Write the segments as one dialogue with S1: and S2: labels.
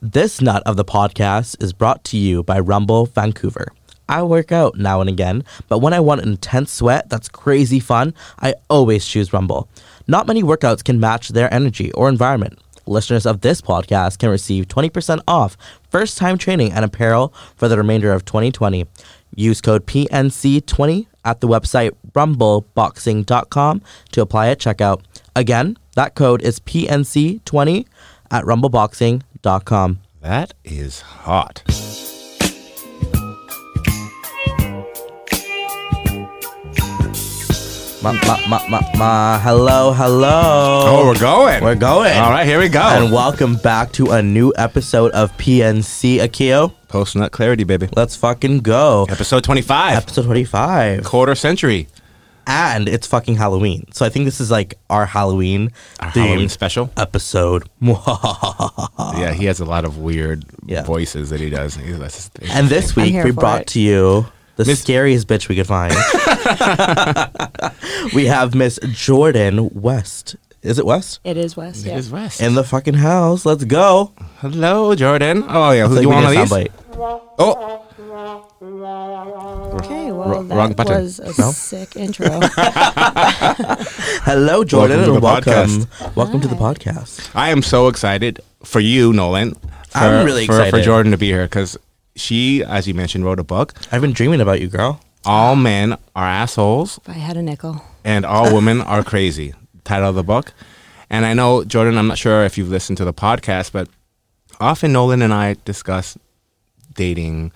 S1: This nut of the podcast is brought to you by Rumble Vancouver. I work out now and again, but when I want an intense sweat that's crazy fun, I always choose Rumble. Not many workouts can match their energy or environment. Listeners of this podcast can receive 20% off first time training and apparel for the remainder of 2020. Use code PNC20 at the website rumbleboxing.com to apply at checkout. Again, that code is PNC20 at rumbleboxing.com.
S2: That is hot.
S1: Ma, ma, ma, ma, ma. Hello, hello.
S2: Oh, we're going.
S1: We're going.
S2: All right, Oh. here we go.
S1: And welcome back to a new episode of PNC Akio.
S2: Post nut clarity, baby.
S1: Let's fucking go.
S2: Episode 25,
S1: Episode 25.
S2: quarter century.
S1: And it's fucking Halloween. So I think this is like our Halloween
S2: Our
S1: themed
S2: Halloween special.
S1: episode.
S2: yeah, he has a lot of weird
S1: Yeah.
S2: voices that he does. He- that's his thing.
S1: and this
S3: I'm
S1: week
S3: here
S1: we
S3: for
S1: brought
S3: it.
S1: to you the
S2: Miss-
S1: scariest bitch we could find. we have Miss Jordan West. Is it West?
S3: It is West.
S2: It
S3: Yeah.
S2: is West.
S1: In the fucking house. Let's go.
S2: Hello, Jordan. Oh, yeah. Who,
S1: Like
S2: you
S1: we
S2: want
S1: need a
S2: one of these?
S1: soundbite.
S2: Oh,
S3: Okay,
S2: Wr-
S3: well, that
S2: wrong button.
S3: was a
S1: No?
S3: sick intro.
S1: Hello, Jordan,
S2: Welcome to
S1: and
S2: the
S1: welcome.
S2: podcast.
S1: Welcome to the podcast.
S2: I am so excited for you, Nolan. For,
S1: I'm really
S2: for, For
S1: excited.
S2: Jordan to be here because she, as you mentioned, wrote a book.
S1: I've been dreaming about you, girl.
S2: All men are assholes.
S3: if I had a nickel.
S2: and all women are crazy title of the book and i know jordan i'm not sure if you've listened to the podcast but often nolan and i discuss dating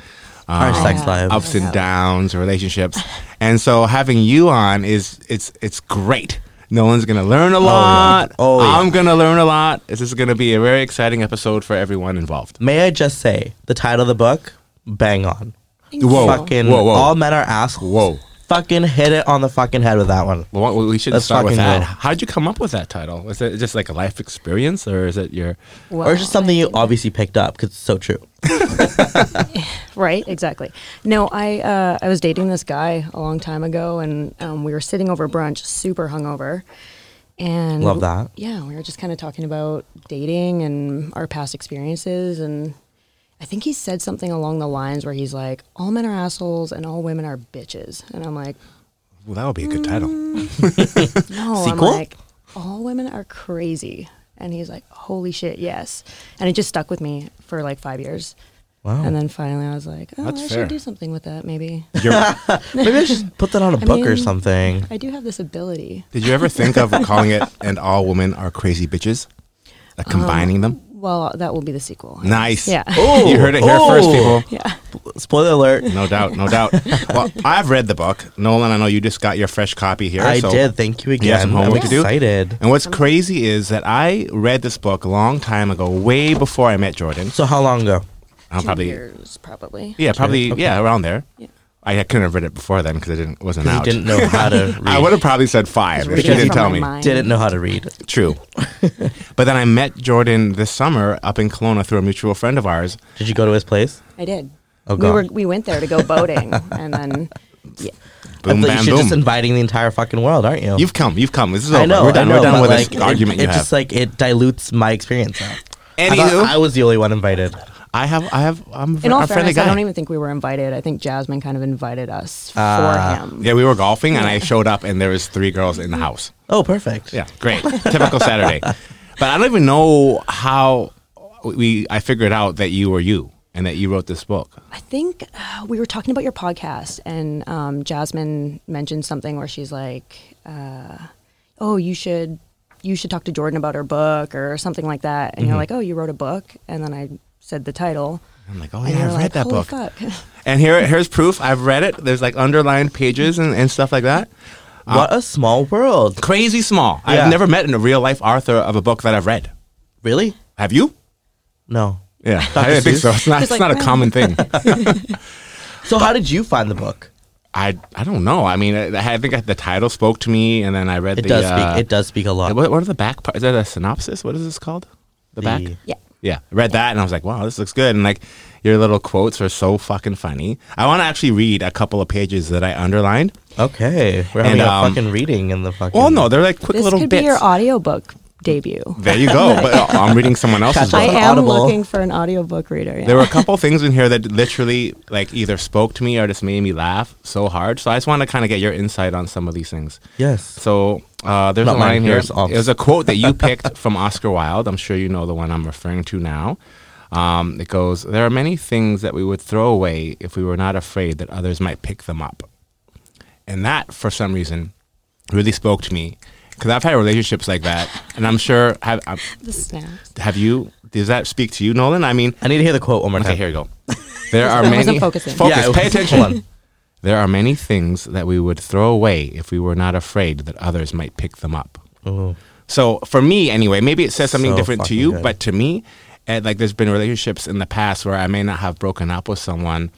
S1: Our
S2: um,
S1: sex
S3: yeah.
S1: lives.
S2: ups and downs relationships and so having you on is it's it's great nolan's gonna learn a lot
S1: Oh, yeah.
S2: i'm gonna learn a lot this is gonna be a very exciting episode for everyone involved
S1: May I just say, the title of the book, bang on.
S3: Thank you.
S2: Whoa.
S1: Fucking
S2: Whoa, whoa.
S1: all men are assholes.
S2: Whoa.
S1: Fucking hit it on the fucking head with that one.
S2: well, what- we should
S1: Let's
S2: start with
S1: fucking
S2: that
S1: go.
S2: how did you come up with that title was it just like a life experience or is it your
S3: Well,
S1: or just something you obviously picked up because it's so true.
S3: Right, exactly. No, I uh, I was dating this guy a long time ago, and um, we were sitting over brunch, super hungover, and
S1: Love that.
S3: Yeah, we were just kind of talking about dating and our past experiences, and I think he said something along the lines where he's like, "All men are assholes and all women are bitches," and I'm like,
S2: well that would be a good title
S3: No,
S1: Sequel?
S3: Oh, I'm like, all women are crazy. And he's like, holy shit, yes. And it just stuck with me for like five years.
S1: Wow.
S3: And then finally I was like, oh,
S2: That's fair.
S3: I should do something with that maybe.
S2: You're-
S1: Maybe I should put that on a book or
S3: mean-
S1: something.
S3: I do have this ability.
S2: Did you ever think of calling it "And All Women Are Crazy Bitches," like combining them?
S3: Well, that will be the sequel.
S2: Nice.
S3: Oh. Yeah.
S1: Oh,
S2: you heard it here first, people.
S3: Yeah.
S1: Spoiler alert.
S2: No doubt, no doubt. Well, I've read the book, Nolan. I know you just got your fresh copy here.
S1: I
S2: so-
S1: did. Thank you again.
S2: You have some
S1: I'm
S2: homework to do?
S1: excited.
S2: And what's crazy is that I read this book a long time ago, way before I met Jordan.
S1: So how long ago?
S2: I'm
S3: Two
S2: probably,
S3: years, probably.
S2: yeah, probably, yeah, around there.
S3: Yeah.
S2: I, I couldn't have read it before then because I didn't wasn't
S1: You
S2: out.
S1: didn't know how to
S2: I
S1: read.
S2: would have probably said five if
S3: Reading
S2: she didn't
S3: from
S2: tell
S3: my
S2: me.
S3: mind.
S1: didn't know how to read.
S2: True. but then I met Jordan this summer up in Kelowna through a mutual friend of ours.
S1: Did you go to his place?
S3: I did.
S1: Oh,
S3: we
S1: God.
S3: were we went there to go boating and then yeah,
S1: I thought
S2: Boom,
S1: you
S2: bam,
S1: should
S2: boom.
S1: just inviting the entire fucking world, aren't you?
S2: You've come. You've come. This is over.
S1: I know.
S2: we're done.
S1: I know,
S2: we're done
S1: but,
S2: with
S1: like,
S2: this argument
S1: It, it
S2: you
S1: just
S2: have.
S1: like it dilutes my experience. now. I,
S2: Anywho,
S1: thought I was the only one invited.
S2: I have. I have. I'm a
S3: in all
S2: a friendly
S3: fairness,
S2: guy.
S3: I don't even think we were invited. I think Jasmine kind of invited us for
S2: Ah,
S3: him.
S2: yeah, we were golfing, and I showed up, and there was three girls in the house.
S1: Oh, perfect.
S2: Yeah, great. Typical Saturday. But I don't even know how we. I figured out that you were you, and that you wrote this book.
S3: I think uh, we were talking about your podcast, and um, Jasmine mentioned something where she's like, uh, "Oh, you should, you should talk to Jordan about her book or something like that." And you're like, "Oh, you wrote a book," and then I said the title.
S2: I'm like, oh
S3: and
S2: Mm-hmm. yeah,
S3: you're
S2: I've
S3: like,
S2: read that
S3: "Holy
S2: book.
S3: Fuck.
S2: And here, here's proof. I've read it. There's like underlined pages and, and stuff like that.
S1: What
S2: Uh,
S1: a small world.
S2: Crazy small.
S1: Yeah.
S2: I've never met in a real life author of a book that I've read.
S1: Really?
S2: Have you?
S1: No.
S2: Yeah, I didn't think
S1: Seuss?
S2: so. It's not.
S3: He's
S2: It's
S3: like,
S2: not a
S3: "Well."
S2: common thing.
S1: So how did you find the book?
S2: I I don't know. I mean, I, I think the title spoke to me, and then I read
S1: It
S2: the.
S1: does
S2: uh,
S1: speak. It does speak a lot.
S2: What, what are the back part? Is that a synopsis? What is this called? The, back.
S1: The-
S3: yeah,
S2: Yeah, I read that, and I was like, wow, this looks good. And like, your little quotes are so fucking funny. I want to actually read a couple of pages that I underlined.
S1: Okay, we're
S2: And,
S1: having
S2: um,
S1: a fucking reading in the fucking.
S2: Well, no, they're like quick
S3: this
S2: little
S3: could
S2: bits.
S3: be your audiobook debut.
S2: There you go. but uh, I'm reading someone else's
S1: Gotcha.
S3: I
S2: book.
S1: on
S3: am
S1: Audible.
S3: looking for an audiobook reader. Yeah.
S2: There were a couple things in here that literally like either spoke to me or just made me laugh so hard. So I just want to kind of get your insight on some of these things.
S1: Yes.
S2: So uh, there's
S1: Not
S2: a
S1: mine,
S2: line here.
S1: yours, obviously.
S2: There's a quote that you picked from Oscar Wilde. I'm sure you know the one I'm referring to now. Um, it goes, "There are many things that we would throw away if we were not afraid that others might pick them up," and that, for some reason, really spoke to me because I've had relationships like that, and I'm sure have um,
S3: The snaps.
S2: have you? Does that speak to you, Nolan? I mean,
S1: I need to hear the quote one more
S2: Okay,
S1: time.
S2: here you go. There are
S3: I
S2: many.
S3: wasn't focusing.
S2: Focus.
S1: Yeah, I
S2: pay
S1: was-
S2: attention.
S1: hold on.
S2: There are many things that we would throw away if we were not afraid that others might pick them up. So for me, anyway, maybe it says something
S1: So
S2: different to
S1: fucking
S2: you,
S1: good.
S2: but to me, and like there's been relationships in the past where I may not have broken up with someone,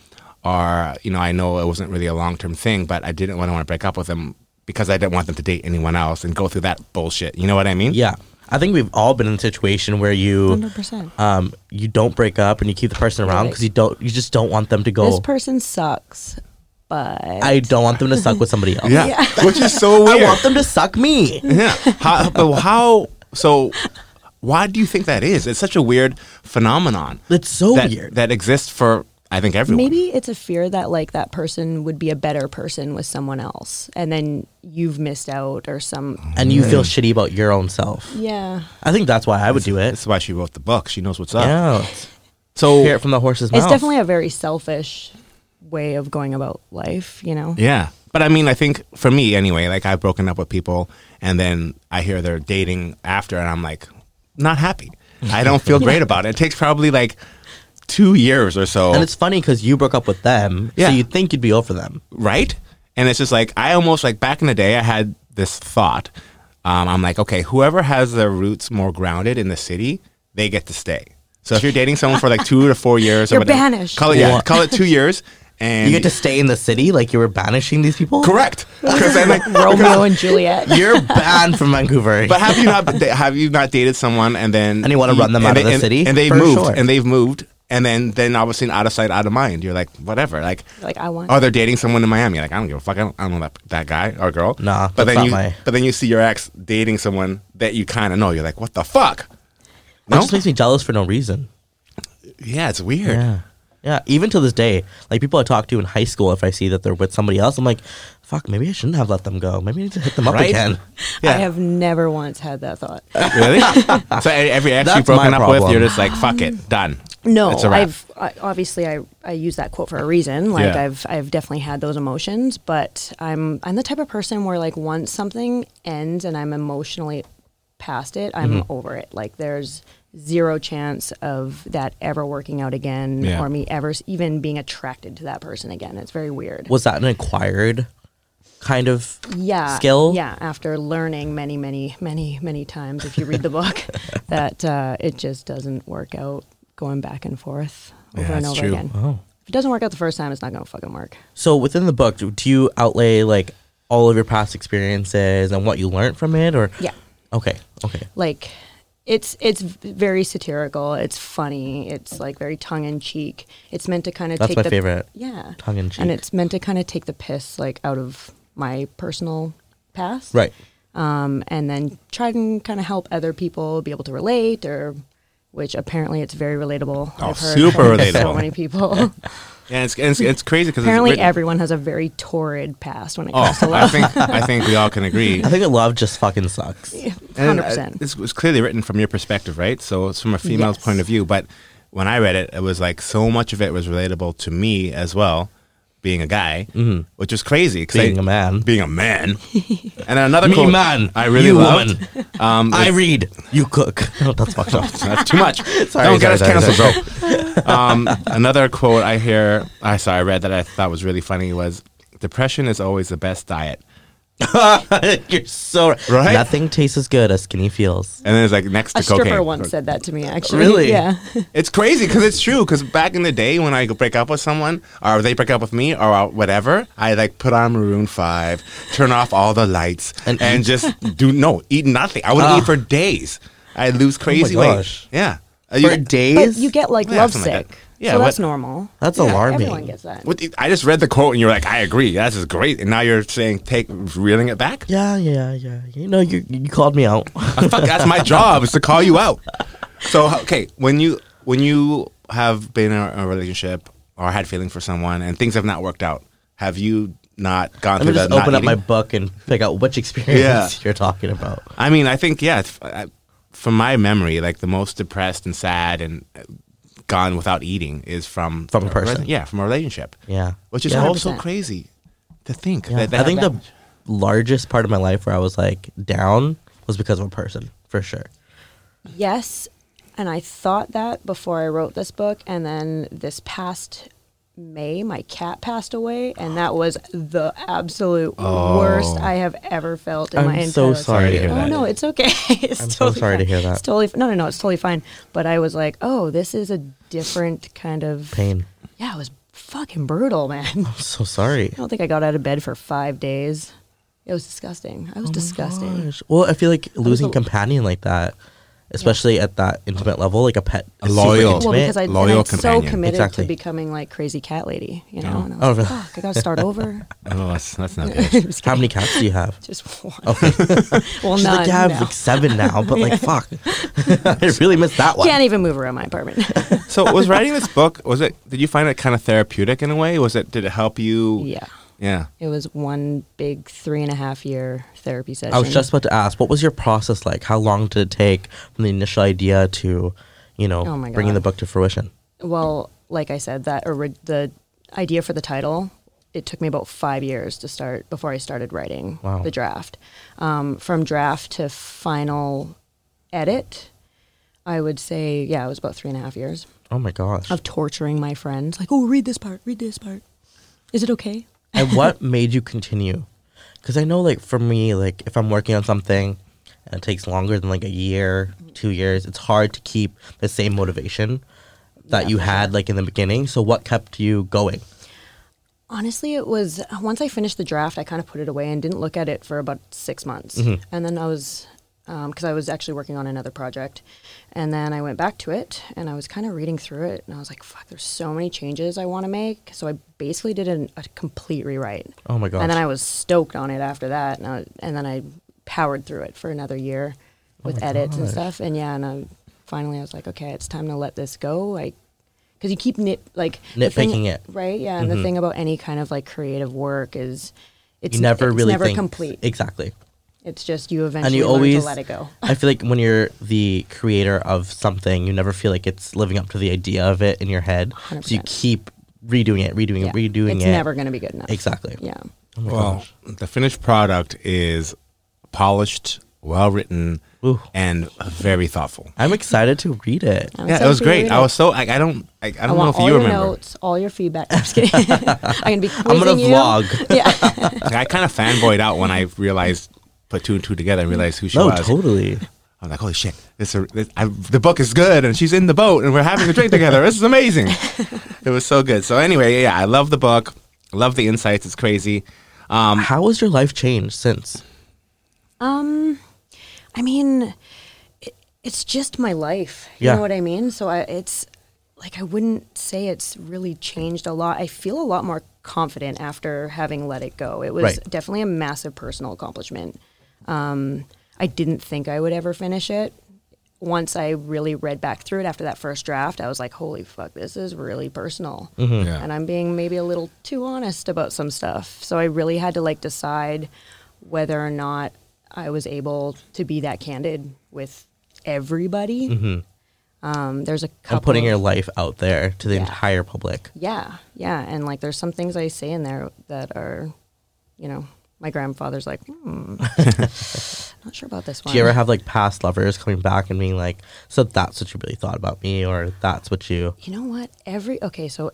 S2: or you know, I know it wasn't really a long term thing, but I didn't want to want to break up with them because I didn't want them to date anyone else and go through that bullshit. You know what I mean?
S1: Yeah. I think we've all been in a situation where you
S3: 100%.
S1: um you don't break up and you keep the person around
S3: Right.
S1: because you don't you just don't want them to
S3: This
S1: go.
S3: person sucks, but
S1: I don't want them to suck with somebody else.
S2: Yeah. Which is so
S1: I
S2: weird.
S1: want them to suck me.
S2: Yeah. How, but how? So, why do you think that is? It's such a weird phenomenon
S1: That's so
S2: that
S1: weird.
S2: that exists for I think everyone.
S3: Maybe it's a fear that like that person would be a better person with someone else, and then you've missed out or some.
S1: and you feel
S2: Mm.
S1: shitty about your own self.
S3: Yeah,
S1: I think that's why I would do it.
S2: That's why she wrote the book. She knows what's up.
S1: Yeah.
S2: So
S1: Hear it from the horse's mouth.
S3: it's definitely a very selfish way of going about life. You know,
S2: yeah. But I mean, I think for me anyway, like I've broken up with people, and then I hear they're dating after, and I'm like, not happy. I don't feel great about it. It takes probably like two years or so.
S1: And it's funny because you broke up with them,
S2: Yeah.
S1: so you'd think you'd be over them.
S2: right? And it's just like I almost like back in the day, I had this thought. Um, I'm like, okay, whoever has their roots more grounded in the city, they get to stay. So if you're dating someone for like two to four years, or
S3: You're
S2: whatever,
S3: banished.
S2: Call it yeah,
S1: What?
S2: call it two years, and
S1: You get to stay in the city like you were banishing these people.
S2: correct because then like.
S3: Romeo and Juliet.
S1: You're banned from Vancouver.
S2: But have you not da- have you not dated someone and then
S1: And you wanna run them out
S2: and
S1: of
S2: they-
S1: the
S2: and-
S1: city?
S2: and they've
S1: For
S2: moved
S1: sure.
S2: and they've moved and then then all of a sudden out of sight out of mind you're like whatever like
S3: Like I want.
S2: Oh, they're dating someone in Miami. Like I don't give a fuck. I don't, I don't know that that guy or girl.
S1: Nah,
S2: but
S1: that's
S2: then
S1: not
S2: you
S1: my-
S2: but then you see your ex dating someone that you kind of know. You're like, what the fuck?
S1: It
S2: No,
S1: just makes me jealous for no reason.
S2: yeah, it's weird.
S1: Yeah. Yeah. Even to this day, like people I talk to in high school, if I see that they're with somebody else, I'm like, fuck, maybe I shouldn't have let them go. Maybe I need to hit them up
S2: Right?
S1: again.
S3: I have never once had that thought.
S2: Really? so e- every ex you've
S1: That's my
S2: broken up with,
S1: problem.
S2: you're just like, fuck it, done.
S3: No,
S2: It's a wrap.
S3: I've I, obviously I, I use that quote for a reason. Like
S2: Yeah.
S3: I've I've definitely had those emotions, but I'm I'm the type of person where like once something ends and I'm emotionally past it, I'm
S2: Mm-hmm.
S3: over it. Like there's zero chance of that ever working out again
S2: Yeah.
S3: or me ever s- even being attracted to that person again. It's very weird.
S1: Was that an acquired kind of
S3: yeah.
S1: skill?
S3: Yeah, after learning many many many many times if you read the book that uh, it just doesn't work out going back and forth over
S2: Yeah,
S3: and
S2: that's
S3: over
S2: true.
S3: again.
S1: Oh.
S3: If it doesn't work out the first time, it's not going to fucking work.
S1: So within the book, do, do you outlay like all of your past experiences and what you learned from it, or
S3: Yeah.
S1: Okay. Okay.
S3: Like it's it's very satirical, it's funny, it's like very tongue in cheek. It's meant to kind of
S1: That's
S3: take
S1: my
S3: the
S1: favorite.
S3: Yeah.
S1: Tongue-in-cheek.
S3: And it's meant to kind of take the piss like out of my personal past.
S1: Right.
S3: um, and then try and kind of help other people be able to relate or which apparently it's very relatable
S2: Oh,
S3: I've heard
S2: super
S3: from
S2: relatable.
S3: so many people
S2: Yeah, it's it's, it's crazy because
S3: apparently
S2: it's written-
S3: everyone has a very torrid past when it
S2: Oh,
S3: comes to
S2: I
S3: love
S2: think I think we all can agree.
S1: I think that love just fucking sucks.
S2: And, uh,
S3: 100%
S2: This was clearly written from your perspective, right? So it's from a female's
S3: Yes.
S2: point of view. But when I read it, it was like so much of it was relatable to me as well, being a guy, which is crazy. 'cause
S1: Mm-hmm. Being a man.
S2: Being a man. and another
S1: Me
S2: quote
S1: man,
S2: I really
S1: you
S2: loved. Um,
S1: I
S2: is-
S1: read. You cook. No, that's fucked up.
S2: that's too much.
S1: Sorry,
S2: Don't
S1: sorry,
S2: get us
S1: sorry,
S2: canceled,
S1: sorry.
S2: bro. um, another quote I hear, I sorry, I read that I thought was really funny was, "Depression is always the best diet."
S1: You're so
S2: Right?
S1: Nothing tastes as good as skinny feels.
S2: And then it's like next to
S3: a stripper
S2: cocaine.
S3: once said that to me actually
S1: Really?
S3: yeah
S2: It's crazy because it's true. Because back in the day, when I go break up with someone, or they break up with me, or whatever, I like put on Maroon Five, turn off all the lights,
S1: And
S2: and, just do no eat nothing. I wouldn't
S1: Ah.
S2: eat for days. I lose crazy
S1: gosh.
S2: weight. Yeah, Uh, you-
S1: For days,
S3: but you get like
S2: Yeah,
S3: love
S2: something like
S3: sick
S2: that. Yeah,
S3: so
S2: what-
S3: that's normal.
S1: That's alarming.
S3: Everyone gets that.
S2: What the- I just read the quote and you're like, I agree. This is great. And now you're saying take reeling it back.
S1: Yeah, yeah, yeah. You know, you you called me out.
S2: Uh, fuck, that's my job is to call you out. So okay, when you when you have been in a, a relationship or had feeling for someone and things have not worked out, have you not gone
S1: Let
S2: through
S1: me
S2: that?
S1: just
S2: not
S1: open up my
S2: eating?
S1: book and pick out which experience
S2: Yeah.
S1: you're talking about.
S2: I mean, I think yeah. it's- I, from my memory, like the most depressed and sad and uh, gone without eating is from
S1: From a person.
S2: yeah, from a relationship.
S1: Yeah.
S2: which is
S1: Yeah.
S2: also
S3: 100%.
S2: crazy to think.
S1: Yeah.
S2: That, that
S1: I think
S2: that
S1: the
S2: much.
S1: largest part of my life where I was like down was because of a person, for sure.
S3: Yes, and I thought that before I wrote this book, and then this past May, my cat passed away, and that was the absolute worst I have ever felt in my
S1: Oh. I'm
S3: entire
S1: so
S3: life.
S1: sorry to
S2: Sorry to
S1: hear
S2: hear
S3: Oh
S1: that.
S3: no, it's okay. it's
S1: I'm so sorry to
S3: fine.
S1: hear that.
S3: It's totally no, no, no. It's totally fine. But I was like, oh, this is a different kind of
S1: Pain.
S3: Yeah, it was fucking brutal, man. I
S1: I'm so sorry.
S3: don't think I got out of bed for five days. It was disgusting.
S1: Oh
S3: I was disgusting.
S1: Gosh. Well, I feel like losing a
S3: a-
S1: companion like that, especially at that intimate level, like a pet,
S2: A
S1: is super
S2: loyal-
S1: intimate.
S3: Well, because I, and
S2: Loyal
S3: I'm so
S2: companion.
S3: committed
S1: Exactly.
S3: to becoming like crazy cat lady, you know.
S2: Oh.
S3: And I was
S1: Oh,
S3: like,
S1: really?
S3: fuck, I gotta start over.
S2: Oh, that's, that's not good.
S3: Just
S1: how
S3: kidding.
S1: many cats do you have?
S3: Just one.
S1: Okay.
S3: Well,
S1: She's
S3: none.
S1: like, yeah, I have
S3: no.
S1: like seven now, but like, fuck, I really missed that one.
S3: Can't even move around my apartment.
S2: so was writing this book was it did you find it kind of therapeutic in a way was it did it help you
S3: yeah,
S2: yeah
S3: it was one big three and a half year therapy session.
S1: I was just about to ask, what was your process like? How long did it take from the initial idea to, you know,
S3: Oh my
S1: bringing
S3: God.
S1: the book to fruition?
S3: well, like I said, that or the idea for the title, it took me about five years to start before I started writing
S1: Wow.
S3: the draft. Um, from draft to final edit, I would say, yeah, it was about three and a half years
S1: Oh my gosh!
S3: of torturing my friends. Like, oh, read this part, read this part. Is it okay?
S1: and what made you continue? Because I know, like, for me, like, if I'm working on something and it takes longer than like a year, two years, it's hard to keep the same motivation that you had like in the beginning. So, what kept you going?
S3: Honestly, it was once I finished the draft, I kind of put it away and didn't look at it for about six months. And then I was, because I was actually working on another project. And then I went back to it and I was kind of reading through it and I was like, fuck, there's so many changes I want to make. So I basically did an, a complete rewrite.
S1: Oh my gosh!
S3: And then I was stoked on it after that. And, I, and then I powered through it for another year
S1: Oh
S3: with edits and stuff. And yeah, and I, finally I was like, okay, it's time to let this go. I, because you keep nit like the thing-
S1: Nitpicking it. Mm-hmm.
S3: right? Yeah, and the thing about any kind of like creative work is it's
S1: you never
S3: it's
S1: really
S3: never
S1: think
S3: complete.
S1: exactly.
S3: it's just you eventually
S1: and you
S3: learn
S1: always
S3: to let it go.
S1: I feel like when you're the creator of something, you never feel like it's living up to the idea of it in your head. So you
S3: 100%.
S1: keep redoing it, redoing
S3: Yeah.
S1: it, redoing
S3: it's
S1: it.
S3: never going to be good enough.
S1: exactly.
S3: Yeah.
S1: Oh my
S2: well
S1: gosh.
S2: the finished product is polished well written
S1: Ooh.
S2: and very thoughtful
S1: I'm excited to read it.
S3: I'm
S2: yeah it
S3: excited
S2: was
S3: for you to
S2: great
S3: read
S2: i
S3: it.
S2: was so i, I don't i, I
S3: I
S2: don't know
S3: want
S2: if
S3: all
S2: you
S3: your
S2: remember
S3: notes, all your feedback. I'm just kidding. I'm gonna be.
S1: I'm gonna
S3: quizzing you.
S1: vlog.
S3: Yeah.
S2: Like, i kind of fanboyed out when i realized put two and two together and realized who she
S1: No,
S2: was
S1: totally.
S2: i'm like holy shit this, this I, the book is good and she's in the boat and we're having a drink together this is amazing it was so good so anyway yeah i love the book love the insights it's crazy um,
S1: How has your life changed since?
S3: Um, I mean, it, it's just my life. You
S1: Yeah.
S3: know what I mean? So I, it's like I wouldn't say it's really changed a lot. I feel a lot more confident after having let it go. It was
S1: Right.
S3: definitely a massive personal accomplishment. Um, I didn't think I would ever finish it. Once I really read back through it after that first draft, I was like, "Holy fuck, this is really personal."
S1: Mm-hmm.
S2: Yeah.
S3: And I'm being maybe a little too honest about some stuff. So I really had to like decide whether or not I was able to be that candid with everybody. Um, there's a couple
S1: I'm Mm-hmm. putting
S3: of-
S1: your life out there to the
S3: Yeah.
S1: entire public.
S3: yeah, yeah, and like there's some things I say in there that are, you know, my grandfather's like, hmm, not sure about this one.
S1: Do you ever have like past lovers coming back and being like, "So that's what you really thought about me," or "That's what you"?
S3: you know what? Every okay, so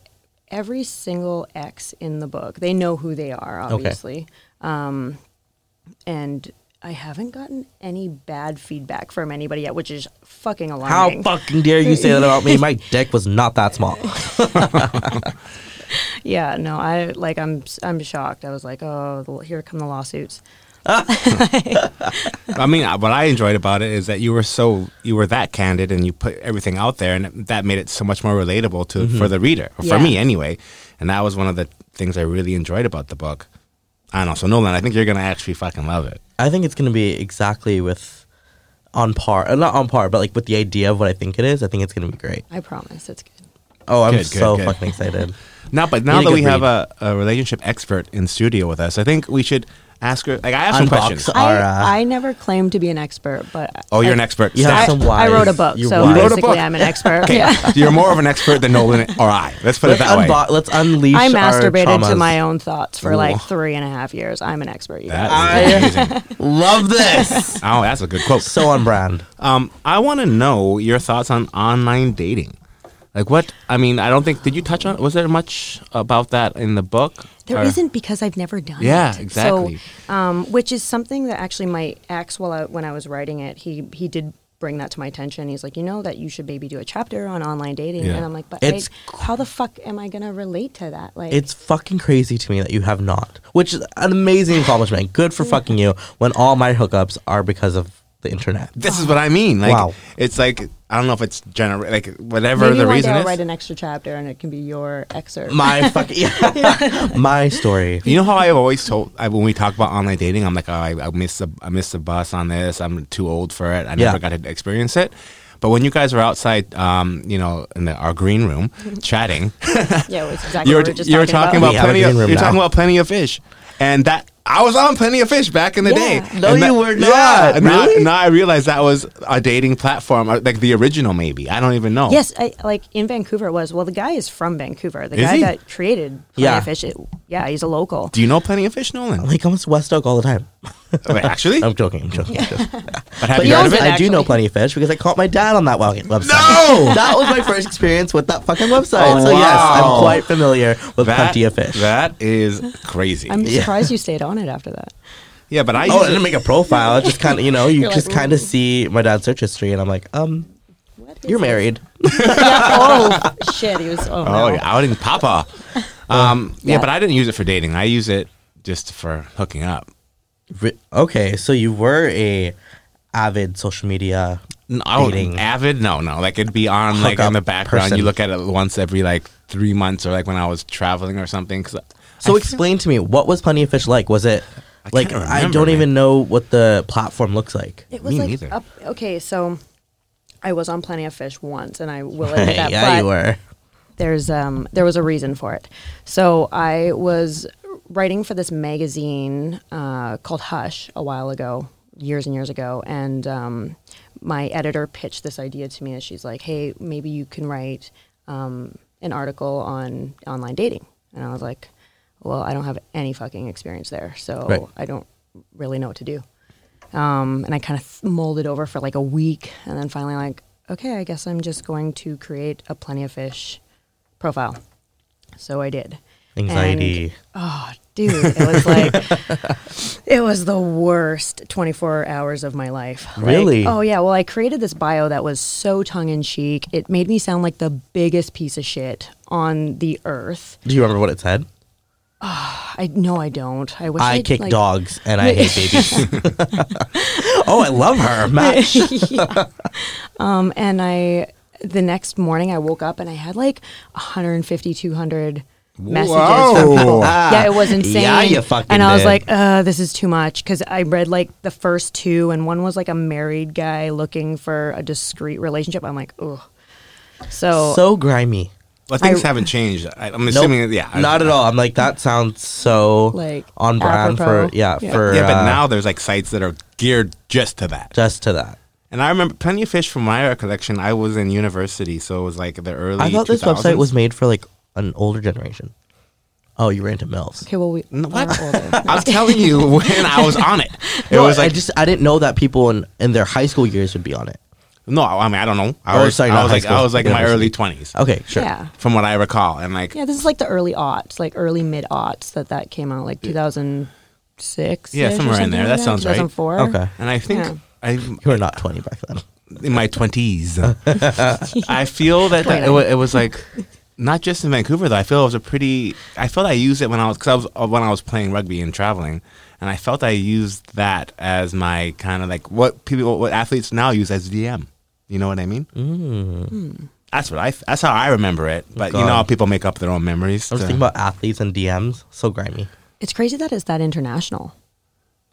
S3: every single ex in the book, they know who they are, obviously. Um, and I haven't gotten any bad feedback from anybody yet, which is fucking
S1: How
S3: alarming.
S1: fucking dare you say that about me? My dick was not that small.
S3: yeah, no, I like I'm I'm shocked. I was like, oh, the- here come the lawsuits.
S2: I mean, uh, what I enjoyed about it is that you were so you were that candid and you put everything out there, and that made it so much more relatable to
S1: Mm-hmm.
S2: for the reader, or for
S3: Yeah.
S2: me anyway. And that was one of the things I really enjoyed about the book. I don't know. So Nolan, I think you're gonna actually fucking love it.
S1: I think it's gonna be exactly with on par, uh, not on par, but like with the idea of what I think it is. I think it's gonna be great.
S3: I promise it's good.
S1: Oh, I'm
S2: Good, good,
S1: so
S2: good.
S1: fucking excited.
S2: Now, but now
S1: need a
S2: that we
S1: good
S2: have a, a relationship expert in studio with us, I think we should ask her. Like, I have some
S1: Unbox.
S2: questions.
S1: Are, uh,
S3: I, I never claimed to be an expert, but
S2: Oh, you're
S3: I-
S2: an expert.
S1: You have
S3: I,
S2: Stop.
S1: some
S3: I wrote a
S1: wise-
S3: book,
S1: you're
S3: so
S1: wise. You
S2: wrote a
S3: basically
S2: book?
S3: I'm an expert. Yeah.
S2: You're more of an expert than Nolan or I. Let's put it
S1: Let's,
S2: that way.
S1: unbo- let's unleash.
S3: I
S1: our
S3: masturbated
S1: traumas.
S3: to my own thoughts for
S2: Ooh.
S3: like three and a half years. I'm an expert. You guys.
S2: That is amazing.
S1: Love this.
S2: Oh, that's a good quote.
S1: so on brand.
S2: Um, I want to know your thoughts on online dating. Like what? I mean, I don't think did you touch on? Was there much about that in the book?
S3: There
S2: Or-
S3: not because I've never done
S2: Yeah,
S3: it.
S2: exactly.
S3: So, um, which is something that actually my ex, while I, when I was writing it, he he did bring that to my attention. He's like, you know, that you should maybe do a chapter on online dating,
S2: Yeah.
S3: and I'm like, but
S1: It's
S3: I, how the fuck am I gonna relate to that? Like,
S1: It's fucking crazy to me that you have not, which is an amazing accomplishment. Good for fucking you. When all my hookups are because of the internet.
S2: This is what I mean. Like
S1: Wow.
S2: it's like I don't know if it's gener like whatever
S3: maybe
S2: the
S3: one day
S2: reason
S3: I'll
S2: is.
S3: write an extra chapter, and it can be your excerpt.
S1: My fucking my story.
S2: you know how I've always told I, when we talk about online dating, I'm like, oh, I, I missed the I missed the bus on this. I'm too old for it. I never
S1: Yeah.
S2: got to experience it. But when you guys were outside, um, you know, in the, our green room chatting,
S3: yeah, it's exactly
S2: you were,
S3: what we were just
S2: you were talking
S3: talking
S2: about,
S1: We have a
S2: plenty of
S1: green room
S2: you're
S1: now.
S2: talking about plenty of fish, and that I was on plenty of fish back in the
S3: Yeah.
S2: day.
S1: No,
S2: And
S1: you
S2: that-
S1: were
S2: Yeah,
S1: not.
S2: and now-
S1: Really?
S2: Now I realize that was a dating platform, or like the original, maybe. I don't even know.
S3: Yes, I, like in Vancouver it was. Well, the guy is from Vancouver. The
S2: Is
S3: guy
S2: he?
S3: that created
S1: Yeah.
S3: yeah. Fish, it, yeah, he's a local.
S2: Do you know plenty of fish, Nolan?
S1: He comes to West Oak all the time.
S2: Wait, actually,
S1: I'm joking. I'm joking. I'm joking.
S2: but have
S1: Um, But yes,
S2: you heard
S3: owns
S2: of it?
S3: it,
S1: I do know
S3: actually.
S1: plenty of fish because I caught my dad on that wa- website.
S2: No!
S1: that was my first experience with that fucking website.
S2: Oh,
S1: so yes,
S2: wow.
S1: I'm quite familiar with
S2: That-
S1: plenty of fish.
S2: That is crazy.
S3: I'm
S1: Yeah.
S3: surprised you stayed on it after that.
S2: yeah, but
S1: oh,
S2: I.
S1: I
S2: usually-
S1: didn't make a profile. It's just kind of you know you
S3: You're
S1: just
S3: like,
S1: kind of see my dad's search history, and I'm like, um,
S3: What is
S1: you're
S3: this?
S1: married.
S3: yeah. Oh shit, he was. Oh,
S2: Oh,
S3: no.
S2: yeah, outing Papa. Um, yeah,
S3: Yeah.
S2: but I didn't use it for dating. I use it just for hooking up.
S1: Re- Okay, so you were a avid social media.
S2: No, oh,
S1: dating.
S2: avid? No, no. Like it'd be on like
S1: Hookup
S2: in the background.
S1: person.
S2: You look at it once every like three months, or like when I was traveling or something. 'cause
S1: So
S2: I-
S1: explain to me what was Plenty of Fish like? Was it like
S2: can't
S1: I
S2: remember,
S1: don't
S2: man.
S1: even know what the platform looks like.
S3: It was
S2: Me
S3: like
S2: neither.
S3: up. Okay, so I was on Plenty of Fish once, and I will admit that.
S1: yeah, you
S3: but
S1: were.
S3: There's um there was a reason for it. So I was writing for this magazine uh, called Hush a while ago, years and years ago, and um, my editor pitched this idea to me, and she's like, "Hey, maybe you can write um, an article on online dating," and I was like, "Well, I don't have any fucking experience there, so
S1: Right.
S3: I don't really know what to do." um, and I kind of molded over for like a week, and then finally like, okay, I guess I'm just going to create a plenty of fish profile. So I did. And-
S1: Anxiety.
S3: oh, dude, it was like it was the worst 24 hours of my life. Like,
S1: Really?
S3: oh yeah. Well, I created this bio that was so tongue in cheek. It made me sound like the biggest piece of shit on the earth.
S1: Do you remember what it said?
S3: I no, I don't. I wish
S1: I
S3: I'd,
S1: kick
S3: like-
S1: dogs and I hate babies. oh, I love her. Match.
S3: Yeah. Um, and I, the next morning, I woke up and I had like 150, 200 messages
S2: Whoa.
S3: from people.
S1: Ah.
S3: yeah, it was insane.
S1: Yeah, you fucking
S3: And I was
S1: did.
S3: like, uh, this is too much because I read like the first two, and one was like a married guy looking for a discreet relationship. I'm like, ugh. So,
S1: So grimy.
S2: Well, things
S3: I-
S2: haven't changed. I, I'm
S1: Nope.
S2: assuming, yeah, I-
S1: Not at all. I'm like that sounds so
S3: Like,
S1: on brand
S3: apropos.
S1: for yeah,
S3: Yeah.
S1: for
S2: Yeah, but
S1: uh,
S2: now there's like sites that are geared just to that.
S1: just to that.
S2: And I remember plenty of fish from my recollection. I was in university, so it was like the early.
S1: I thought this
S2: 2000s.
S1: website was made for like an older generation. Oh, you were into milfs.
S3: okay, well, we
S2: what?
S3: are older.
S2: I'm telling you, when I was on it, it
S1: No,
S2: was
S1: I
S2: like
S1: just I didn't know that people in, in their high school years would be on it.
S2: no. I mean, I don't know. I
S1: Oh,
S2: was,
S1: sorry,
S2: I
S1: not
S2: was
S1: high
S2: like, I
S1: school,
S2: was like in my
S1: university.
S2: early twenties,
S1: Okay, sure.
S3: Yeah.
S2: from what I recall, and like
S3: Yeah, this is like the early aughts, like early mid aughts that that came out, like 2006.
S2: Yeah, somewhere in there. That sounds right.
S3: 2004.
S1: Okay.
S2: And I think
S3: Yeah.
S2: I
S1: You were not 20 back then.
S2: in my twenties. I feel that, that it, wa- it was like not just in Vancouver though. I feel it was a pretty. I felt I used it when I was cause I was uh, when I was playing rugby and traveling, and I felt I used that as my kind of like what people what athletes now use as VM. You know what I mean? Mm. That's what I. That's how I remember it. But you know
S1: God.
S2: how people make up their own memories.
S1: I was
S2: to-
S1: thinking about athletes and DMs. So grimy.
S3: It's crazy that it's that international.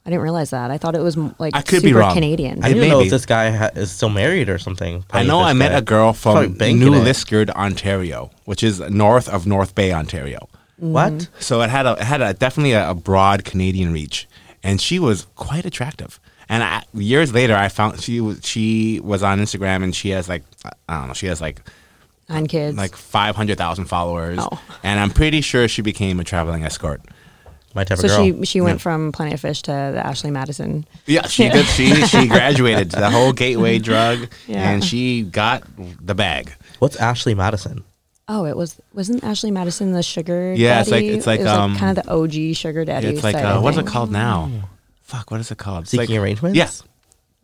S3: I didn't realize that. I thought it was m- like
S2: I could
S3: super
S2: be wrong.
S3: Canadian.
S1: I
S2: It
S1: didn't
S2: may
S1: know
S2: be.
S1: if this guy ha- is still married or something.
S2: I know I
S1: Probably
S2: met
S1: this
S2: a girl
S1: probably
S2: from
S1: banking
S2: New
S1: it.
S2: Liskeard, Ontario, which is north of North Bay, Ontario.
S1: What?
S3: Mm-hmm.
S2: So it had a it had a definitely a, a broad Canadian reach, and she was quite attractive. And I, years later, I found she was she was on Instagram, and she has like I don't know, she has like
S3: Nine kids.
S2: like five hundred thousand followers,
S3: Oh.
S2: and I'm pretty sure she became a traveling escort.
S1: My type
S3: so
S1: of girl.
S3: she she went from Planet Fish to the Ashley Madison.
S2: Yeah, she did. She she graduated the whole gateway drug,
S3: Yeah.
S2: and she got the bag.
S1: What's Ashley Madison?
S3: Oh, it was wasn't Ashley Madison the sugar?
S2: Yeah, it's like-
S3: daddy?
S2: it's like,
S3: it was
S2: um,
S3: kind of the OG sugar daddy.
S2: It's like
S3: side
S2: uh,
S3: of
S2: what's it
S3: things.
S2: called now? Fuck, what is it called? It's like-
S1: Seeking arrangements?
S2: Yes.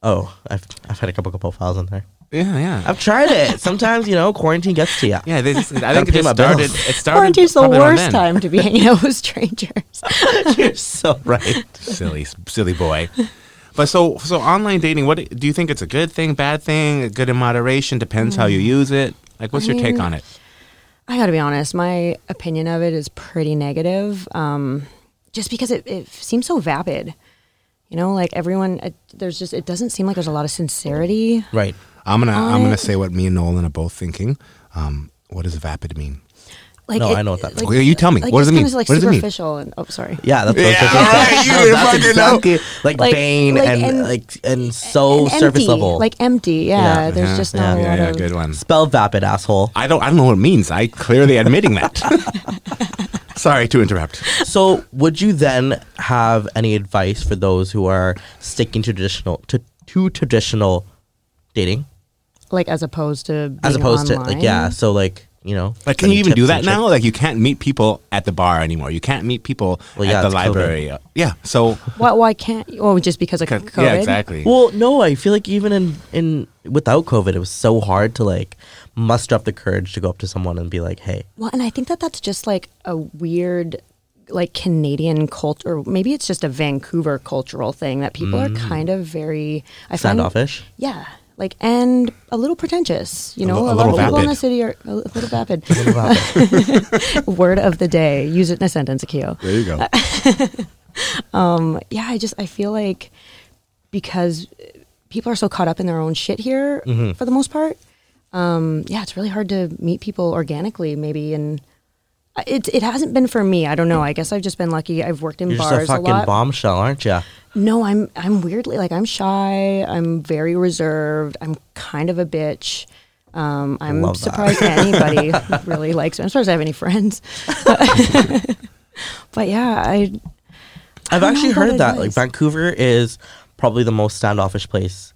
S1: Oh, I've I've had a couple of profiles in there.
S2: Yeah, yeah.
S1: I've tried it. Sometimes you know quarantine gets to you.
S2: yeah, they just, I think
S1: pay
S2: it just
S1: my bills.
S2: started. It started.
S3: Quarantine's the
S2: probably around
S3: worst
S2: then.
S3: time to be hanging out with strangers.
S1: You're so right.
S2: silly, silly boy. But so, so online dating. What do you think? It's a good thing, bad thing, good in moderation. Depends how you use it. Like, what's your take
S3: Mm. mean-
S2: on it?
S3: I gotta be honest, my opinion of it is pretty negative. Um, just because it, it seems so vapid. You know, like everyone, it, there's just, it doesn't seem like there's a lot of sincerity.
S1: Right.
S2: I'm gonna, I'm
S3: I-
S2: gonna say what me and Nolan are both thinking. Um, what does vapid mean?
S3: Like,
S1: No,
S3: it-
S1: I know what that
S3: like-
S2: Well, you tell me.
S3: like
S2: What does
S3: it's
S2: it mean?
S3: kinda, Like
S2: What does it mean?
S3: superficial and oh, sorry.
S1: Yeah, that's what I was
S2: Yeah,
S1: thinking.
S2: right,
S1: No,
S2: you
S1: that's
S2: fucking
S1: exactly like,
S3: Like-
S1: vain
S3: like,
S1: and,
S3: and-
S1: like and so
S3: And
S1: Oh, surface
S3: empty,
S1: level.
S3: Like empty. Yeah.
S1: Yeah.
S3: there's
S2: Yeah,
S3: just
S1: yeah,
S3: not a
S2: Uh-huh. Yeah,
S3: lot
S2: yeah,
S3: of.
S2: good one.
S1: spell vapid asshole.
S2: I don't, I don't know what it means. I clearly admitting that. Sorry to interrupt.
S1: So, would you then have any advice for those who are sticking to traditional to, to traditional dating
S3: Like as opposed to being
S1: as opposed
S3: online.
S1: to like yeah, so like, you know,
S2: Like, can you
S1: any
S2: even do
S1: tips
S2: that
S1: and
S2: now?
S1: tricks?
S2: Like, you can't meet people at the bar anymore. You can't meet people
S1: Well,
S2: at
S1: yeah,
S2: the
S1: it's COVID.
S2: library. Yeah. So,
S3: Why, why can't? Oh, just because of COVID.
S2: yeah, exactly.
S1: Well, no, I feel like even in in without COVID, it was so hard to like muster up the courage to go up to someone and be like, "Hey,
S3: Well, and I think that that's just like a weird, like Canadian culture, or maybe it's just a Vancouver cultural thing that people
S1: Mm.
S3: are kind of very I find-
S1: standoffish."
S3: Yeah, like and a little pretentious. You
S2: A
S3: know,
S2: li-
S3: a,
S2: a
S3: lot of
S2: little
S3: people in the
S2: vapid.
S3: city are a li- little vapid.
S1: Wow.
S3: Word of the day: use it in a sentence, Akio.
S2: there you go.
S3: Yeah, I just I feel like because people are so caught up in their own shit here
S1: Mm-hmm.
S3: for the most part. Um, yeah, it's really hard to meet people organically, maybe, and it it hasn't been for me. I don't know. I guess I've just been lucky. I've worked in
S1: You're just
S3: bars
S1: a fucking
S3: lot.
S1: bombshell, aren't you?
S3: No, I'm I'm weirdly like I'm shy. I'm very reserved. I'm kind of a bitch. Um, I'm
S1: Love that.
S3: surprised anybody really likes me. I'm surprised I have any friends. but yeah, I
S1: I've
S3: don't
S1: actually
S3: know
S1: heard
S3: about
S1: that. Like
S3: advice.
S1: Vancouver is probably the most standoffish place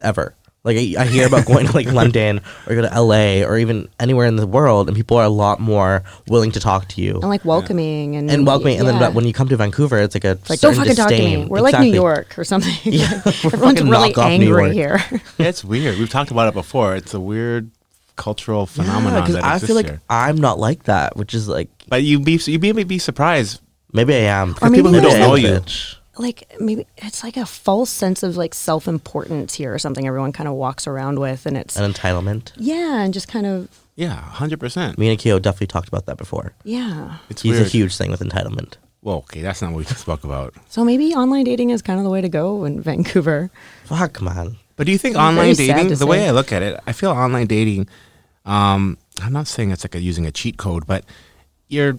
S1: ever. Like I, I hear about going to like London or go to LA or even anywhere in the world, and people are a lot more willing to talk to you
S3: I'm like welcoming and
S1: and welcoming. And
S3: yeah.
S1: then when you come to Vancouver, it's like a
S3: It's like
S1: certain
S3: don't fucking
S1: disdain.
S3: talk to me. We're like New
S1: Exactly.
S3: York or something.
S1: Yeah, we're
S3: Everyone's
S1: fucking
S3: really
S1: knockoff New
S3: angry
S1: York.
S3: here.
S2: Yeah, it's weird. We've talked about it before. It's a weird cultural
S1: Yeah,
S2: phenomenon
S1: because
S2: that
S1: I
S2: exists
S1: feel like
S2: here.
S1: I'm not like that, which is like
S2: But you be you maybe be surprised.
S1: maybe I am.
S3: Or
S2: people who
S3: maybe
S2: don't
S3: like-
S2: know you.
S1: Bitch.
S3: like maybe it's like a false sense of like self importance here or something. Everyone kind of walks around with, and it's
S1: an entitlement.
S3: yeah, and just kind of
S2: Yeah, hundred percent.
S1: Me and Akio definitely talked about that before.
S3: yeah.
S2: It's
S1: He's
S2: weird.
S1: a huge thing with entitlement.
S2: Well, okay, that's not what we spoke about.
S3: So maybe online dating is kind of the way to go in Vancouver.
S1: Fuck man.
S2: But do you think
S3: Very
S2: online
S3: sad
S2: dating?
S3: to
S2: The way
S3: say.
S2: I look at it, I feel online dating. Um, I'm not saying it's like a, using a cheat code, but you're.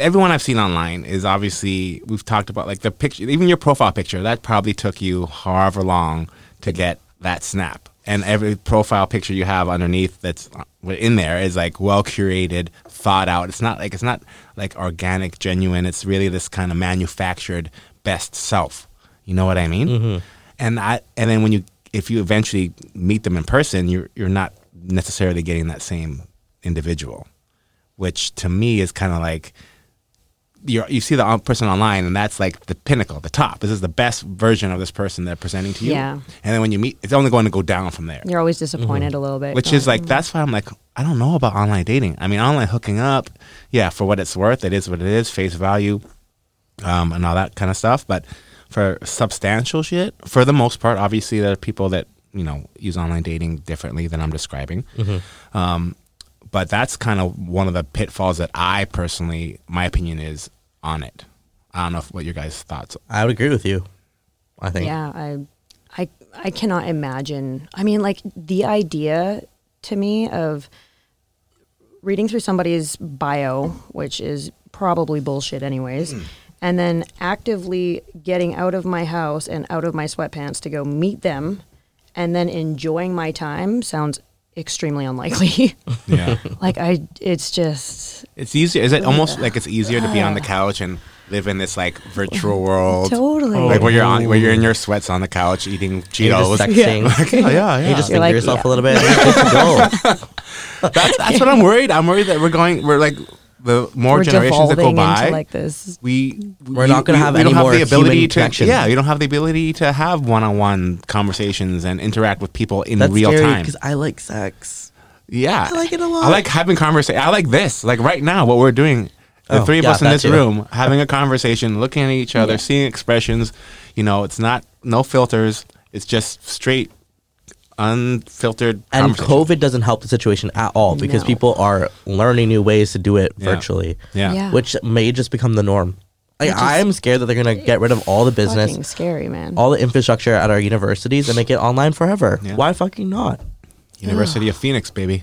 S2: Everyone I've seen online is obviously we've talked about like the picture, even your profile picture. That probably took you however long to get that snap, and every profile picture you have underneath that's uh, in there is like well curated, thought out. It's not like it's not like organic, genuine. It's really this kind of manufactured best self. You know what I mean? And I and then when you if you eventually meet them in person, you're you're not necessarily getting that same individual, which to me is kind of like you you see the on- person online and that's like the pinnacle, the top. This is the best version of this person they're presenting to you.
S3: Yeah.
S2: And then when you meet, it's only going to go down from there.
S1: Mm-hmm.
S3: You're always disappointed a little bit,
S2: Which
S3: You're
S2: is like that's why I'm like I don't know about online dating. I mean, online hooking up, yeah, for what it's worth, it is what it is, face value, um, and all that kind of stuff. But for substantial shit, for the most part, obviously there are people that you know use online dating differently than I'm describing. Um, but that's kind of one of the pitfalls that I personally, my opinion is on it. I don't know if, what your guys' thoughts.
S1: I would agree with you. I think.
S3: Yeah, I, I, I cannot imagine. I mean, like the idea to me of reading through somebody's bio, which is probably bullshit, anyways,
S2: Hmm.
S3: and then actively getting out of my house and out of my sweatpants to go meet them, and then enjoying my time sounds extremely unlikely.
S2: Yeah.
S3: like I, it's just
S2: It's easier. Is it almost like it's easier to be on the couch and live in this like virtual world?
S3: Totally.
S2: Like where you're on, where you're in your sweats on the couch eating
S1: You're
S2: Cheetos.
S1: just sexting.
S2: yeah, yeah.
S1: You just
S3: You're
S1: finger
S3: like,
S1: yourself a
S3: yeah.
S1: little bit. and you're good to go.
S2: that's, that's what I'm worried. I'm worried that we're going. We're like the more
S3: we're
S2: generations that
S3: devolving
S2: go by.
S3: into like this.
S2: we
S1: We're not gonna have
S2: we
S1: any
S2: don't
S1: more
S2: the ability
S1: human
S2: to
S1: connection.
S2: yeah you don't have the ability to have one-on-one conversations and interact with people in
S1: That's
S2: real
S1: scary
S2: time
S1: because I like sex.
S2: yeah
S1: I like it a lot.
S2: I like having conversation I like this like right now what we're doing the
S1: Oh,
S2: three of
S1: yeah,
S2: us in
S1: that
S2: this
S1: too.
S2: room having a conversation looking at each other seeing expressions you know it's not no filters it's just straight unfiltered
S1: And
S2: conversation.
S1: COVID doesn't help the situation at all because
S3: No.
S1: people are learning new ways to do it
S2: Yeah.
S1: virtually,
S2: yeah
S3: Yeah.
S1: which may just become the norm. Like,
S3: Which is-
S1: I'm scared that they're going to get rid of all the
S3: Fucking
S1: business,
S3: scary, man.
S1: all the infrastructure at our universities and make it online forever. Why fucking not?
S2: University of Phoenix baby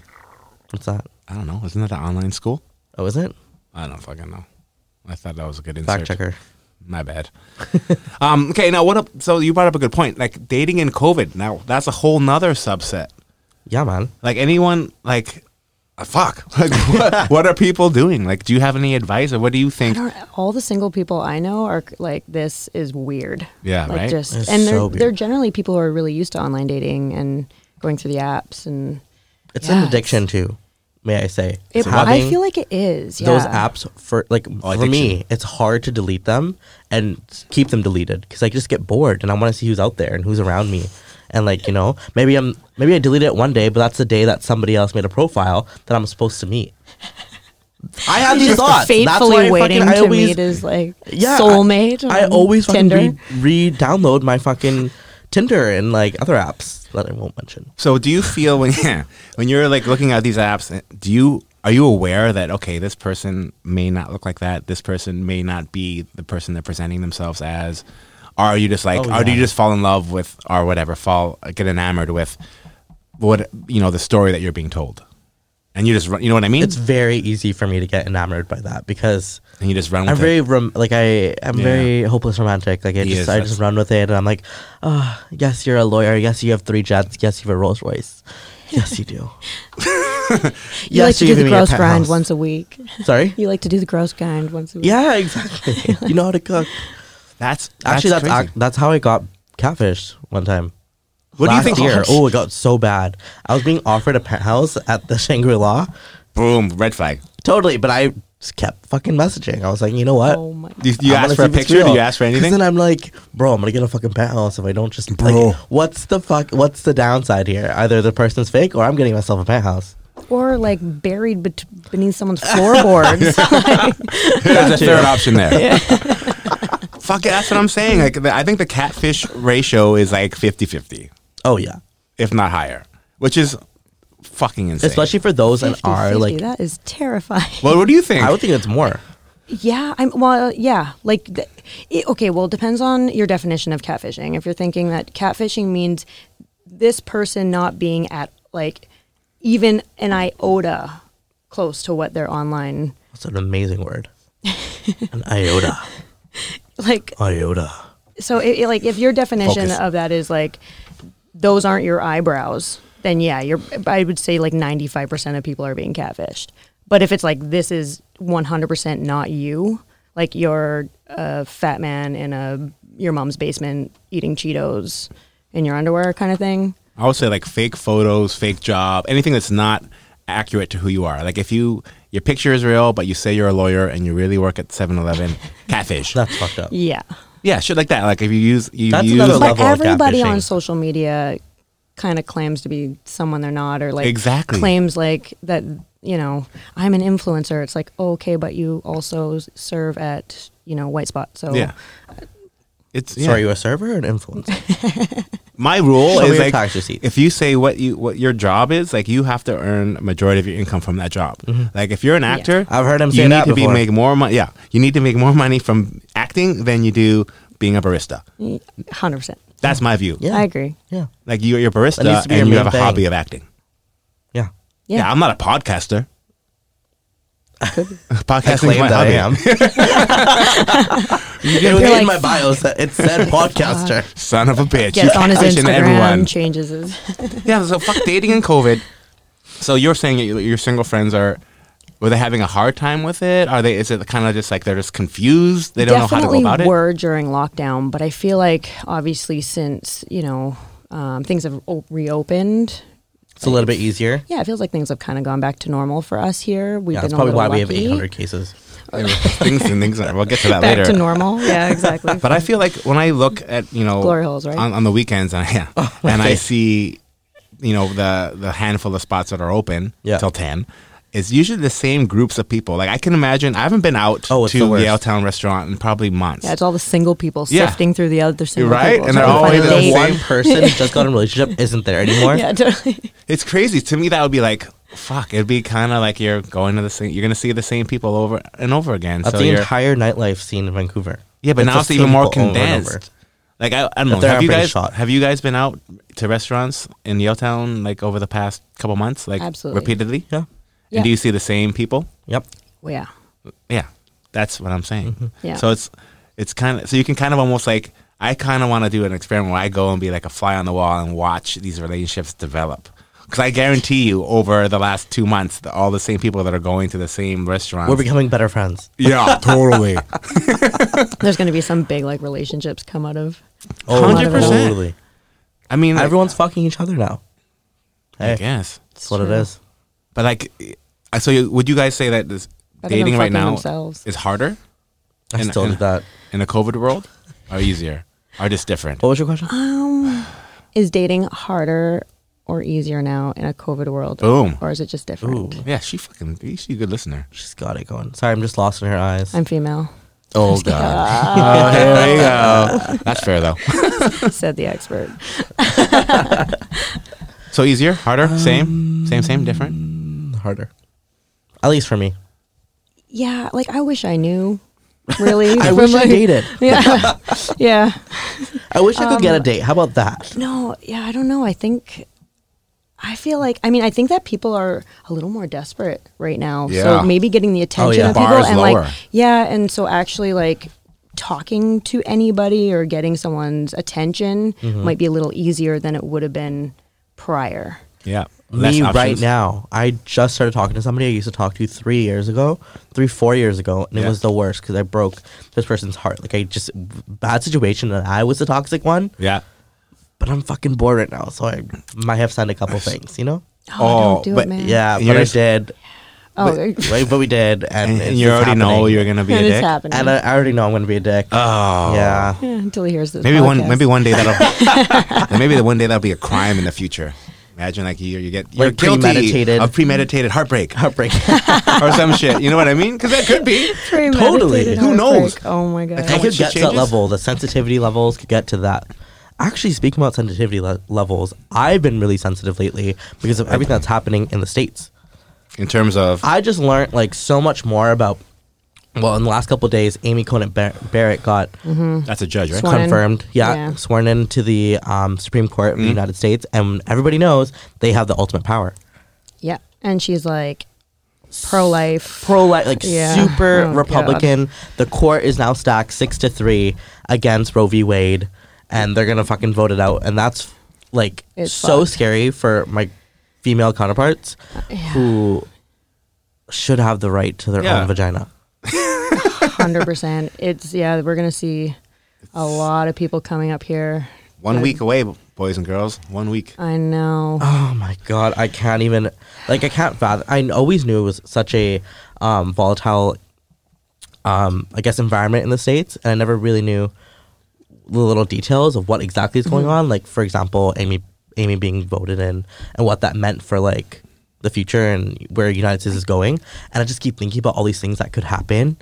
S1: What's that?
S2: I don't know isn't that an online school
S1: Oh, is it?
S2: I don't fucking know I thought that was a good insert.
S1: Fact checker.
S2: My bad. um, okay, now what up? So you brought up a good point, like dating in COVID. Now that's a whole nother subset.
S1: Yeah, man.
S2: Like anyone, like uh, fuck. Like what, what are people doing? Like, do you have any advice, or what do you think?
S3: I don't- all the single people I know are c- like, this is weird.
S2: Yeah,
S3: like
S2: right?
S3: Just
S1: It's
S3: and they're
S1: so weird.
S3: they're generally people who are really used to online dating and going through the apps and
S1: It's
S3: Yeah,
S1: an
S3: it's-
S1: addiction, too, may I say.
S3: it, I
S1: Having-
S3: feel like it is. Yeah.
S1: those apps for like for
S2: addiction.
S1: me it's hard to delete them and keep them deleted because i just get bored and i want to see who's out there and who's around me and like you know maybe i'm maybe i delete it one day but that's the day that somebody else made a profile that i'm supposed to meet i have these
S3: Just
S1: thoughts
S3: fatefully
S1: that's why
S3: waiting
S1: I fucking, I
S3: to
S1: always,
S3: meet is like
S1: yeah, I-
S3: soulmate.
S1: i
S3: on
S1: always fucking
S3: Tinder.
S1: re- re-download my fucking tinder and like other apps that i won't mention
S2: So, do you feel when when you're like looking at these apps? uh, Do you are you aware that okay, this person may not look like that. This person may not be the person they're presenting themselves as. Or are you just like,
S1: Oh,
S2: or do you
S1: yeah.
S2: just fall in love with, or whatever, fall uh, get enamored with what you know the story that you're being told, and you just run, you know what I mean,
S1: it's very easy for me to get enamored by that because
S2: and you just run with
S1: I'm
S2: it.
S1: very rom- like I I'm
S2: Yeah.
S1: very hopeless romantic. Like I
S2: He
S1: just
S2: is,
S1: I
S2: that's-
S1: just run with it, and I'm like, ah, yes, you're a lawyer. Yes, you have three jets. Yes, you have a Rolls Royce. Yes, you do.
S3: You like to do
S1: give
S3: the
S1: me a
S3: gross grind
S1: penthouse.
S3: once a week.
S1: Sorry.
S3: You like to do the gross grind once a week.
S1: yeah, exactly. you know how to cook.
S2: That's, that's
S1: Actually, that's
S2: crazy.
S1: ac- that's how I got catfished one time.
S2: What do you
S1: Last
S2: think-
S1: Year.
S2: Oh,
S1: Oh, it got so bad. I was being offered a penthouse at the Shangri La.
S2: boom, red flag.
S1: Totally, but I just kept fucking messaging. I was like, you know what?
S3: Oh my.
S2: Do you, do you
S1: I wanna
S2: ask
S1: see
S2: for a
S1: if it's
S2: picture? Do
S1: real.
S2: you ask for
S1: 'Cause
S2: anything?
S1: Then I'm like, bro, I'm gonna get a fucking penthouse if I don't just.
S2: Bro.
S1: Like, what's the fuck? What's the downside here? Either the person's fake or I'm getting myself a penthouse.
S3: Or like buried bet- beneath someone's floorboards. Like,
S2: There's a third option there. Fuck it, that's what I'm saying. Like, the, I think the catfish ratio is like 50 50,
S1: Oh yeah,
S2: if not higher, which is fucking insane.
S1: especially for those in
S3: 50,
S1: R.
S3: 50,
S1: Like,
S3: that is terrifying.
S2: well, what do you think?
S1: I would think it's more.
S3: Yeah, I'm well. Yeah, like th- it, okay. Well, it depends on your definition of catfishing. If you're thinking that catfishing means this person not being at like even an iota close to what they're online,
S1: That's an amazing word. an iota,
S3: like
S1: iota.
S3: so. It, it- like if your definition
S2: Focus.
S3: of that is like those aren't your eyebrows, then yeah, you're. I would say like 95 percent of people are being catfished. But if it's like this is 100 percent not you, like you're a fat man in a your mom's basement eating Cheetos in your underwear kind of thing.
S2: I would say like fake photos, fake job, anything that's not accurate to who you are. Like if you your picture is real, but you say you're a lawyer and you really work at 7-Eleven, catfish.
S1: That's fucked up.
S3: Yeah,
S2: Yeah, shit like that. Like if you use you
S1: That's
S2: use
S1: another level.
S2: like
S3: but
S1: Level of
S3: everybody
S1: catfishing.
S3: on social media kind of claims to be someone they're not or like
S2: Exactly.
S3: claims like that you know i'm an influencer it's like okay but you also s- serve at you know white spot so
S2: yeah. It's yeah.
S1: So are you a server or an influencer?
S2: My rule
S1: Show me
S2: is
S1: your
S2: like
S1: tax receipt.
S2: if you say what you what your job is, like you have to earn a majority of your income from that job. Like if you're an actor,
S1: Mm-hmm. I've heard him say
S2: you
S1: that
S2: need to
S1: before.
S2: be make more money. Yeah, you need to make more money from acting than you do being a barista.
S3: 100%
S2: That's my view.
S1: Yeah.
S3: i agree
S1: yeah.
S2: Like you're, you're a
S1: That needs
S2: barista
S1: to be
S2: and
S1: your
S2: you have a
S1: main thing.
S2: hobby of acting.
S1: Yeah.
S2: Yeah.
S3: yeah,
S2: I'm not a podcaster.
S1: I
S2: Podcasting is
S1: claim
S2: my
S1: that I am.
S2: hobby. You
S1: it
S2: get
S1: was
S3: You're
S1: in
S3: like-
S1: my
S3: Uh,
S1: bio. that It said podcaster.
S2: son of a bitch.
S3: gets
S2: You
S3: on his
S2: catfishing
S3: instagram
S2: everyone.
S3: changes his
S2: Yeah, so fuck dating and COVID. So you're saying your your single friends are were they having a hard time with it? Are they? Is it kind of just like they're just confused? They don't know how to go
S3: definitely
S2: about it.
S3: were during lockdown, but I feel like obviously since you know um, things have o- reopened,
S1: It's a little bit easier.
S3: yeah, it feels like things have kind of gone back to normal for us here. We've
S1: Yeah,
S3: been
S1: that's
S3: a
S1: probably
S3: little
S1: why we have
S3: lucky.
S1: 800 cases.
S2: things and things. We'll get to that
S3: back
S2: later.
S3: to normal. Yeah, exactly.
S2: But I feel like when I look at you know
S3: Glory holes, right?
S2: on, on the weekends and yeah, and I see you know the the handful of spots that are open
S1: Yeah.
S2: till ten. It's usually the same groups of people. Like I can imagine, I haven't been out
S1: Oh, it's
S2: to
S1: the worst.
S2: Yale Town restaurant in probably months.
S3: yeah, it's all the single people
S2: Yeah.
S3: sifting through the other single
S2: Right?
S3: people,
S2: And they're
S3: trying to
S2: always the
S3: find a
S1: the
S3: date.
S2: same-
S1: one person who just got in a relationship isn't there anymore.
S3: Yeah, totally.
S2: It's crazy to me. That would be like, fuck. It'd be kind of like you're going to the same. You're gonna see the same people over and over again.
S1: That's
S2: so
S1: the
S2: you're,
S1: entire nightlife scene in Vancouver.
S2: yeah, but
S1: It's
S2: now
S1: the
S2: it's even
S1: same
S2: more
S1: people over and over.
S2: condensed. Like I, I don't know.
S1: they're
S2: Have you
S1: not being
S2: guys
S1: shot.
S2: have you guys been out to restaurants in Yaletown like over the past couple months? Like
S3: Absolutely.
S2: repeatedly.
S1: Yeah.
S3: Yeah.
S2: And do you see the same people?
S1: Yep.
S3: Well, yeah.
S2: Yeah, that's what I'm saying.
S1: Mm-hmm.
S3: Yeah.
S2: So it's it's kind of so you can kind of almost like I kind of want to do an experiment where I go and be like a fly on the wall and watch these relationships develop. Because I guarantee you, over the last two months, the, all the same people that are going to the same restaurants.
S1: We're becoming better friends.
S2: yeah, totally.
S3: There's going to be some big like relationships come out of.
S1: Oh,
S2: 100%.
S1: Totally.
S2: I mean, like,
S1: Everyone's fucking each other now.
S2: I
S1: Hey,
S2: guess.
S1: that's what it is.
S2: But like, I- so you, would you guys say that this
S3: Better than
S2: dating right
S3: fucking
S2: now
S3: themselves.
S2: is harder
S1: I
S2: And-
S1: still
S2: and-
S1: did that.
S2: in a COVID world, or easier, or just different?
S1: What was your question?
S3: Is dating harder or easier now in a COVID world?
S2: Boom.
S3: Or is it just different?
S1: Ooh,
S2: Yeah, she fucking she's a good listener.
S1: she's got it going. Sorry, I'm just lost in her eyes.
S3: I'm female,
S2: Oh god. oh, here we go. That's fair though.
S3: said the expert.
S2: So easier, harder, same, same, same, different.
S1: harder. At least for me.
S3: Yeah, like I wish I knew. Really?
S1: I
S3: from,
S1: wish I
S3: like-
S1: dated.
S3: Yeah. yeah.
S1: I wish I could get a date. How about that?
S3: No, yeah, I don't know. I think I feel like I mean, I think that people are a little more desperate right now.
S2: Yeah. Oh,
S3: So maybe getting the attention
S1: yeah.
S3: of people
S2: Bar is
S3: and
S2: lower.
S3: like yeah, and so actually like talking to anybody or getting someone's attention
S2: Mm-hmm.
S3: might be a little easier than it would have been prior.
S2: Yeah.
S1: me right now. I just started talking to somebody I used to talk to three years ago, three four years ago, and
S2: Yeah.
S1: it was the worst because I broke this person's heart. Like I just bad situation, and I was the toxic one.
S2: Yeah.
S1: But I'm fucking bored right now, so I might have sent a couple things. You know?
S2: Oh,
S3: Oh, don't do
S2: but
S3: it, man.
S1: Yeah,
S2: And
S1: but
S2: you're
S1: I
S2: just-
S1: did.
S3: Oh,
S1: Like, but we did, and,
S2: And,
S1: it's
S2: you
S1: just
S2: already know
S1: happening.
S2: you're gonna be a
S3: and it's
S2: dick.
S3: happening.
S1: And I, I already know I'm gonna be a dick.
S2: Oh.
S1: yeah.
S3: Yeah, until he hears this.
S2: Maybe one.
S3: podcast.
S2: Maybe one day that'll. maybe the one day that'll be a crime in the future. Imagine like you, you get you're
S1: Like
S2: guilty
S1: premeditated.
S2: of premeditated heartbreak
S1: Heartbreak.
S2: or some shit. You know what I mean? Because that could be.
S3: Premeditated
S1: Totally.
S2: Who knows?
S3: heartbreak. Oh my god.
S1: I
S2: Like, how
S1: could
S2: much it
S1: get to that
S2: changes?
S1: level. The sensitivity levels could get to that. Actually, speaking about sensitivity le- levels, I've been really sensitive lately because of everything that's happening in the states.
S2: In terms of
S1: I just learned like so much more about. Well, in the last couple of days, Amy Conant Bar- Barrett got
S2: that's a judge, right?
S3: Swan- Sworn in.
S1: confirmed, yeah,
S3: Yeah.
S1: sworn into the um, Supreme Court
S2: Hmm?
S1: of the United States, and everybody knows they have the ultimate power.
S3: Yeah, and she's like pro life.
S1: pro life, like
S3: Yeah.
S1: super
S3: Oh,
S1: Republican. The court is now stacked six to three against Roe v. Wade, and they're gonna fucking vote it out. And that's like
S3: It's
S1: so
S3: fucked.
S1: scary for my female counterparts who should have the right to their
S2: Yeah.
S1: own vagina.
S3: Hundred percent. It's yeah. We're gonna see a lot of people coming up here.
S2: One week away, boys and girls. One week.
S3: I know.
S1: Oh my god, I can't even like I can't fathom. I always knew it was such a um, volatile, um, I guess, environment in the states, and I never really knew the little details of what exactly is going on. Like for example, Amy Amy being voted in and what that meant for like the future and where United States is going. And I just keep thinking about all these things that could happen.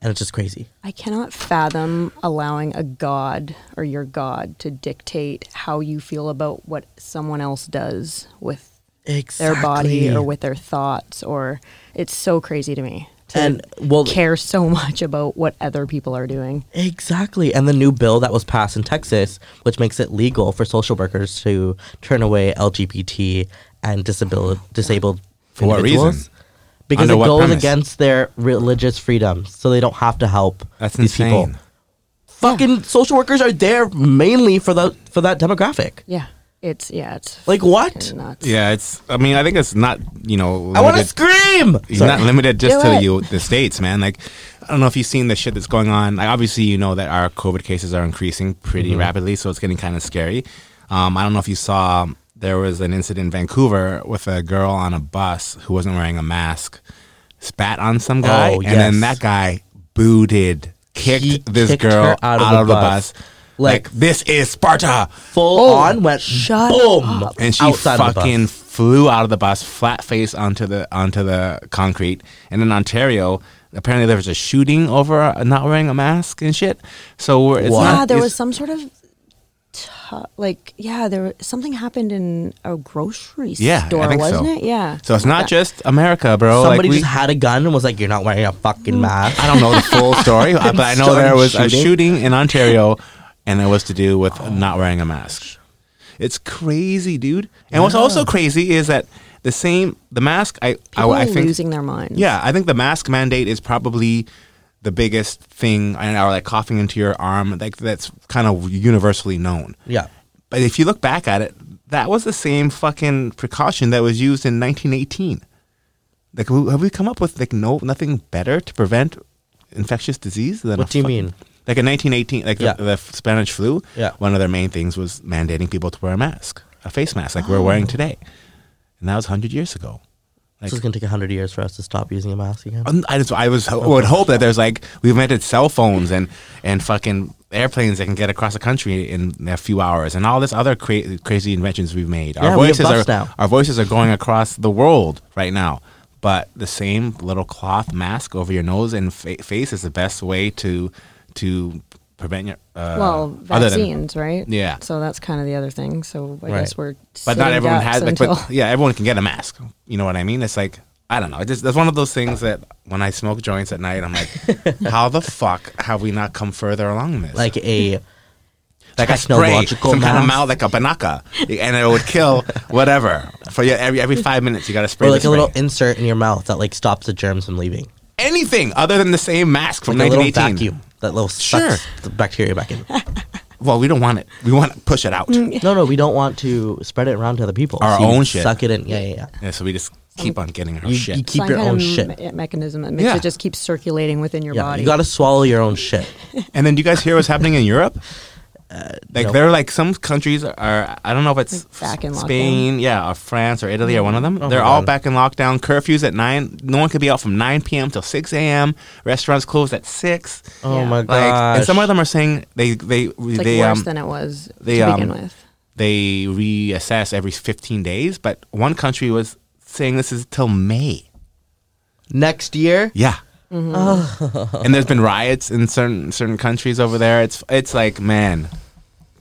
S1: And it's just crazy.
S3: I cannot fathom allowing a god or your god to dictate how you feel about what someone else does with
S1: Exactly.
S3: their body or with their thoughts or it's so crazy to me to
S1: And, well-
S3: care so much about what other people are doing.
S1: Exactly. And the new bill that was passed in Texas, which makes it legal for social workers to turn away LGBT and disabled disabled
S2: For what
S1: individuals.
S2: reason?
S1: Because
S2: Under
S1: it
S2: what
S1: goes
S2: premise?
S1: against their religious freedoms, so they don't have to help
S2: That's
S1: these
S2: insane.
S1: people. Fucking social workers are there mainly for that for that demographic.
S3: Yeah. It's yeah, it's
S1: Like what?
S3: fucking nuts.
S2: Yeah, it's. I mean, I think it's not. You know,
S1: I want to
S2: limited-
S1: scream.
S2: You're
S1: Sorry.
S2: not limited just
S3: Do
S2: to
S3: it.
S2: you, the states, man. Like, I don't know if you've seen the shit that's going on. Like, obviously, you know that our COVID cases are increasing pretty rapidly, so it's getting kind of scary. Um, I don't know if you saw there was an incident in Vancouver with a girl on a bus who wasn't wearing a mask, spat on some guy,
S1: Oh,
S2: and then
S1: yes.
S2: that guy booted, kicked
S1: He
S2: this
S1: kicked
S2: girl
S1: her
S2: out, of, the bus. Like,
S1: Like-
S2: this is Sparta.
S1: Full on went
S3: Oh, shut
S1: boom,
S3: up.
S2: and she
S1: outside of the bus.
S2: fucking flew out of the bus flat face onto the onto the concrete and in ontario apparently there was a shooting over uh, not wearing a mask and shit so we're, it's
S1: What?
S2: not
S3: Yeah, there
S2: it's-
S3: was some sort of tu- like yeah, there was, something happened in a grocery
S2: Yeah, I
S3: store,
S2: think
S3: wasn't
S2: so.
S3: it? Yeah.
S2: so it's not just america bro
S1: Somebody
S2: like we,
S1: just had a gun and was like, "You're not wearing a
S3: Mm.
S1: fucking mask."
S2: i don't know the full story uh, but i know
S1: Started
S2: there was a
S1: shooting.
S2: shooting in ontario and it was to do with not wearing a mask it's crazy dude and what's also crazy is that the same the mask i
S3: People
S2: I, I
S3: are
S2: think
S3: losing their minds.
S2: Yeah, I think the mask mandate is probably the biggest thing, and or like coughing into your arm, like that's kind of universally known.
S1: Yeah.
S2: But if you look back at it, that was the same fucking precaution that was used in 1918. Like, w- have we come up with like no nothing better to prevent infectious disease than? a
S1: What do you
S2: fucking-
S1: mean?
S2: Like in 1918, like
S1: Yeah.
S2: the, the Spanish flu.
S1: Yeah.
S2: One of their main things was mandating people to wear a mask, a face mask, like we're
S1: Oh.
S2: wearing today, and that was 100 years ago. Like,
S1: This is gonna take hundred years for us to stop using a mask again.
S2: um, I just I was would hope that there's like we've invented cell phones and and fucking airplanes that can get across the country in a few hours and all this other cra- crazy inventions we've made.
S1: Yeah,
S2: our
S1: we have
S2: voices
S1: bus
S2: are
S1: now.
S2: our voices are going across the world right now. But the same little cloth mask over your nose and fa- face is the best way to to prevent your uh,
S3: well,
S2: other than-
S3: vaccines, right?
S2: Yeah.
S3: So that's kind of the other thing. So I
S1: Right.
S3: guess we're
S2: but not
S3: sitting
S2: everyone
S3: ducks
S2: has like
S3: until,
S2: but yeah everyone can get a mask you know what i mean it's like i don't know it's just, that's one of those things that when i smoke joints at night i'm like how the fuck have we not come further along in this
S1: Like a
S2: like I spray
S1: technological
S2: some kind of
S1: mask.
S2: mouth like a banaka and it would kill whatever for your, every every five minutes you gotta spray
S1: or like
S2: the
S1: a little
S2: spray.
S1: insert in your mouth that like stops the germs from leaving.
S2: anything other than the same mask from
S1: Like a little
S2: 1918
S1: vacuum that little
S2: Sure.
S1: sucks the bacteria back in.
S2: well we don't want it we want to push it out
S1: No, no, we don't want to spread it around to other people.
S2: Our
S1: So you
S2: own shit.
S1: Suck it in. Yeah, yeah, yeah.
S2: yeah so we just keep on getting our
S1: Um, You,
S2: shit
S1: you keep
S3: some
S1: your
S3: kind
S1: own
S3: of
S1: shit.
S3: me- mechanism that makes
S2: Yeah.
S3: it just keep circulating within your
S1: yeah,
S3: body.
S1: you gotta swallow your own shit.
S2: And then, do you guys hear what's happening in Europe? Like
S1: Uh, no.
S2: there are like some countries are I don't know if it's
S3: Like back in
S2: Spain, yeah, or France or Italy or one of them. They're
S1: Oh my
S2: all
S1: God.
S2: back in lockdown. Curfews at nine. No one could be out from nine p.m. till six a.m. Restaurants closed at six.
S1: Oh
S3: Yeah.
S1: my
S2: Like,
S1: god.
S2: and some of them are saying they they
S3: it's like
S2: they
S3: worse
S2: um,
S3: than it was
S2: they,
S3: to begin
S2: um,
S3: with.
S2: they reassess every fifteen days. But one country was saying this is till May.
S1: next year.
S2: Yeah.
S1: Mm-hmm.
S2: and there's been riots in certain certain countries over there. It's it's like man,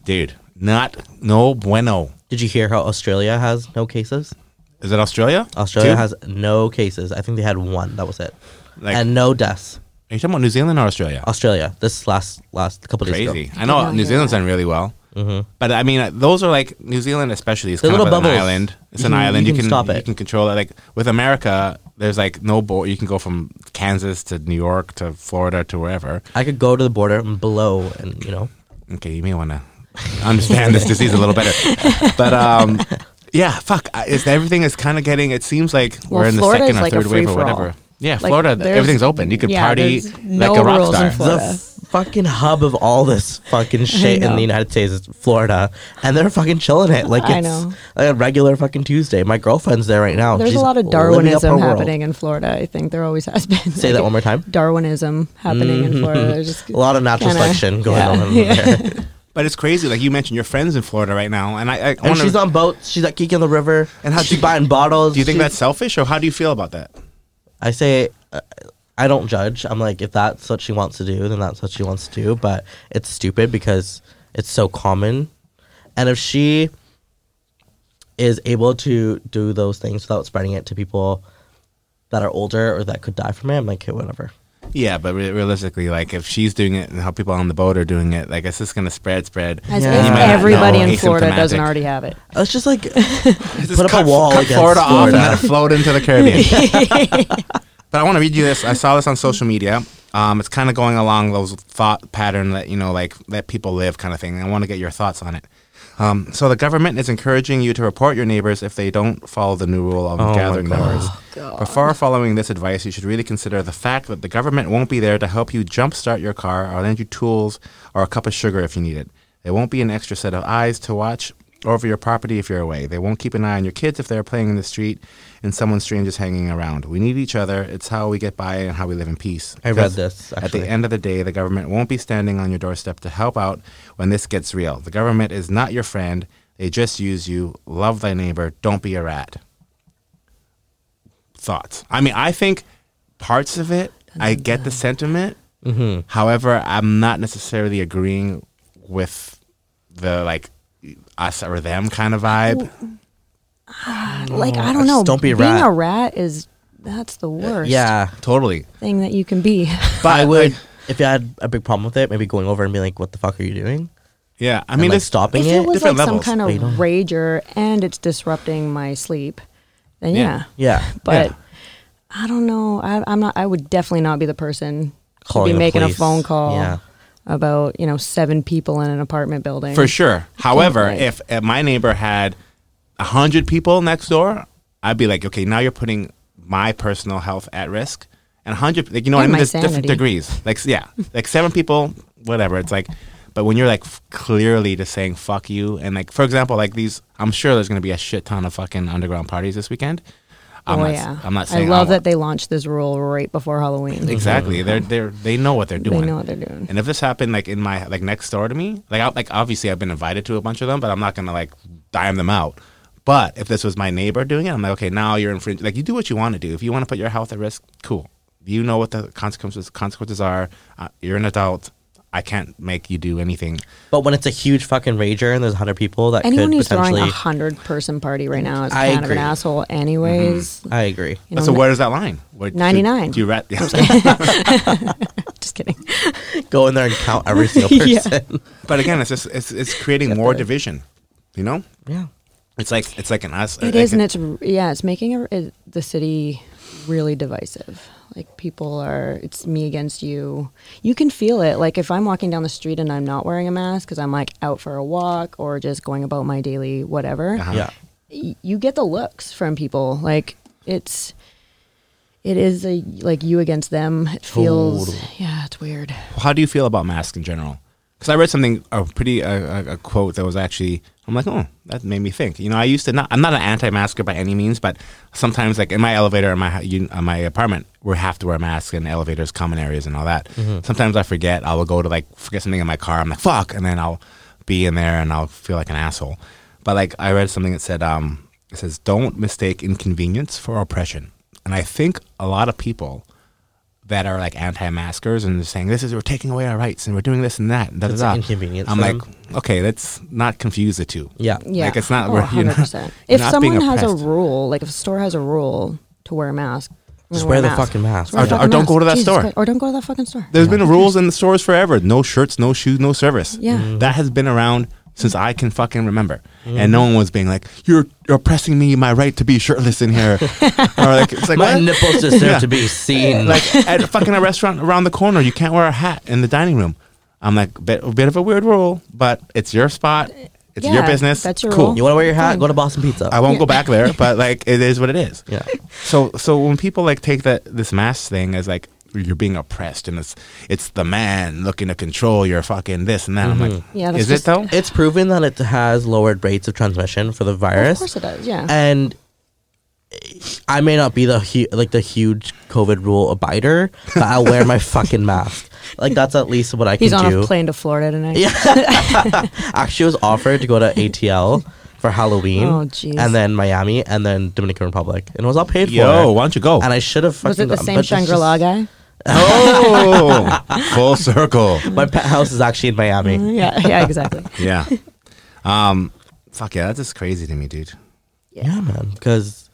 S2: dude, not no bueno.
S1: Did you hear how Australia has no cases?
S2: Is it Australia?
S1: Australia
S2: Dude,
S1: has no cases. I think they had one. That was it.
S2: Like-
S1: and no deaths.
S2: Are you talking about New Zealand or Australia?
S1: Australia. This last last couple days ago.
S2: Crazy. I know
S3: not
S2: New
S3: hear
S2: Zealand's
S3: that.
S2: done really well. But I mean, uh, those are like New Zealand, especially. is
S1: They're
S2: kind of
S1: Mm-hmm. little bubbles.
S2: an
S1: Mm-hmm.
S2: island. It's
S1: You
S2: an
S1: can-
S2: island.
S1: you
S2: You
S1: can
S2: can,
S1: stop
S2: You
S1: it.
S2: can control it. Like with America, there's like no border. You can go from Kansas to New York to Florida to wherever.
S1: I could go to the border and blow, and you know,
S2: okay, you may want to understand this disease a little better. But um, yeah, fuck, I- it's, everything is kind of getting. It seems like
S3: Well,
S2: we're in the
S3: Florida
S2: second
S3: is
S2: or
S3: like a
S2: third wave or
S3: free-for-all.
S2: whatever. Yeah,
S3: Like,
S2: Florida, th-
S3: there's-
S2: everything's open. You can
S3: yeah,
S2: party
S3: there's
S2: like
S3: no
S2: a rock
S3: rules
S2: star.
S3: in Florida.
S1: the fucking hub of all this fucking shit in
S3: know.
S1: the United States is Florida, and they're fucking chilling it like it's
S3: I know.
S1: like a regular fucking Tuesday. My girlfriend's there right
S2: oh,
S1: now.
S3: There's
S1: She's
S3: a lot of
S1: living up her
S3: Darwinism
S1: world.
S3: happening in Florida. I think there always has been.
S1: Say that one more time.
S3: Darwinism happening in Florida. There's just
S2: Mm-hmm.
S1: A lot of natural
S3: kinda-
S1: selection going
S3: yeah.
S1: on over there.
S2: But it's crazy. Like you mentioned, your friends in Florida right now, and I, I
S1: And
S2: wonder-
S1: she's on boats. She's at Geek in the River.
S2: And
S1: And
S2: how
S1: how she's
S2: do-
S1: buying bottles.
S2: Do you think
S1: she's-
S2: that's selfish, or how do you feel about that?
S1: I say, uh, I don't judge. I'm like, if that's what she wants to do, then that's what she wants to do. But it's stupid because it's so common. And if she is able to do those things without spreading it to people that are older or that could die from it, I'm like, okay, whatever.
S2: Yeah, but re- realistically, like if she's doing it and how people on the boat are doing it, like it's just gonna spread, spread.
S3: As
S1: Yeah. You
S3: if
S1: might not
S3: everybody
S2: know,
S3: in Florida doesn't
S2: asymptomatic.
S3: already have it.
S1: It's just like,
S2: Just
S1: put up
S2: cut,
S1: a wall
S2: cut
S1: against
S2: Florida, off and
S1: Florida.
S2: let it float into the Caribbean. but I want to read you this. I saw this on social media. Um, it's kind of going along those thought pattern that you know, like that people live kind of thing. I want to get your thoughts on it. Um, so the government is encouraging you to report your neighbors if they don't follow the new rule of
S1: Oh my
S2: gathering
S1: God.
S2: numbers. Before following this advice, you should really consider the fact that the government won't be there to help you jumpstart your car or lend you tools or a cup of sugar if you need it. There won't be an extra set of eyes to watch over your property if you're away. They won't keep an eye on your kids if they're playing in the street and someone strange is hanging around. We need each other. It's how we get by and how we live in peace.
S1: I read
S2: Because
S1: this,
S2: At the
S1: actually.
S2: end of the day, the government won't be standing on your doorstep to help out when this gets real. The government is not your friend. They just use you. Love thy neighbor. Don't be a rat thoughts. I mean, I think parts of it, I get the sentiment.
S1: Mm-hmm.
S2: However, I'm not necessarily agreeing with the like us or them kind of vibe.
S3: Like I
S1: just
S3: don't know.
S1: don't be a
S3: Being
S1: rat.
S3: a rat is that's the worst.
S1: yeah.
S2: Totally.
S3: Thing that you can be.
S1: But I
S2: like,
S1: would, if you had a big problem with it, maybe going over and being like, what the fuck are you doing?
S2: yeah, I
S1: I mean,
S2: mean,
S1: like,
S2: it's
S1: stopping
S3: if
S1: it.
S3: it was like
S2: different levels,
S3: some kind
S1: but you
S3: of
S1: don't-
S3: rager and it's disrupting my sleep, then
S2: Yeah.
S3: yeah.
S1: yeah.
S3: But
S2: Yeah.
S3: I don't know. I, I'm not. I would definitely not be the person
S1: Calling
S3: to
S1: the
S3: be making a
S1: police.
S3: phone call
S1: Yeah.
S3: about you know seven people in an apartment building.
S2: for sure. However,
S3: Right.
S2: if, if my neighbor had a hundred people next door, I'd be like, okay, now you're putting my personal health at risk. And a hundred, like you know, what I mean,
S3: And my
S2: there's different
S3: sanity.
S2: degrees. Like yeah, like seven people, whatever. It's like, but when you're like f- clearly just saying fuck you, and like for example, like these, I'm sure there's gonna be a shit ton of fucking underground parties this weekend. I'm
S3: oh
S2: not,
S3: yeah.
S2: I'm not saying
S3: I love
S2: want-
S3: that they launched this rule right before Halloween.
S2: Exactly. They're they're they know what they're
S3: Mm-hmm. They
S2: doing.
S3: know what they're doing.
S2: And if this happened like in my like next door to me, like I, like obviously I've been invited to a bunch of them, but I'm not gonna like dime them out. But if this was my neighbor doing it, I'm like, okay, now you're infringing. Like you do what you want to do. If you want to put your health at risk, cool. You know what the consequences consequences are. Uh, you're an adult. I can't make you do anything.
S1: But when it's a huge fucking rager and there's 100 people that
S3: Anyone
S1: could
S3: who's throwing
S1: potentially.
S3: a hundred person party right now is
S1: I
S3: kind of
S1: agree. Mm-hmm.
S3: an asshole, anyways.
S1: I agree.
S3: You know,
S2: so where is that line? Where, do-
S3: 99.
S2: Do you rat?
S3: Just kidding.
S1: Go in there and count every single
S3: Yeah.
S1: person. yeah.
S2: but again, it's just it's it's creating more division. You know, it's like it's like an us.
S3: It
S2: like
S3: is,
S2: an-
S3: and it's yeah, it's making a, it, the city really divisive. Like people are, it's me against you. You can feel it. Like if I'm walking down the street and I'm not wearing a mask because I'm like out for a walk or just going about my daily whatever,
S2: Uh-huh.
S1: Yeah.
S3: y- you get the looks from people. Like it's, it is a like you against them. It feels
S1: Totally.
S3: yeah, it's weird.
S2: how do you feel about masks in general? Because I read something a pretty uh, a, a quote that was actually I'm like oh that made me think. You know I used to not I'm not an anti-masker by any means, but sometimes like in my elevator in my hou- you, in my apartment we have to wear masks in elevators, common areas, and all that. Sometimes I forget. I will go to like forget something in my car. I'm like fuck, and then I'll be in there and I'll feel like an asshole. But like I read something that said um it says don't mistake inconvenience for oppression, and I think a lot of people that are like anti-maskers and they're saying this is we're taking away our rights and we're doing this and that. And da, da,
S1: It's
S2: da.
S1: inconvenient
S2: I'm
S1: for
S2: like, okay, let's not confuse the two.
S1: Yeah.
S3: Yeah,
S2: Like, it's not
S3: Oh,
S2: where- you're not-
S3: 100%.
S2: you're
S3: If
S2: not being
S3: someone has a
S2: oppressed.
S3: rule, like if a store has a rule to wear a mask, I'm
S1: Just
S3: gonna
S1: wear
S3: a
S1: the fucking mask.
S3: Just wear a
S2: Or d- or
S3: fucking
S2: don't go to that
S3: Jesus
S2: store.
S3: Christ. Or don't go to that fucking store.
S2: There's been rules in the stores forever: no shirts, no shoes, no service.
S3: Yeah.
S1: Mm-hmm.
S3: Mhm.
S2: that has been around since I can fucking remember, and no one was being like, "You're you're oppressing me, my right to be shirtless in here," or like it's like
S1: My
S2: what?
S1: nipples deserve
S2: Yeah.
S1: to be seen.
S2: like at fucking a restaurant around the corner, you can't wear a hat in the dining room. I'm like, bit, a bit of a weird rule, but it's your spot, it's your
S3: Yeah,
S2: business.
S3: that's your
S2: cool.
S3: rule.
S1: you want to wear your hat? Go to Boston Pizza.
S2: I won't go back there, but like it is what it is.
S1: yeah.
S2: So so when people like take that this mask thing as like you're being oppressed and it's it's the man looking to control your fucking this and that. I'm like,
S1: Mm-hmm.
S3: Yeah, that's
S2: is it
S3: just-
S2: though?
S1: It's proven that it has lowered rates of transmission for the
S3: Of
S1: virus.
S3: course it does. Yeah.
S1: And I may not be the hu- like the huge COVID rule abider, but I'll wear my fucking mask. Like that's at least what I
S3: He's
S1: can
S3: on
S1: do.
S3: a plane to Florida tonight.
S1: Actually, I was offered to go to ATL for Halloween,
S3: Oh, jeez.
S1: and then Miami, and then Dominican Republic, and it was all paid
S2: Yo,
S1: for.
S2: why don't you go?
S1: And I should have fucking.
S3: Was it the
S1: gone,
S3: same
S1: but it's just-
S3: Shangri La guy?
S2: oh, full circle.
S1: My pet house is actually in Miami.
S3: Mm, Yeah, yeah, exactly.
S2: Yeah. Um, fuck yeah, that's just crazy to me, dude.
S1: Yeah, man. Because,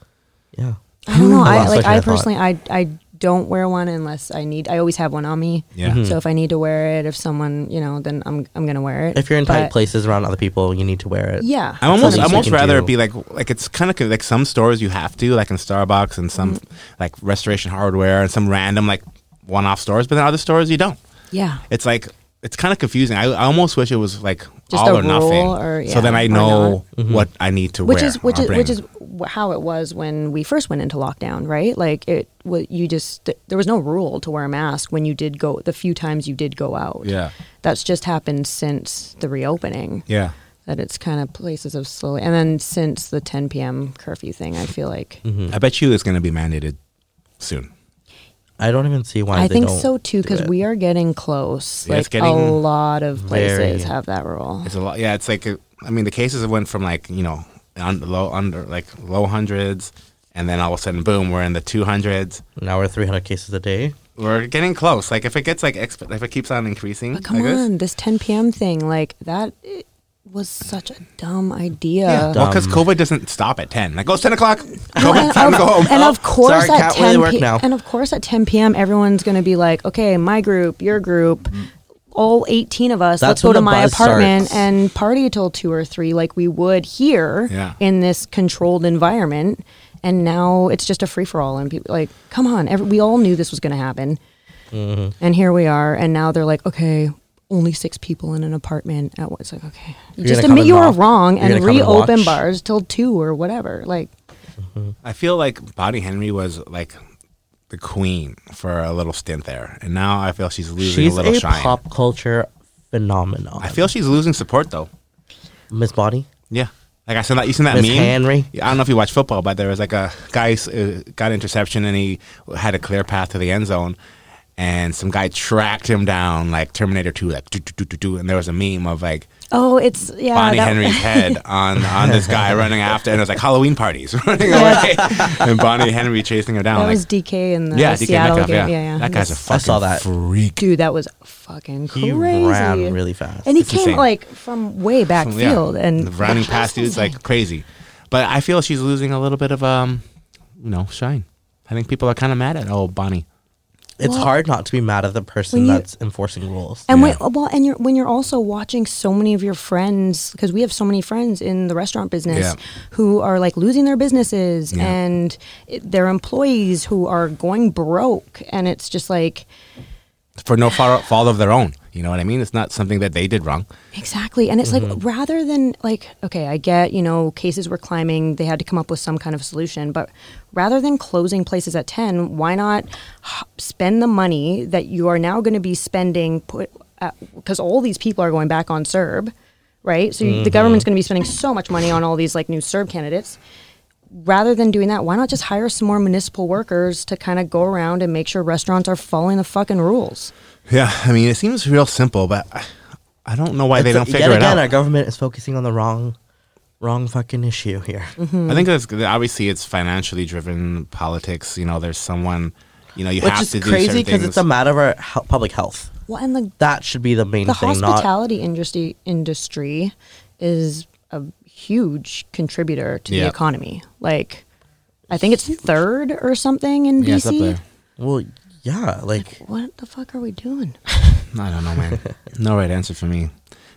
S1: yeah.
S3: I don't know.
S1: I
S3: I
S1: lost my
S3: like.
S1: train
S3: I
S1: of thought.
S3: personally, I I don't wear one unless I need. I always have one on me.
S2: Yeah.
S1: Mm-hmm.
S2: Mhm.
S3: So if I need to wear it, if someone, you know, then I'm I'm gonna wear it.
S1: If you're in tight
S3: But-
S1: places around other people, you need to wear it.
S3: Yeah.
S2: I'm almost,
S1: something
S2: I'm
S1: you
S2: almost
S1: can
S2: rather
S1: do.
S2: it be like, like it's kind of like some stores you have to, like in Starbucks and some
S3: Mm-hmm.
S2: like Restoration Hardware and some random like one-off stores, but then other stores you don't.
S3: Yeah.
S2: It's like it's kind of confusing. I, I almost wish it was like
S3: Just
S2: all
S3: a
S2: or nothing,
S3: rule or-
S2: so then
S3: yeah,
S2: I
S3: or
S2: know what I need to
S3: Which
S2: wear.
S3: is which
S2: or
S3: is
S2: bring.
S3: which is wh- how it was when we first went into lockdown, right? Like it, wa- you just th- there was no rule to wear a mask when you did go the few times you did go out.
S2: Yeah.
S3: That's just happened since the reopening.
S2: yeah.
S3: That it's kind of places of slowly, and then since the 10 p.m. curfew thing, I feel like
S1: Mm-hmm.
S2: I bet you it's going to be mandated soon.
S1: I don't even see why
S3: I
S1: they
S3: think
S1: don't
S3: so too
S1: do
S3: because
S1: it.
S3: we are getting close.
S2: Yeah,
S3: like
S2: it's
S3: a
S2: getting
S3: lot of
S1: very-
S3: places have that rule.
S2: It's a lot. Yeah, it's like uh, I mean, the cases have went from like you know on the low under like low hundreds, and then all of a sudden, boom, we're in the two hundreds.
S1: Now we're 300 cases a day.
S2: We're getting close. Like if it gets like exp- if it keeps on increasing,
S3: But come
S2: like
S3: on, this 10 p.m. thing, like that it was such a dumb idea.
S2: This, well, because COVID doesn't stop at ten. Like, oh, it's ten o'clock.
S3: Well,
S2: COVID, time
S3: and,
S2: to go
S3: of,
S2: home.
S3: and of course
S1: Oh, sorry,
S3: at
S1: can't really
S3: 10
S1: work
S3: p-
S1: now.
S3: and of course at 10 p.m. everyone's going to be like, okay, my group, your group, all 18 of us,
S1: That's
S3: let's go
S1: when
S3: to
S1: the
S3: my
S1: buzz
S3: apartment
S1: starts.
S3: and party till two or three, like we would here
S2: Yeah.
S3: in this controlled environment. And now it's just a free for all, and people like, come on, every, we all knew this was going to happen,
S1: Mm-hmm.
S3: and here we are. And now they're like, okay. Only six people in an apartment at once. It's like, okay, you
S1: You're
S3: just
S1: gonna come
S3: admit
S1: and
S3: you were
S1: knock.
S3: wrong
S1: You're
S3: and
S1: gonna come and
S3: reopen
S1: watch.
S3: bars till two or whatever. Like,
S2: I feel like Bonnie Henry was like the queen for a little stint there, and now I feel she's losing
S1: She's
S2: a little
S1: a
S2: shine.
S1: pop culture phenomenon.
S2: I feel she's losing support though.
S1: Miss Bonnie.
S2: Yeah. Like I said, that you seen that
S1: Miss
S2: meme.
S1: Henry?
S2: Yeah, I don't know if you watch football, but there was like a guy s- uh, got an interception and he had a clear path to the end zone, and some guy tracked him down like Terminator Two, like do do do do do, and there was a meme of like
S3: Oh, it's yeah.
S2: Bonnie
S3: that-
S2: Henry's head on on this guy running after, and it was like Halloween parties running away, and Bonnie Henry chasing him down.
S3: That
S2: like,
S3: was DK in the
S2: yeah, DK
S3: Uh, Seattle
S2: Metcalf,
S3: game.
S2: yeah.
S3: Yeah, yeah.
S2: that guy's a
S1: I
S2: fucking
S1: saw that.
S2: freak.
S3: dude. That was fucking crazy.
S1: He ran really fast.
S3: and he
S2: It's
S3: came
S2: insane.
S3: like from way back
S2: Yeah.
S3: field and
S2: running past dudes like crazy. But I feel she's losing a little bit of um, you know, shine. I think people are kind of mad at oh Bonnie.
S1: It's
S3: Well,
S1: hard not to be mad at the person
S3: when you-
S1: that's enforcing rules.
S3: And
S2: Yeah.
S3: when, well, and you're when you're also watching so many of your friends because we have so many friends in the restaurant business
S2: Yeah.
S3: who are like losing their businesses
S2: Yeah.
S3: and it, their employees who are going broke, and it's just like
S2: for no fa- fault of their own. You know what I mean? It's not something that they did wrong.
S3: Exactly. And it's like rather than like okay, I get, you know, cases were climbing, they had to come up with some kind of solution, but rather than closing places at 10, why not h- spend the money that you are now going to be spending put cuz all these people are going back on CERB, right? So you, the government's going to be spending so much money on all these like new CERB candidates. Rather than doing that, why not just hire some more municipal workers to kind of go around and make sure restaurants are following the fucking rules?
S2: Yeah, I mean, it seems real simple, but I, I don't know why they
S1: It's-
S2: don't
S1: yet
S2: figure it
S1: again,
S2: out.
S1: our government is focusing on the wrong, wrong fucking issue here.
S3: Mm-hmm.
S2: I think that's obviously it's financially driven politics. You know, there's someone. You know, you
S1: Which
S2: have
S1: is
S2: to do
S1: crazy
S2: certain
S1: because it's a
S2: things.
S1: matter of our hel- public health.
S3: Well, and the
S1: That should be the main
S3: the
S1: thing. Not
S3: hospitality industry industry is a huge contributor to
S2: Yeah.
S3: the economy. Like, I think it's third or something in
S2: Yeah, it's up
S3: BC.
S2: there.
S1: well, yeah, like
S3: What the fuck are we doing?
S2: I don't know, man. no right answer for me.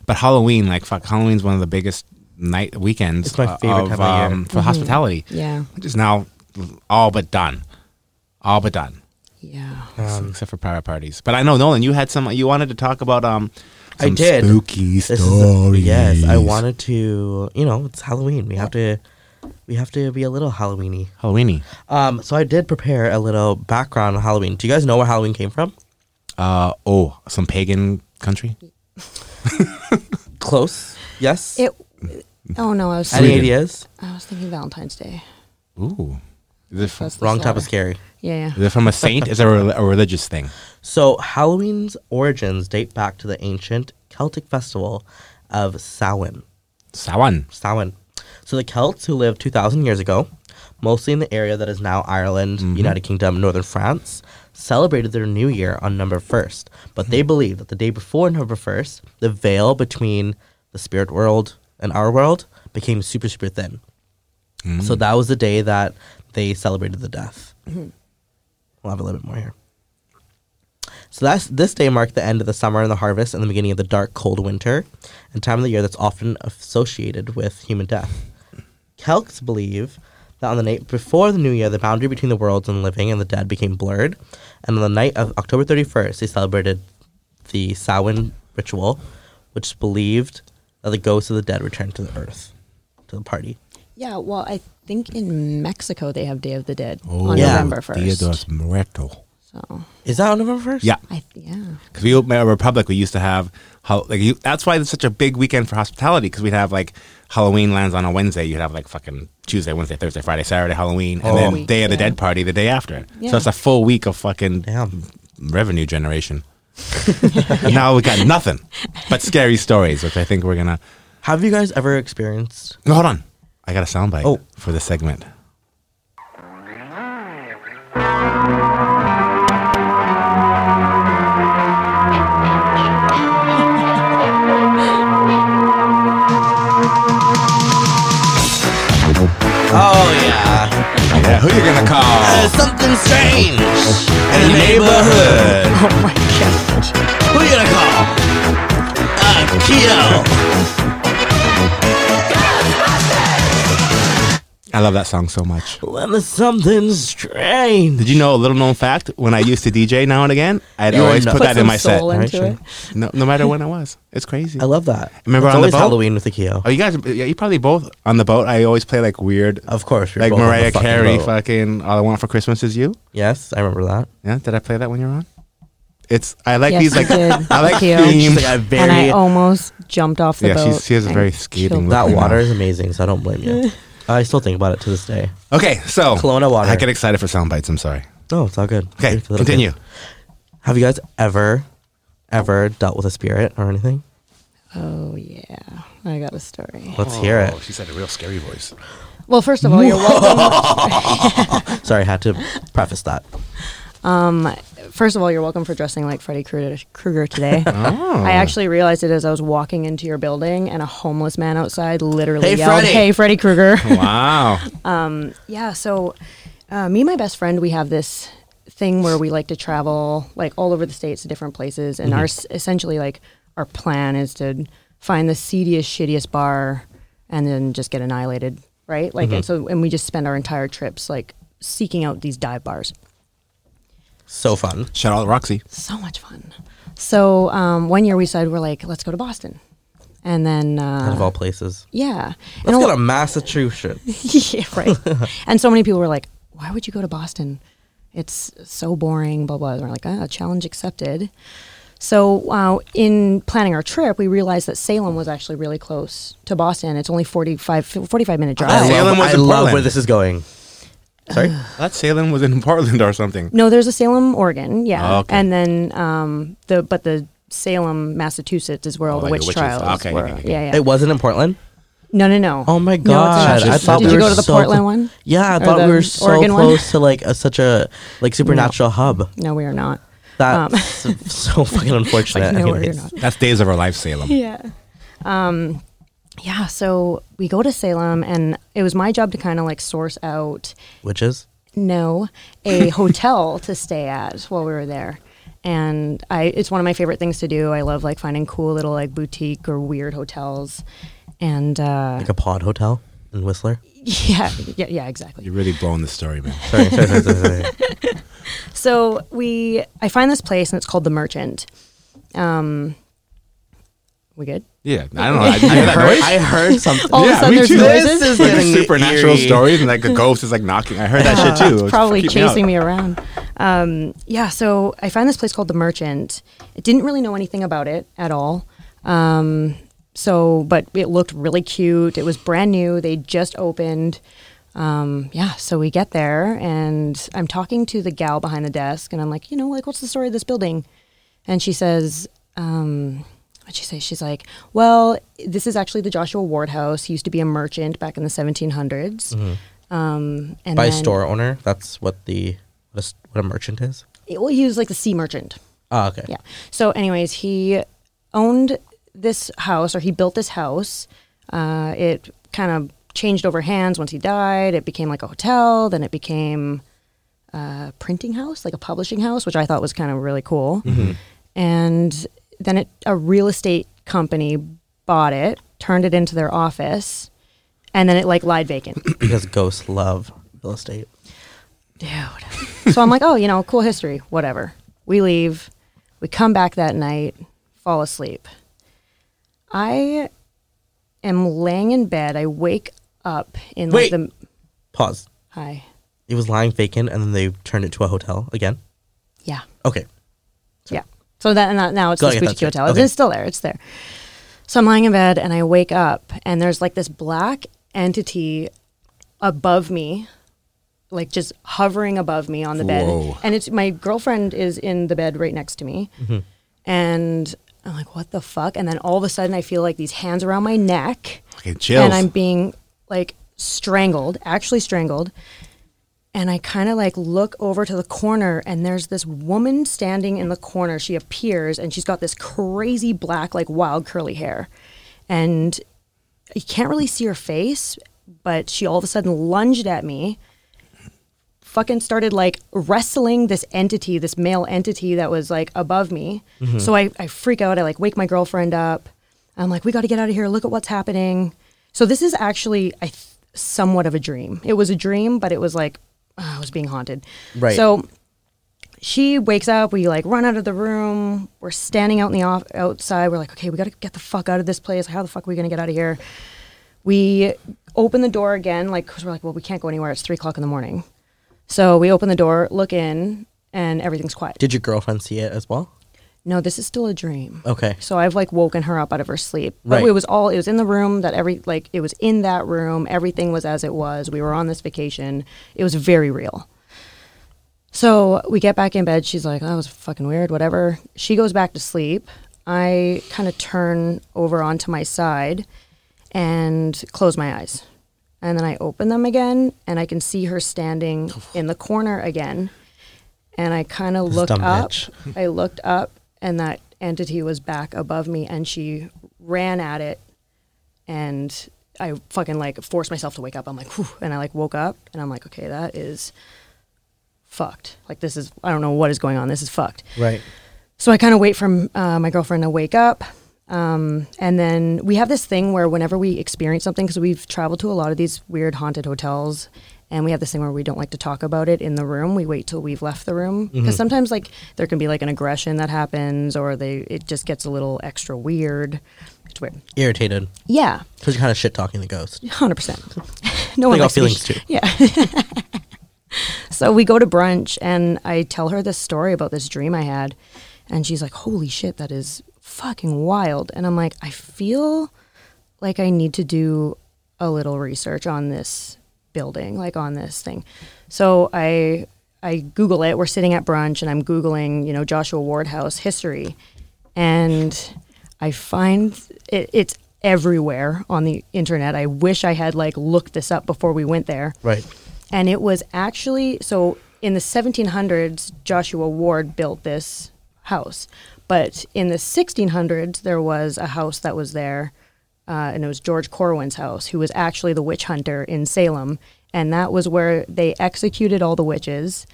S2: But Halloween, like fuck, Halloween's one of the biggest night weekends.
S1: It's my
S2: uh,
S1: favorite
S2: of,
S1: time of year. Mm-hmm.
S2: um, for hospitality.
S3: Yeah,
S2: which is now all but done, all but done,
S3: yeah.
S1: Um,
S2: except for private parties. But I know Nolan, you had some. You wanted to talk about um,
S1: I
S2: some
S1: did.
S2: spooky
S1: this
S2: stories.
S1: is yes. I wanted to. You know, it's Halloween. We have to. We have to be a little Halloweeny.
S2: Halloweeny.
S1: Um, so I did prepare a little background on Halloween. Do you guys know where Halloween came from?
S2: Uh oh, some pagan country.
S1: Close. Yes.
S3: It. Oh no, I was
S1: Any
S2: Sweden.
S1: ideas?
S3: I was thinking Valentine's Day.
S2: Ooh, Is it from,
S3: That's the
S1: Wrong type
S3: slaughter.
S1: of scary.
S3: Yeah,
S2: is
S3: yeah.
S2: it from a saint? is it a, rel- a religious thing?
S1: So Halloween's origins date back to the ancient Celtic festival of Samhain.
S2: Sawan.
S1: Samhain. So the Celts who lived 2,000 years ago, mostly in the area that is now Ireland, United Kingdom, Northern France, celebrated their new year on November 1st. But they believed that the day before November 1st, the veil between the spirit world and our world became super, super thin. So that was the day that they celebrated the death. We'll have a little bit more here. So that's this day marked the end of the summer and the harvest and the beginning of the dark, cold winter, and time of the year that's often associated with human death. Celts believe that on the night before the new year, the boundary between the worlds and the living and the dead became blurred, and on the night of October 31st, they celebrated the Samhain ritual, which believed that the ghosts of the dead returned to the earth, to the party.
S3: Yeah, well, I think in Mexico they have Day of the Dead
S2: Oh,
S3: on
S1: Yeah.
S3: November 1st.
S2: Dia dos Muertos.
S3: So,
S1: Is that on November 1st?
S2: Yeah,
S3: I yeah.
S2: because we opened our Republic. We used to have hol- like you, that's why it's such a big weekend for hospitality because we'd have like Halloween lands on a Wednesday. You'd have like fucking Tuesday, Wednesday, Thursday, Friday, Saturday, Halloween, and then
S3: Week,
S2: Day of the
S3: Oh, yeah.
S2: Dead party the day after.
S3: Yeah.
S2: So it's a full week of fucking
S1: Damn.
S2: revenue generation. and now we got nothing but scary stories, which I think we're gonna.
S1: Have you guys ever experienced?
S2: No, hold on. I got a soundbite
S1: Oh.
S2: for the segment.
S1: Oh, yeah.
S2: Yeah, who you gonna call?
S1: There's something strange in the neighborhood.
S3: Oh my god.
S1: Who you gonna call? Uh, Keo.
S2: I love that song so much.
S1: When there's something strange.
S2: Did you know a little known fact? When I used to DJ now and again, I'd
S1: You're
S2: always
S1: nuts.
S2: put,
S1: Put
S2: that in
S3: some
S2: my set.
S3: soul
S1: Alright,
S3: into
S1: sure.
S3: it.
S2: No, no matter when I was, it's crazy.
S1: I love that.
S2: Remember
S1: it's
S2: on the
S1: always
S2: boat?
S1: Halloween with the Keo.
S2: Oh, you guys, yeah, you probably both on the boat. I always play like weird,
S1: Of course, we were
S2: like
S1: both on the
S2: Mariah
S1: fucking
S2: Carey,
S1: boat.
S2: fucking "All I Want for Christmas Is You."
S1: Yes, I remember that.
S2: Yeah, did I play that when you were on? It's I like
S3: Yes,
S2: these
S3: you
S2: like
S3: did.
S2: I like
S3: Thank you.
S1: She's like
S2: themes.
S1: a
S3: and I
S1: very
S3: almost jumped off the
S2: Yeah,
S3: boat.
S2: she's- she has a
S3: and
S2: very scathing
S3: killed
S2: look.
S1: that
S2: Yeah.
S1: water is amazing, so I don't blame you. I still think about it to this day.
S2: Okay, so
S1: Kelowna water.
S2: I get excited for sound bites. I'm sorry.
S1: No, it's all good.
S2: Okay,
S1: It's a little
S2: continue.
S1: good. Have you guys ever, ever dealt with a spirit or anything?
S3: Oh yeah, I got a story.
S1: Let's hear it.
S2: Oh, she said a real scary voice.
S3: Well, first of all, you're welcome.
S2: Oh.
S1: Sorry, I had to preface that.
S3: First of all, you're welcome for dressing like Freddy Krueger Krueger today.
S1: Oh.
S3: I actually realized it as I was walking into your building, and a homeless man outside literally
S1: Hey,
S3: yelled,
S1: Freddy.
S3: "Hey, Freddy Krueger!"
S2: Wow.
S3: yeah. So, uh, me and my best friend, we have this thing where we like to travel like all over the states to different places, and our
S1: Mm-hmm.
S3: s our essentially like our plan is to find the seediest, shittiest bar, and then just get annihilated, right? Like, and
S1: Mm-hmm.
S3: so, and we just spend our entire trips like seeking out these dive bars.
S1: So fun.
S2: Shout out Roxy.
S3: So much fun. So um, one year we said we're like, let's go to Boston, and then
S1: Out
S3: uh,
S1: of all places.
S3: yeah, And
S1: Let's
S3: a-
S1: go to Massachusetts.
S3: yeah, right. and so many people were like, "Why would you go to Boston? It's so boring." Blah blah. And we're like, "Ah, challenge accepted." So, uh, in planning our trip, we realized that Salem was actually really close to Boston. It's only 45, 45 minute drive.
S1: I
S2: Salem
S1: love,
S2: was
S1: I
S2: in
S1: love
S2: Portland.
S1: where this is going. Sorry?
S2: That Salem was in Portland or something.
S3: No, there's a Salem, Oregon, yeah,
S2: Oh, okay.
S3: and then um, the but the Salem, Massachusetts, is where all
S2: Oh,
S3: the
S2: like
S3: witch
S2: the witches.
S3: trials
S2: Okay,
S3: were.
S2: okay, okay.
S3: Yeah, yeah.
S1: It wasn't in Portland?
S3: no, no, no.
S1: Oh my
S3: No, it's not.
S1: god!
S3: Did
S1: I
S3: you-
S1: thought
S3: did
S1: we
S3: you
S1: were
S3: go to the
S1: so
S3: Portland
S1: cl-
S3: one?
S1: Yeah, I
S3: Or
S1: thought we
S3: the
S1: were so
S3: Oregon one?
S1: close to like a, such a like supernatural hub.
S3: No, we are not.
S1: That's so fucking unfortunate.
S3: no, we're
S1: anyways.
S3: not.
S2: That's Days of Our Life Salem.
S3: Yeah. Um, yeah. So we go to Salem, and it was my job to kind of like source out
S1: Witches.
S3: no a hotel to stay at while we were there. And I, it's one of my favorite things to do. I love like finding cool little like boutique or weird hotels. And uh,
S1: Like a pod hotel in Whistler.
S3: yeah, yeah, yeah, exactly.
S2: You're really blowing the story, man.
S1: Sorry, sorry, sorry, sorry, sorry.
S3: So we, I find this place and it's called the Merchant. Um, we good?
S2: Yeah, I don't know. I, I heard Oh, that noise.
S1: I heard something.
S3: All of a sudden there's noises.
S1: This is
S2: like the
S1: getting
S2: supernatural
S1: eerie.
S2: stories and like the ghost is like knocking. I heard that shit too. It was
S3: probably
S2: freaking me out.
S3: chasing me around. Um, yeah, so I found this place called The Merchant. I didn't really know anything about it at all. Um, so, but it looked really cute. It was brand new. They just opened. um, yeah, so we get there and I'm talking to the gal behind the desk and I'm like, you know, like, what's the story of this building? And she says, um, what'd she say? She's like, well, this is actually the Joshua Ward house. He used to be a merchant back in the 1700s. Um, and
S1: Mm-hmm. By
S3: then-
S1: store owner, that's what the what a, s- what a merchant is.
S3: Well, he was like the sea merchant.
S1: Oh, okay.
S3: Yeah. So, anyways, he owned this house, or he built this house. Uh, it kind of changed over hands once he died. It became like a hotel. Then it became a printing house, like a publishing house, which I thought was kind of really cool. And then it, a real estate company bought it, turned it into their office, and then it like lied vacant.
S1: Because ghosts love real estate.
S3: dude. so I'm like, oh, you know, cool history, whatever. We leave. We come back that night, fall asleep. I am laying in bed. I wake up in
S1: Wait.
S3: like the
S1: Pause.
S3: hi,
S1: It was lying vacant, and then they turned it to a hotel again.
S3: yeah,
S1: Okay.
S3: yeah. So that and that, now it's
S1: Got
S3: the
S1: it,
S3: Spooky
S1: that's it.
S3: Hotel.
S1: Okay.
S3: It's still there. It's there. So I'm lying in bed and I wake up and there's like this black entity above me, like just hovering above me on the
S2: Whoa.
S3: bed. And it's my girlfriend is in the bed right next to me.
S1: Mm-hmm.
S3: And I'm like, what the fuck? And then all of a sudden I feel like these hands around my neck
S2: Okay, chills.
S3: and I'm being like strangled, actually strangled. And I kind of like look over to the corner, and there's this woman standing in the corner. She appears, and she's got this crazy black, like wild curly hair, and you can't really see her face, but she all of a sudden lunged at me. Fucking started like wrestling this entity, this male entity that was like above me. So I, I freak out. I like wake my girlfriend up. I'm like, we got to get out of here. Look at what's happening. So this is actually I th- somewhat of a dream. It was a dream, but it was like ah, I was being haunted.
S1: Right.
S3: So she wakes up. We like run out of the room. We're standing out in the off- outside. We're like, okay, we got to get the fuck out of this place. How the fuck are we gonna get out of here? We open the door again, like because we're like, well, we can't go anywhere. It's three o'clock in the morning. So we open the door, look in, and everything's quiet.
S1: Did your girlfriend see it as well?
S3: No, this is still a dream.
S1: Okay.
S3: So I've like woken her up out of her sleep. But
S1: Right.
S3: it was all it was in the room that every like it was in that room. Everything was as it was. We were on this vacation. It was very real. So we get back in bed. She's like, "Oh, "That was fucking weird." Whatever. She goes back to sleep. I kind of turn over onto my side and close my eyes. And then I open them again and I can see her standing in the corner again. And I kind of look
S1: dumb
S3: up.
S1: bitch.
S3: I looked up and that entity was back above me and she ran at it and I fucking like forced myself to wake up. I'm like, whew, and I like woke up and I'm like, okay, that is fucked. Like this is I don't know what is going on. This is fucked.
S1: Right.
S3: So I kind of wait for uh, my girlfriend to wake up. Um, and then we have this thing where whenever we experience something, because we've traveled to a lot of these weird haunted hotels, and we have this thing where we don't like to talk about it in the room. We wait till we've left the room
S1: Mm-hmm.
S3: because sometimes like there can be like an aggression that happens, or they it just gets a little extra weird. It's weird.
S1: Irritated
S3: Yeah,
S1: because you're kind of shit talking the ghost.
S3: hundred percent. No one
S1: got
S3: likes to be
S1: feelings
S3: sh-
S1: too.
S3: Yeah. so we go to brunch, and I tell her this story about this dream I had, and she's like, "Holy shit, that is fucking wild!" And I'm like, "I feel like I need to do a little research on this building, like on this thing." So I I Google it. We're sitting at brunch, and I'm googling, you know, Joshua Ward House history, and I find it, it's everywhere on the internet. I wish I had like looked this up before we went there.
S1: Right.
S3: And it was actually so in the 1700s Joshua Ward built this house. But in the 1600s there was a house that was there uh, and it was George Corwin's house who was actually the witch hunter in Salem and that was where they executed all the witches.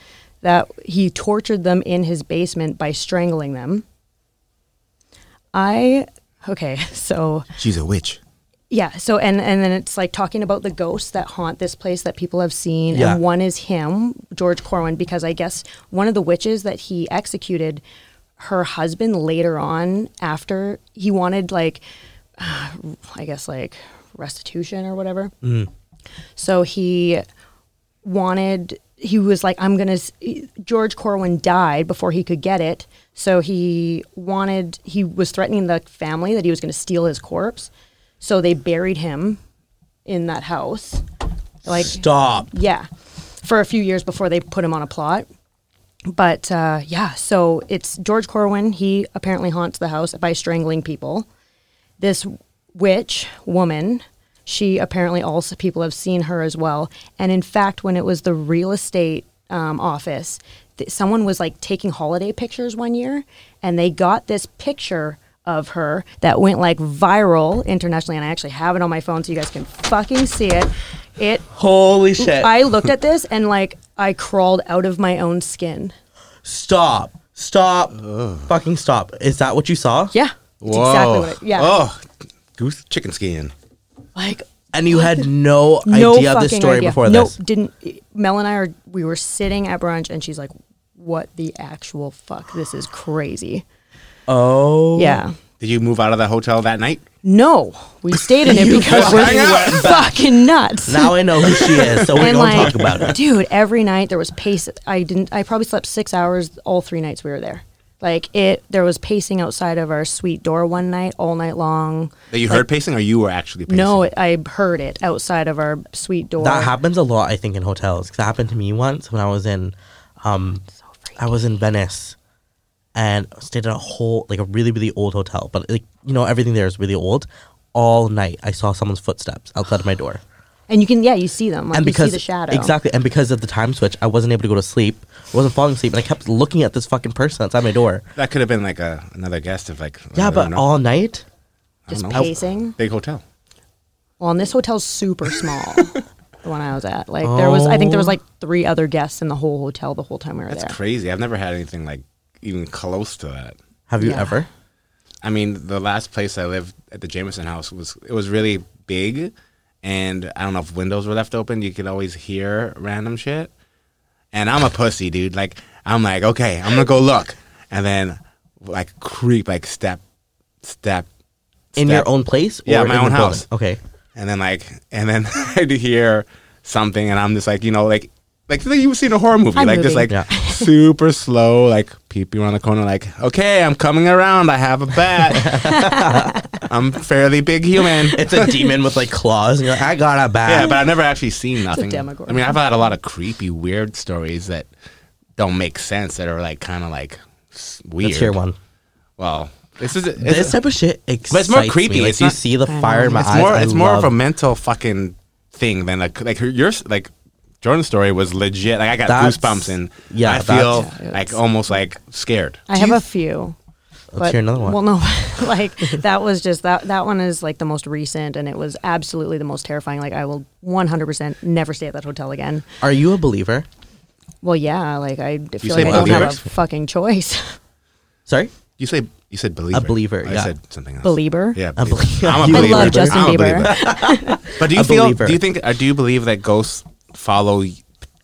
S3: That he tortured them in his basement by strangling them. I okay, so
S2: She's a witch.
S3: yeah, so and and then it's like talking about the ghosts that haunt this place that people have seen,
S1: Yeah.
S3: and one is him, George Corwin, because I guess one of the witches that he executed, her husband later on after he wanted like, I guess like restitution or whatever. So he wanted he was like i'm gonna s- george corwin died before he could get it so he wanted he was threatening the family that he was gonna steal his corpse so they buried him in that house Like,
S1: Stop.
S3: yeah, for a few years before they put him on a plot. But uh, yeah, so it's George Corwin. He apparently haunts the house by strangling people. This witch woman, she apparently also people have seen her as well. And in fact, when it was the real estate um, office, th- someone was like taking holiday pictures one year, and they got this picture of her that went like viral internationally. And I actually have it on my phone, so you guys can fucking see it. It
S1: Holy shit.
S3: I looked at this and like I crawled out of my own skin.
S1: Stop. Stop. Fucking stop. Is that what you saw?
S3: Yeah. That's exactly what I, yeah.
S2: Oh, goose chicken skin.
S3: Like
S1: And you had no,
S3: no
S1: idea of this
S3: fucking
S1: story
S3: idea.
S1: before
S3: nope,
S1: this.
S3: didn't Mel and I are we were sitting at brunch and she's like what the actual fuck this is crazy.
S1: Oh.
S3: Yeah.
S2: Did you move out of the hotel that night?
S3: No, we stayed in it because
S1: hung
S3: we're
S1: out.
S3: fucking nuts.
S1: Now I know who she is, so we don't talk about it.
S3: Dude, every night there was pace. I didn't. I probably slept six hours all three nights we were there. Like it, there was pacing outside of our suite door one night, all night long.
S2: That you heard pacing, or you were actually pacing?
S3: No, it, I heard it outside of our suite door.
S1: That happens a lot, I think, in hotels. 'Cause that happened to me once when I was in, um, I was in Venice, and stayed at a whole like a really really old hotel. But like you know everything there is really old. All night I saw someone's footsteps outside of my door,
S3: and you can, yeah, you see them. Like,
S1: and
S3: you
S1: because
S3: see the shadow.
S1: exactly, and because of the time switch, I wasn't able to go to sleep. I wasn't falling asleep, and I kept looking at this fucking person outside my door.
S2: that could have been like a, another guest of like. I
S1: Yeah,
S2: don't
S1: but
S2: know.
S1: all night.
S2: I don't
S3: Just
S2: know.
S3: pacing.
S2: Big hotel.
S3: Well, and this hotel's super small. the one I was at, like there was, I think there was like
S1: Oh.
S3: three other guests in the whole hotel the whole time we were
S2: That's
S3: there.
S2: crazy. I've never had anything like even close to that.
S1: Have you
S3: Yeah.
S1: ever?
S2: I mean, the last place I lived at the Jameson house was it was really big, and I don't know if windows were left open. You could always hear random shit, and I'm a pussy, dude. Like I'm like, okay, I'm gonna go look, and then like creep, like step, step,
S1: In
S2: step.
S1: your own place?
S2: Yeah,
S1: or
S2: my
S1: in the
S2: own
S1: building?
S2: house.
S1: Okay.
S2: and then like, and then I'd hear something, and I'm just like, you know, like. Like you've seen a horror movie,
S3: I'm
S2: like just like
S3: moving.
S2: super slow, like peeping around the corner, like okay, I'm coming around. I have a bat. I'm fairly big human.
S1: It's a demon with like claws, and you're like, I got a
S2: Yeah,
S1: bat.
S2: but I've never actually seen nothing.
S3: Demogorgon.
S2: I mean, I've had a lot of creepy, weird stories that don't make sense that are like kind of like s- weird.
S1: Let's hear one.
S2: Well, this is it's,
S1: this type of shit excites
S2: it's more creepy.
S1: Me. Like
S2: It's
S1: you
S2: not-
S1: see the
S3: I
S1: fire
S3: know.
S1: in my
S2: it's
S1: eyes.
S2: more
S1: I
S2: it's more of a
S1: love-
S2: mental fucking thing than like like your s- like Jordan's story was legit. Like I got
S1: That's-
S2: goosebumps and
S1: yeah,
S2: I
S1: that's-
S2: feel
S3: Yeah,
S2: like
S3: it's-
S2: almost like scared.
S3: I have a few.
S1: Let's hear another one.
S3: Well, no, like that was just that. That one is like the most recent, and it was absolutely the most terrifying. Like I will 100% never stay at that hotel again.
S1: Are you a believer?
S3: Well, yeah, like I feel
S2: say
S3: like I don't have a
S2: believers?
S3: fucking choice.
S1: Sorry,
S2: You say you said believer. Oh,
S1: believer,
S2: I
S1: yeah.
S2: said something else.
S3: Believer.
S2: Yeah,
S1: A believer.
S2: I'm a
S1: You
S3: I
S2: believer.
S3: love Justin
S2: I'm a
S3: Bieber.
S2: believer. But do you
S1: A
S2: feel?
S1: believer.
S2: Do you think? Or do you believe that ghosts follow y-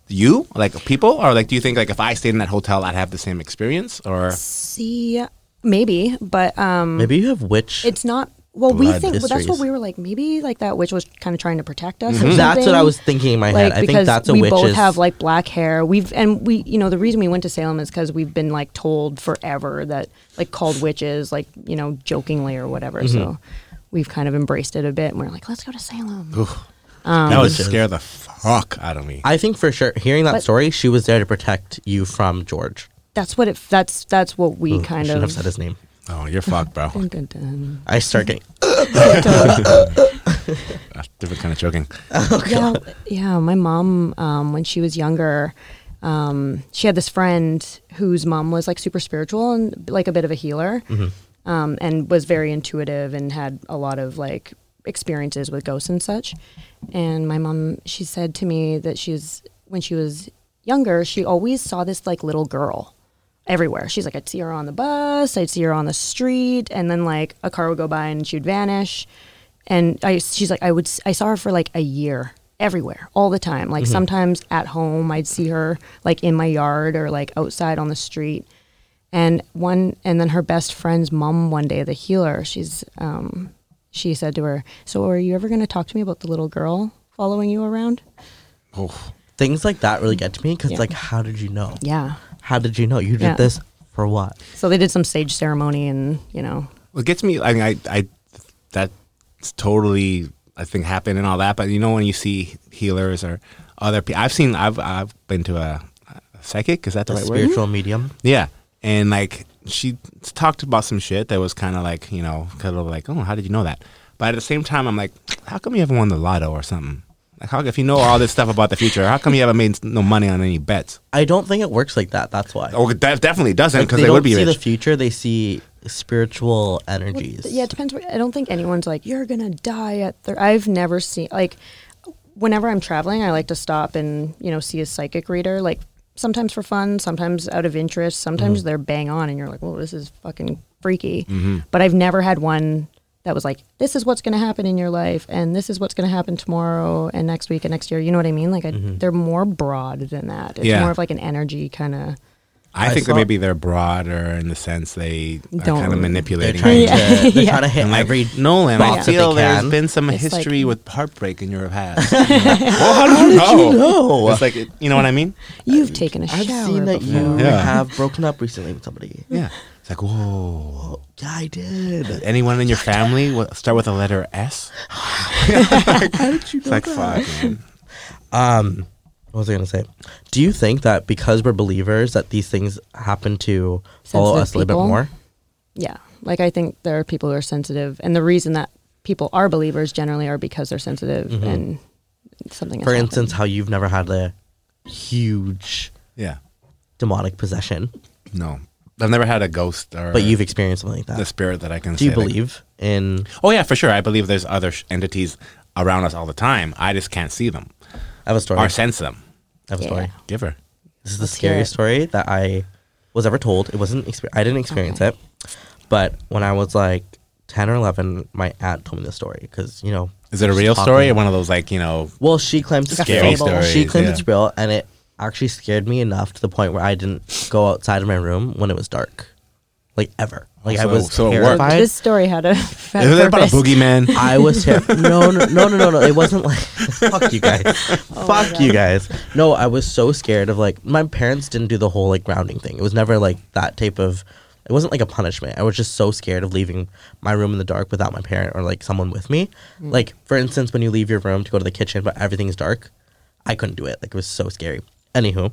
S2: you, like people, or like do you think like if I stayed in that hotel, I'd have the same experience?
S3: Um,
S2: Or
S3: See, maybe, but um,
S1: maybe you have witch.
S3: it's not. Well, we
S1: Blood
S3: think well, that's what
S1: histories.
S3: we were like. Maybe like that witch was kind of trying to protect us. or
S1: Mm. Mm-hmm. that's what I
S3: something.
S1: was thinking in my
S3: like
S1: head. I think
S3: because
S1: that's a
S3: we
S1: witch.
S3: both
S1: is-
S3: have like black hair. We've and we, you know, the reason we went to Salem is because we've been like told forever that like called witches, like you know, jokingly or whatever.
S1: Mm-hmm.
S3: So we've kind of embraced it a bit, and we're like, let's go to Salem.
S2: that would
S1: Witches.
S2: scare the fuck out of me.
S1: I think for sure, hearing that
S3: But-
S1: story, she was there to protect you from George.
S3: That's what it. That's that's what we
S1: Ooh, I
S3: kind
S1: shouldn't
S3: of. Mhm.
S1: have said his name.
S2: oh, you're fucked, bro.
S3: Dun, dun, dun.
S1: I start getting.
S2: That's different kind of joking.
S3: yeah, yeah. My mom, um, when she was younger, um, she had this friend whose mom was like super spiritual and like a bit of a healer, um, and was very intuitive and had a lot of like experiences with ghosts and such. And my mom, she said to me that she's when she was younger, she always saw this like little girl everywhere. She's like, I'd see her on the bus, I'd see her on the street, and then like a car would go by and she'd vanish. And I, she's like, I would, I saw her for like a year everywhere, all the time. Like sometimes at home, I'd see her like in my yard or like outside on the street. And one, and then her best friend's mom one day, the healer, she's, um, she said to her, "So are you ever going to talk to me about the little girl following you around?"
S2: Oh,
S1: Things like that really get to me because,
S3: Yeah.
S1: like, how did you know?
S3: Yeah.
S1: How did you know? You did
S3: Yeah.
S1: this for what?
S3: So they did some sage ceremony, and you know,
S2: what gets me? I mean, I, I, that's totally. I think happened and all that. But you know when you see healers or other people, I've seen I've I've been to a, a psychic. Is that the
S1: A
S2: right word?
S1: spiritual medium.
S2: Yeah, and like she talked about some shit that was kind of like you know kind of like oh how did you know that? But at the same time, I'm like, how come you haven't won the lotto or something? Like, how, if you know all this stuff about the future, how come you haven't made no money on any bets?
S1: I don't think it works like that. That's why.
S2: Oh, that definitely doesn't
S1: Like,
S2: because
S1: they,
S2: they,
S1: don't
S2: would be
S1: see
S2: rich.
S1: the future. They see spiritual energies.
S3: Yeah, it depends. What, I don't think anyone's like, you're gonna die at. Thir-. I've never seen like, whenever I'm traveling, I like to stop and you know see a psychic reader. Like sometimes for fun, sometimes out of interest.
S1: Mm-hmm.
S3: Sometimes they're bang on, and you're like, whoa, this is fucking freaky. But I've never had one that was like, this is what's gonna happen in your life, and this is what's gonna happen tomorrow, and next week, and next year. You know what I mean? Like, I,
S1: Mm-hmm.
S3: they're more broad than that. It's
S2: Yeah.
S3: more of like an energy kind of.
S1: Uh,
S2: I,
S1: I
S2: think
S1: saw-
S2: that maybe they're broader in the sense they are
S3: Don't-
S2: kind of
S1: They're
S2: manipulating.
S1: trying
S2: you.
S1: to. They're
S3: Yeah.
S1: trying to hit
S2: And like,
S1: every.
S2: Nolan,
S1: box
S2: I
S1: that they
S2: feel
S1: can.
S2: there's been some
S3: It's like-
S2: history with heartbreak in your past. well, how did you know?
S1: know?
S2: It's like it- you know what I mean?
S3: You've taken a
S1: I've
S3: shower.
S1: seen that
S3: before.
S1: you
S2: Yeah.
S1: have broken up recently with somebody.
S2: Yeah. It's like whoa.
S1: Yeah, I did.
S2: Anyone in your family wa- start with a letter S?
S1: How did you
S2: It's like fuck, man.
S1: Um, what was I gonna say? Do you think that because we're believers that these things happen to follow
S3: Sensitive
S1: us a little
S3: people?
S1: bit more?
S3: Yeah. Like I think there are people who are sensitive and the reason that people are believers generally are because they're sensitive and something
S1: Mm-hmm.
S3: has
S1: For
S3: happened.
S1: instance, how you've never had a huge
S2: Yeah.
S1: demonic possession,
S2: No, I've never had a ghost or
S1: but you've experienced something like
S2: the
S1: that.
S2: spirit that I can.
S1: Do you
S2: say, like-
S1: believe in?
S2: oh yeah, for sure. I believe there's other sh- entities around us all the time. I just can't see them
S1: I have a story.
S2: or
S1: I
S2: sense them.
S1: have a
S3: Yeah.
S1: story.
S2: Giver.
S1: This is the
S3: Let's hear
S1: scariest
S3: it.
S1: story that I was ever told. It wasn't. Exper- I didn't experience
S3: Okay.
S1: it, but when I was like ten or eleven, my aunt told me the story because you know.
S2: Is it a
S1: just
S2: real story
S1: talking.
S2: or one of those like you know?
S1: Well, she claims it's
S3: Like a
S1: real.
S3: fable.
S1: She claims
S2: Stories,
S1: it's
S2: yeah.
S1: real, and it actually scared me enough to the point where I didn't go outside of my room when it was dark, like ever. Like I
S2: So-
S1: was
S2: so it worked.
S1: terrified.
S3: this story had a had
S2: Is it about a
S3: purpose.
S2: boogeyman?
S1: I was ter- no, no, no, no, no, no. It wasn't like fuck you guys,
S3: Oh my
S1: fuck
S3: God.
S1: you guys. No, I was so scared of like my parents didn't do the whole like grounding thing. It was never like that type of. It wasn't like a punishment. I was just so scared of leaving my room in the dark without my parent or like someone with me.
S3: Mm.
S1: Like for instance, when you leave your room to go to the kitchen but everything's dark, I couldn't do it. Like it was so scary. Anywho,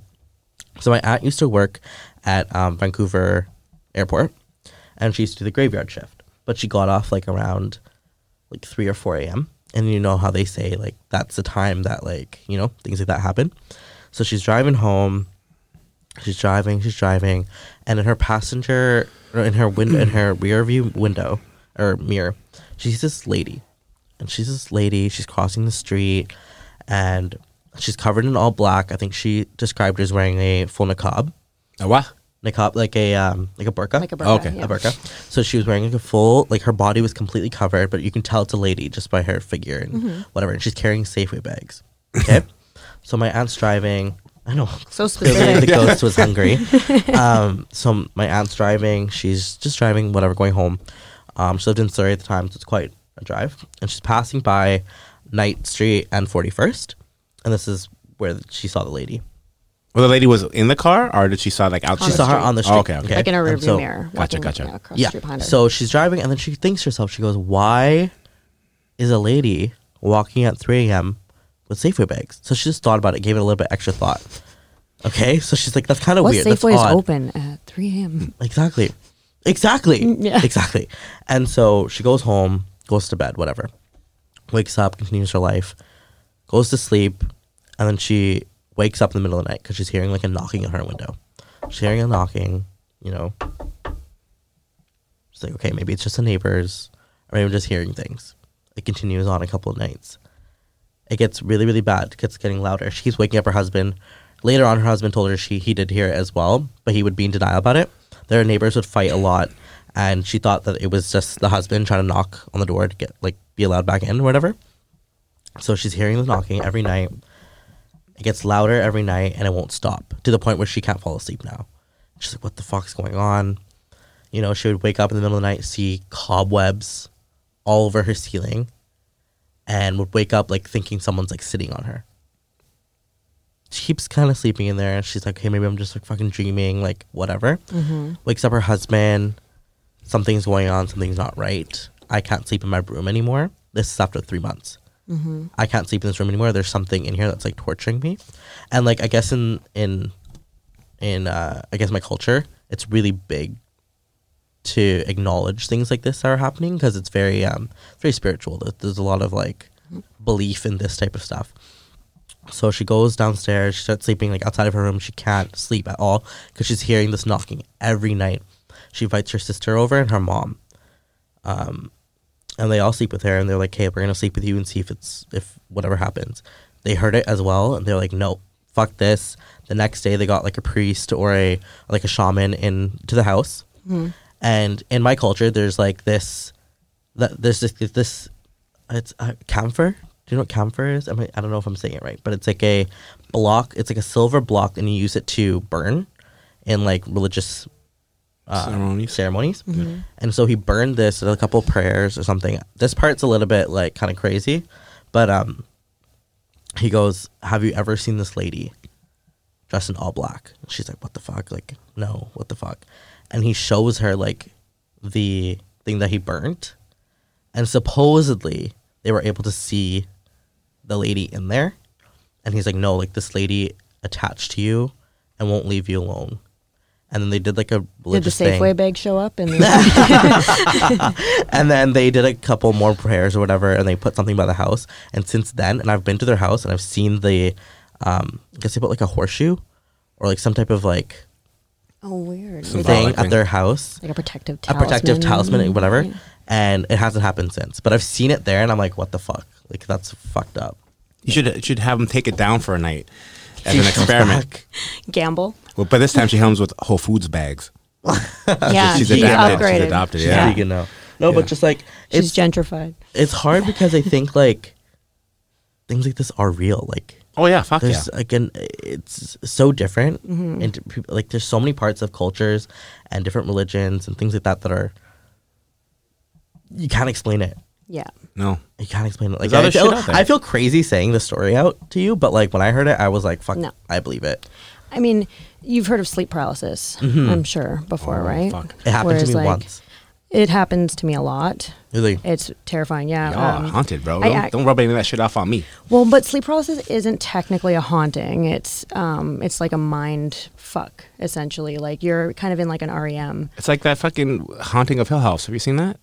S1: so my aunt used to work at um, Vancouver Airport, and she used to do the graveyard shift. But she got off like around like three or four a.m. And you know how they say like that's the time that like you know things like that happen. So she's driving home. She's driving. She's driving, and in her passenger, or in her window, in her rear view window or mirror, she sees this lady, and she's this lady. She's crossing the street, and she's covered in all black. I think she described her as wearing a full niqab,
S2: A what?
S1: niqab like a um like a burqa,
S3: Like a burqa,
S2: Okay, a
S3: yeah.
S1: a burqa. So she was wearing like a full, like her body was completely covered, but you can tell it's a lady just by her figure and
S3: Mm-hmm.
S1: whatever. And she's carrying Safeway bags. Okay. so my aunt's driving. I know.
S3: So
S1: Clearly the
S3: specific.
S1: ghost was hungry. um, so my aunt's driving. She's just driving, whatever, going home. Um, she lived in Surrey at the time, so it's quite a drive. And she's passing by Knight Street and 41st. And this is where she saw the lady.
S2: Well, the lady was in the car, or did she saw like outside?
S1: She
S3: the
S1: saw her
S3: street.
S1: on the
S2: Oh,
S1: street.
S2: okay, okay.
S3: like in a
S1: And
S3: rearview
S1: so-
S3: mirror.
S2: Gotcha,
S3: walking,
S2: gotcha.
S3: you know, across
S1: yeah.
S3: the street behind her.
S1: So she's driving and then she thinks to herself, she goes, Why is a lady walking at 3 a.m. with Safeway bags? So she just thought about it, gave it a little bit extra thought. Okay, so she's like, That's kind of
S3: what
S1: weird.
S3: Safeway
S1: That's
S3: is
S1: odd. Hmm,
S3: open at 3 a.m.
S1: Exactly. Exactly.
S3: yeah.
S1: Exactly. And so she goes home, goes to bed, whatever. Wakes up, continues her life, goes to sleep, and then she wakes up in the middle of the night because she's hearing like a knocking on her window. She's hearing a knocking, you know. She's like, okay, maybe it's just the neighbors, or maybe I'm just hearing things. It continues on a couple of nights. It gets really, really bad. It gets getting louder. She keeps waking up her husband. Later on, her husband told her she he did hear it as well, but he would be in denial about it. Their neighbors would fight a lot, and she thought that it was just the husband trying to knock on the door to get like be allowed back in or whatever. So she's hearing the knocking every night. It gets louder every night, and it won't stop to the point where she can't fall asleep now. She's like, "What the fuck's going on?" You know, she would wake up in the middle of the night, see cobwebs all over her ceiling, and would wake up like thinking someone's like sitting on her. She keeps kind of sleeping in there, and she's like, "Hey, maybe I'm just like fucking dreaming, like whatever." Wakes up her husband. Something's going on. Something's not right. I can't sleep in my room anymore. This is after three months. I can't sleep in this room anymore. There's something in here that's like torturing me, and like I guess in in in uh, I guess my culture, it's really big to acknowledge things like this that are happening because it's very um it's very spiritual. There- There's a lot of like belief in this type of stuff. So she goes downstairs. She starts sleeping like outside of her room. She can't sleep at all because she's hearing this knocking every night. She invites her sister over and her mom, um, and they all sleep with her. And they're like, "Hey, we're gonna sleep with you and see if it's if whatever happens." They heard it as well, and they're like, "No, fuck this." The next day, they got like a priest or a like a shaman in to the house. And in my culture, there's like this, that there's this this it's uh, camphor. Do you know what camphor is? I, mean, I don't know if I'm saying it right, but it's like a block. It's like a silver block, and you use it to burn in like religious uh,
S2: Ceremonies.
S1: ceremonies. And so he burned this with a couple prayers or something. This part's a little bit like kind of crazy, but um, he goes, "Have you ever seen this lady dressed in all black?" And she's like, "What the fuck?" Like, no, what the fuck? And he shows her like the thing that he burnt, and supposedly they were able to see the lady in there. And he's like, "No, like this lady attached to you and won't leave you alone." And then they did like a
S3: Did the
S1: religious thing
S3: Safeway bag show up? And the,
S1: and then they did a couple more prayers or whatever, and they put something by the house. And since then, and I've been to their house and I've seen the, um, I guess they put like a horseshoe or like some type of like
S3: oh, weird.
S2: Some
S3: Is that
S1: thing
S2: Symbolic
S1: at
S2: thing.
S1: their house,
S3: like a protective
S1: a
S3: talisman.
S1: protective talisman, whatever.
S3: right?
S1: And it hasn't happened since. But I've seen it there, and I'm like, what the fuck? Like that's fucked up.
S2: You should you should have them take it down for a night as an experiment.
S1: Fuck.
S3: Gamble.
S2: Well, but this time she comes with Whole Foods bags.
S3: Yeah,
S2: she's
S3: she's
S2: adapted.
S3: upgraded.
S2: She's adopted.
S1: She's
S2: Yeah.
S1: vegan now. No,
S2: Yeah.
S1: but just like
S3: She's
S1: it's
S3: gentrified.
S1: it's hard because I think like things like this are real. Like
S2: Oh yeah. Fuck yeah.
S1: there's again it's so different
S3: Mm-hmm.
S1: and d- peop- like there's so many parts of cultures and different religions and things like that that are you can't explain it
S3: Yeah.
S2: No.
S1: you can't explain it like
S2: There's other
S1: I, feel,
S2: shit out there.
S1: I feel crazy saying the story out to you but like when i heard it i was like fuck
S3: No.
S1: i believe it
S3: I mean, you've heard of sleep paralysis, I'm sure, before,
S2: Oh,
S3: right?
S2: fuck.
S1: Mm-hmm. it happened
S3: Whereas,
S1: to me
S3: like,
S1: once
S3: It happens to me a lot.
S1: You're like,
S3: It's terrifying. Yeah.
S2: Y'all
S3: um,
S2: are haunted, bro.
S3: I
S2: Don't,
S3: act-
S2: don't rub any of that shit off on me.
S3: Well, but sleep paralysis isn't technically a haunting. It's um, it's like a mind fuck essentially. Like you're kind of in like an E REM.
S2: It's like that fucking Haunting of Hill House. Have you seen that?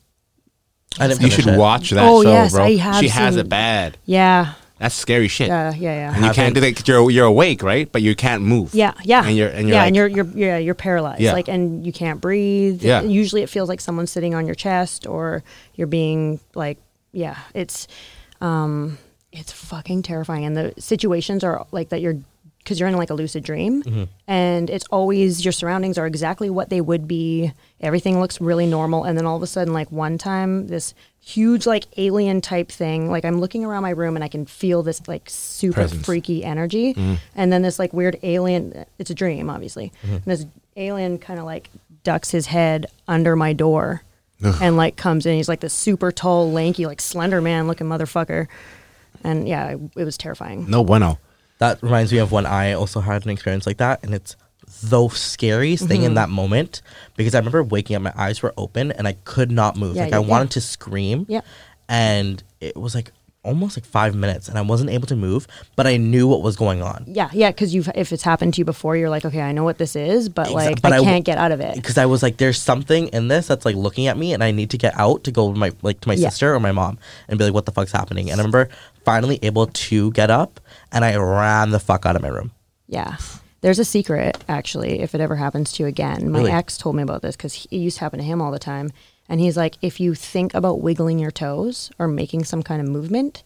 S1: I didn't
S2: You
S1: finish
S2: should
S1: it.
S2: watch that
S3: Oh,
S2: show,
S3: yes,
S2: bro.
S3: I have
S2: she has
S3: seen-
S2: it bad.
S3: Yeah. uh,
S2: That's scary shit.
S3: Yeah. Yeah.
S2: And
S3: Yeah.
S2: you can't do that 'cause you're you're awake, right? But you can't move.
S3: Yeah. Yeah.
S2: And you're and you're
S3: yeah,
S2: like,
S3: and you're, you're yeah you're paralyzed.
S2: Yeah.
S3: Like and you can't breathe.
S2: Yeah.
S3: Usually it feels like someone's sitting on your chest or you're being like yeah it's um it's fucking terrifying and the situations are like that you're because you're in like a lucid dream
S2: Mm-hmm.
S3: and it's always your surroundings are exactly what they would be everything looks really normal and then all of a sudden like one time this huge like alien type thing like i'm looking around my room and i can feel this like super
S2: Presence.
S3: freaky energy
S1: Mm-hmm.
S3: and then this like weird alien it's a dream obviously and this alien kind of like ducks his head under my door and like comes in he's like this super tall lanky like slender man looking motherfucker and yeah it, it was
S1: Mm.
S3: terrifying
S2: no bueno.
S1: that reminds me of when I also had an experience like that, and it's the scariest thing
S3: Mm-hmm.
S1: in that moment because I remember waking up, my eyes were open, and I could not move.
S3: Yeah,
S1: like
S3: yeah,
S1: I
S3: yeah.
S1: wanted to scream,
S3: Yeah.
S1: and it was like almost like five minutes, and I wasn't able to move, but I knew what was going on
S3: yeah yeah because you've if it's happened to you before you're like okay i know what this is but
S1: Exa-
S3: like
S1: but
S3: i
S1: I
S3: can't
S1: w-
S3: get out of it
S1: because I was like, "There's something in this that's like looking at me, and I need to get out to go to my like to my
S3: Yeah.
S1: sister or my mom and be like, what the fuck's happening?" And I remember finally able to get up, and I ran the fuck out of my room.
S3: Yeah. There's a secret, actually, if it ever happens to you again. My
S1: Really?
S3: ex told me about this because it used to happen to him all the time. And he's like, if you think about wiggling your toes or making some kind of movement,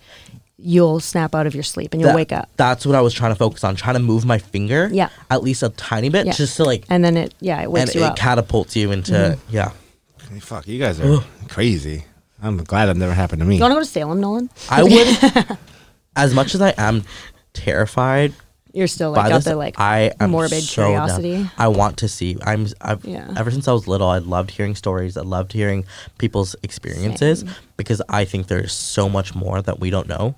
S3: you'll snap out of your sleep and you'll
S1: That-
S3: wake up.
S1: That's what I was trying to focus on, trying to move my finger,
S3: Yeah.
S1: at least a tiny bit,
S3: Yeah.
S1: just to like,
S3: And then it, yeah, it wakes
S1: and
S3: you
S1: it
S3: up. Mm-hmm.
S1: catapults you into yeah.
S2: Hey, Fuck, you guys are crazy. I'm glad that never happened to me.
S3: you want to go to Salem, Nolan?
S1: I would, as much as I am terrified
S3: You're still
S1: by
S3: like out
S1: this,
S3: there, like
S1: I am
S3: morbid
S1: so down.
S3: curiosity.
S1: I want to see. I'm. I've,
S3: Yeah.
S1: Ever since I was little, I loved hearing stories. I loved hearing people's experiences because I think there's so much more that we don't know,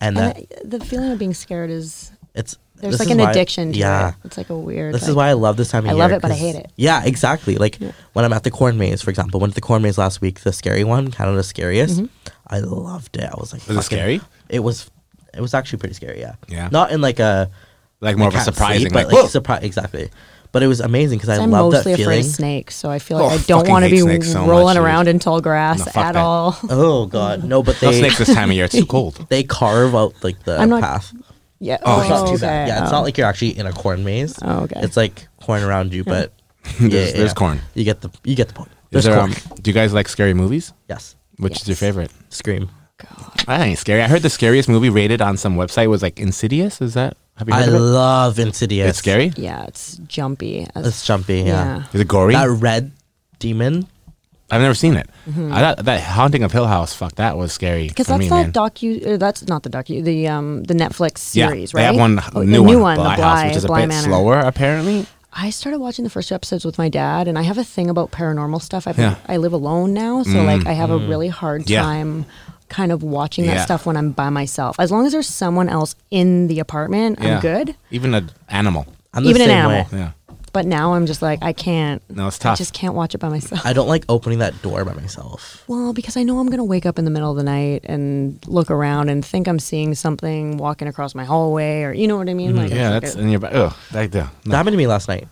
S1: and
S3: And
S1: that
S3: I- the feeling of being scared is
S1: it's
S3: there's
S1: this
S3: like
S1: is
S3: an
S1: why-
S3: addiction to
S1: yeah.
S3: it. It's like a weird.
S1: This is
S3: like-
S1: why I love this time of
S3: I
S1: year.
S3: love it, but I
S1: 'cause-
S3: hate it.
S1: Yeah,
S3: Mm-hmm.
S1: exactly. Like when I'm at the corn maze, for example, went to the corn maze last week, the scary one, kind of the scariest. I loved it. I was like,
S2: Was it
S1: fucking-
S2: scary?
S1: It was. It was actually pretty scary. Yeah.
S2: Yeah.
S1: Not in like a
S2: Like more
S1: I
S2: of a
S1: can't sleep,
S2: surprising,
S1: but
S2: like,
S1: like,
S2: whoa!
S1: surprise exactly. But it was amazing because I
S3: I'm
S1: love that
S3: mostly afraid
S1: feeling.
S3: of snakes, so I feel
S2: Oh,
S3: like
S2: I
S3: I
S2: fucking
S3: don't want to
S2: hate
S3: be
S2: snakes so much,
S3: rolling
S2: dude.
S3: around in tall grass
S2: No, fuck
S3: at
S2: that.
S3: all.
S1: Oh god, no! But
S2: no
S1: they
S2: snakes this time of year. It's too cold.
S1: they carve out like the
S3: I'm not-
S1: path.
S3: Yeah.
S2: Oh,
S1: It's not
S2: Oh,
S1: too bad.
S3: okay.
S1: Yeah, it's not like you're actually in a corn maze.
S3: Oh, okay.
S1: It's like corn around you, but yeah,
S2: There's-
S1: yeah,
S2: there's
S1: yeah.
S2: corn.
S1: You get the you get the point.
S2: Is
S1: There's
S2: there,
S1: corn.
S2: um, do you guys like scary movies?
S1: yes.
S2: Which is your
S3: Yes.
S2: favorite?
S1: Scream.
S2: That ain't scary. I heard the scariest movie rated on some website was like Insidious. Is that? Have you heard
S1: I
S2: of it?
S1: love Insidious.
S2: It's scary.
S3: Yeah, it's jumpy. as-
S1: It's jumpy. Yeah.
S2: Is it gory?
S1: That red demon.
S2: I've never seen it. I thought that Haunting of Hill House. Fuck, that was scary
S3: Mm-hmm. Because
S2: for
S3: that's
S2: me,
S3: that
S2: man.
S3: docu. Or that's not the docu. The um the Netflix
S2: yeah,
S3: series,
S2: they
S3: right?
S2: have one
S3: Oh,
S2: new,
S3: the new
S2: one,
S3: the
S2: Bly House,
S3: Bly,
S2: which is a
S3: Bly
S2: bit
S3: Manor.
S2: slower apparently.
S3: I started watching the first two episodes with my dad, and I have a thing about paranormal stuff. I've
S2: Yeah. Mm,
S3: I live alone now, so like I have a really hard
S2: Yeah.
S3: time kind of watching
S2: Yeah.
S3: that stuff when I'm by myself. As long as there's someone else in the apartment,
S2: Yeah.
S3: I'm good.
S2: Even an animal.
S1: I'm the
S3: Even an
S1: same
S3: animal.
S1: way.
S2: Yeah.
S3: But now I'm just like I can't.
S2: No, it's
S3: I
S2: tough.
S3: just can't watch it by myself.
S1: I don't like opening that door by myself.
S3: Well, because I know I'm going to wake up in the middle of the night and look around and think I'm seeing something walking across my hallway, or you know what I
S1: Mm-hmm.
S3: mean? Like,
S2: yeah,
S3: it's like
S2: that's
S3: a-
S2: in your back. Oh, like the
S1: That
S2: no.
S1: happened to me last night.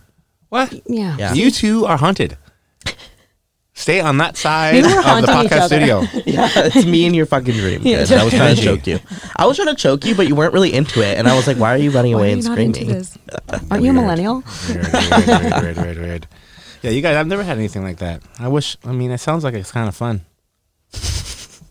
S2: what?
S3: yeah.
S1: Yeah.
S2: You two are haunted. Stay on that side
S3: Maybe we're
S2: of the
S3: haunting each
S2: podcast
S3: other.
S2: studio.
S1: Yeah, it's me in your fucking dream.
S3: Yeah.
S1: kid. I was trying to
S2: Energy.
S1: choke you. I was trying to choke you, but you weren't really into it. And I was like, why are you running
S3: Why
S1: away
S3: are you
S1: and
S3: not
S1: screaming?
S3: into this? Aren't you a
S2: Weird.
S3: millennial?
S2: weird, weird, weird, weird, weird, weird. Yeah, you guys, I've never had anything like that. I wish. I mean, it sounds like it's kind of fun.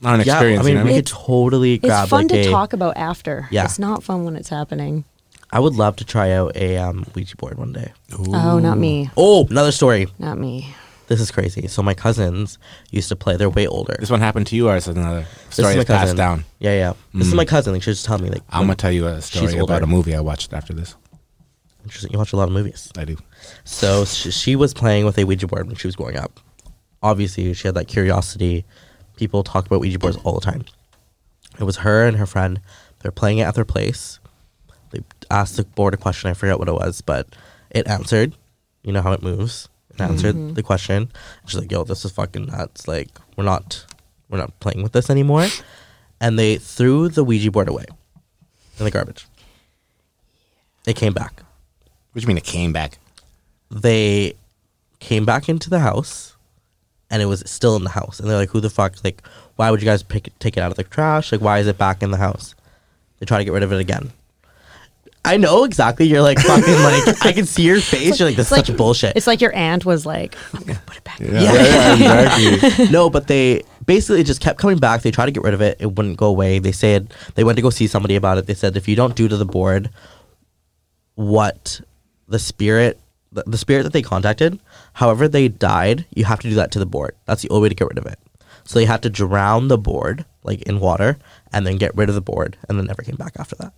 S2: Not an
S1: Yeah,
S2: experience.
S1: I mean,
S2: you know
S1: we
S2: what I
S1: could totally
S3: It's
S1: grab
S3: fun
S1: like
S3: to
S1: a-
S3: talk about after.
S1: Yeah.
S3: It's not fun when it's happening.
S1: I would love to try out a um, Ouija board one day.
S3: Oh, not me.
S1: Oh, another story.
S3: Not me.
S1: This is crazy. So my cousins used to play. They're way older.
S2: This one happened to you, or is it another
S1: This
S2: story that's passed down? Mm-hmm.
S1: Yeah, yeah. This is my cousin. Like she was just telling me like
S2: I'm gonna tell you a story about
S1: older.
S2: a movie I watched after this.
S1: interesting. You watch a lot of movies.
S2: I do.
S1: So she, she was playing with a Ouija board when she was growing up. Obviously, she had that curiosity. People talk about Ouija boards all the time. It was her and her friend. They're playing it at their place. They asked the board a question. I forget what it was, but it answered. You know how it moves. It answered the question. She's like, "Yo, this is fucking nuts. Like, we're not, we're not playing with this anymore." And they threw the Ouija board away in the garbage. It came back
S2: What do you mean it came back?
S1: they came back into the house and it was still in the house and they're like who the fuck like why would you guys pick take it out of the trash like why is it back in the house they try to get rid of it again i know exactly you're like fucking like i can see your face you're like this is such bullshit
S3: It's like your aunt was like, I'm going to put it back.
S1: Yeah.
S2: exactly.
S1: no, but they basically it just kept coming back. They tried to get rid of it. It wouldn't go away. They said they went to go see somebody about it. They said if you don't do to the board what the spirit the, the spirit that they contacted, however they died, you have to do that to the board. That's the only way to get rid of it. So they had to drown the board like in water and then get rid of the board and then never came back after that.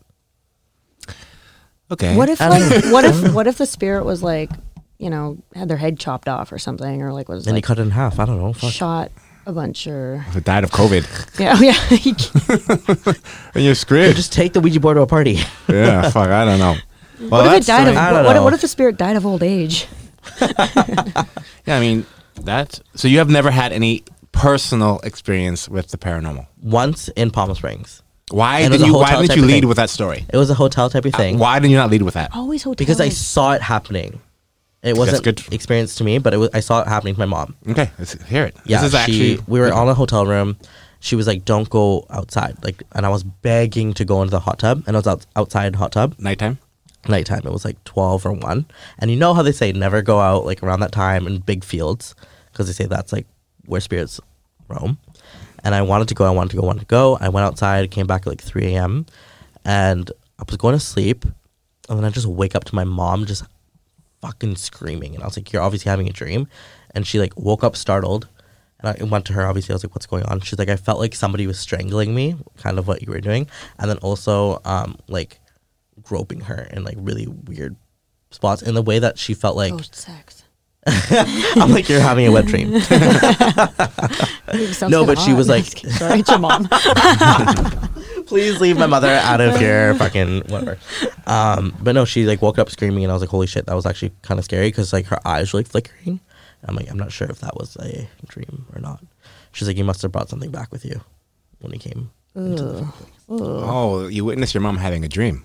S2: Okay.
S3: What if, like, what if, what if the spirit was like, you know, had their head chopped off or something, or like was
S1: Then you
S3: like
S1: cut it in half. I don't know. Fuck.
S3: shot a bunch or
S2: If it died of COVID?
S3: yeah, oh, yeah.
S2: and you're screwed.
S1: Just take the Ouija board to a party.
S2: yeah. Fuck. I don't know. Well,
S3: what if
S2: that's
S3: it died
S2: the-
S3: of?
S1: I don't
S3: What,
S1: know.
S3: what if the spirit died of old age?
S2: Yeah, I mean that. So you have never had any personal experience with the paranormal.
S1: Once in Palm Springs.
S2: Why
S1: And it was
S2: didn't
S1: a
S2: you? Why
S1: hotel
S2: didn't
S1: type
S2: you
S1: of
S2: lead
S1: thing.
S2: with that story?
S1: It was a hotel type of thing. Oh.
S2: Why did you not lead with that?
S3: Always hotel
S1: because I saw it happening. It wasn't
S2: good.
S1: experienced to me, but it was, I saw it happening to my mom.
S2: Okay, let's hear it.
S1: Yeah,
S2: this is
S1: she,
S2: actually
S1: we were on a hotel room. She was like, "Don't go outside," like, and I was begging to go into the hot tub, and I was out, outside hot tub
S2: nighttime.
S1: nighttime. It was like twelve or one, and you know how they say never go out like around that time in big fields because they say that's like where spirits roam. And I wanted to go. I wanted to go. Wanted to go. I went outside. Came back at like three a.m. and I was going to sleep, and then I just wake up to my mom just fucking screaming. And I was like, You're obviously having a dream. And she like woke up startled. And I went to her, obviously. I was like, What's going on? She's like, I felt like somebody was strangling me, kind of what you were doing. And then also, um, like, groping her in like really weird spots in the way that she felt like,
S3: Ghost sex.
S1: I'm like, You're having a wet dream. No, but she was like-
S3: sorry, it's your mom.
S1: please leave my mother out of here fucking whatever um but no she like woke up screaming and i was like holy shit that was actually kind of scary because like her eyes were like flickering i'm like i'm not sure if that was a dream or not she's like you must have brought something back with you when he came. into the family.
S2: Oh, you witnessed your mom having a dream.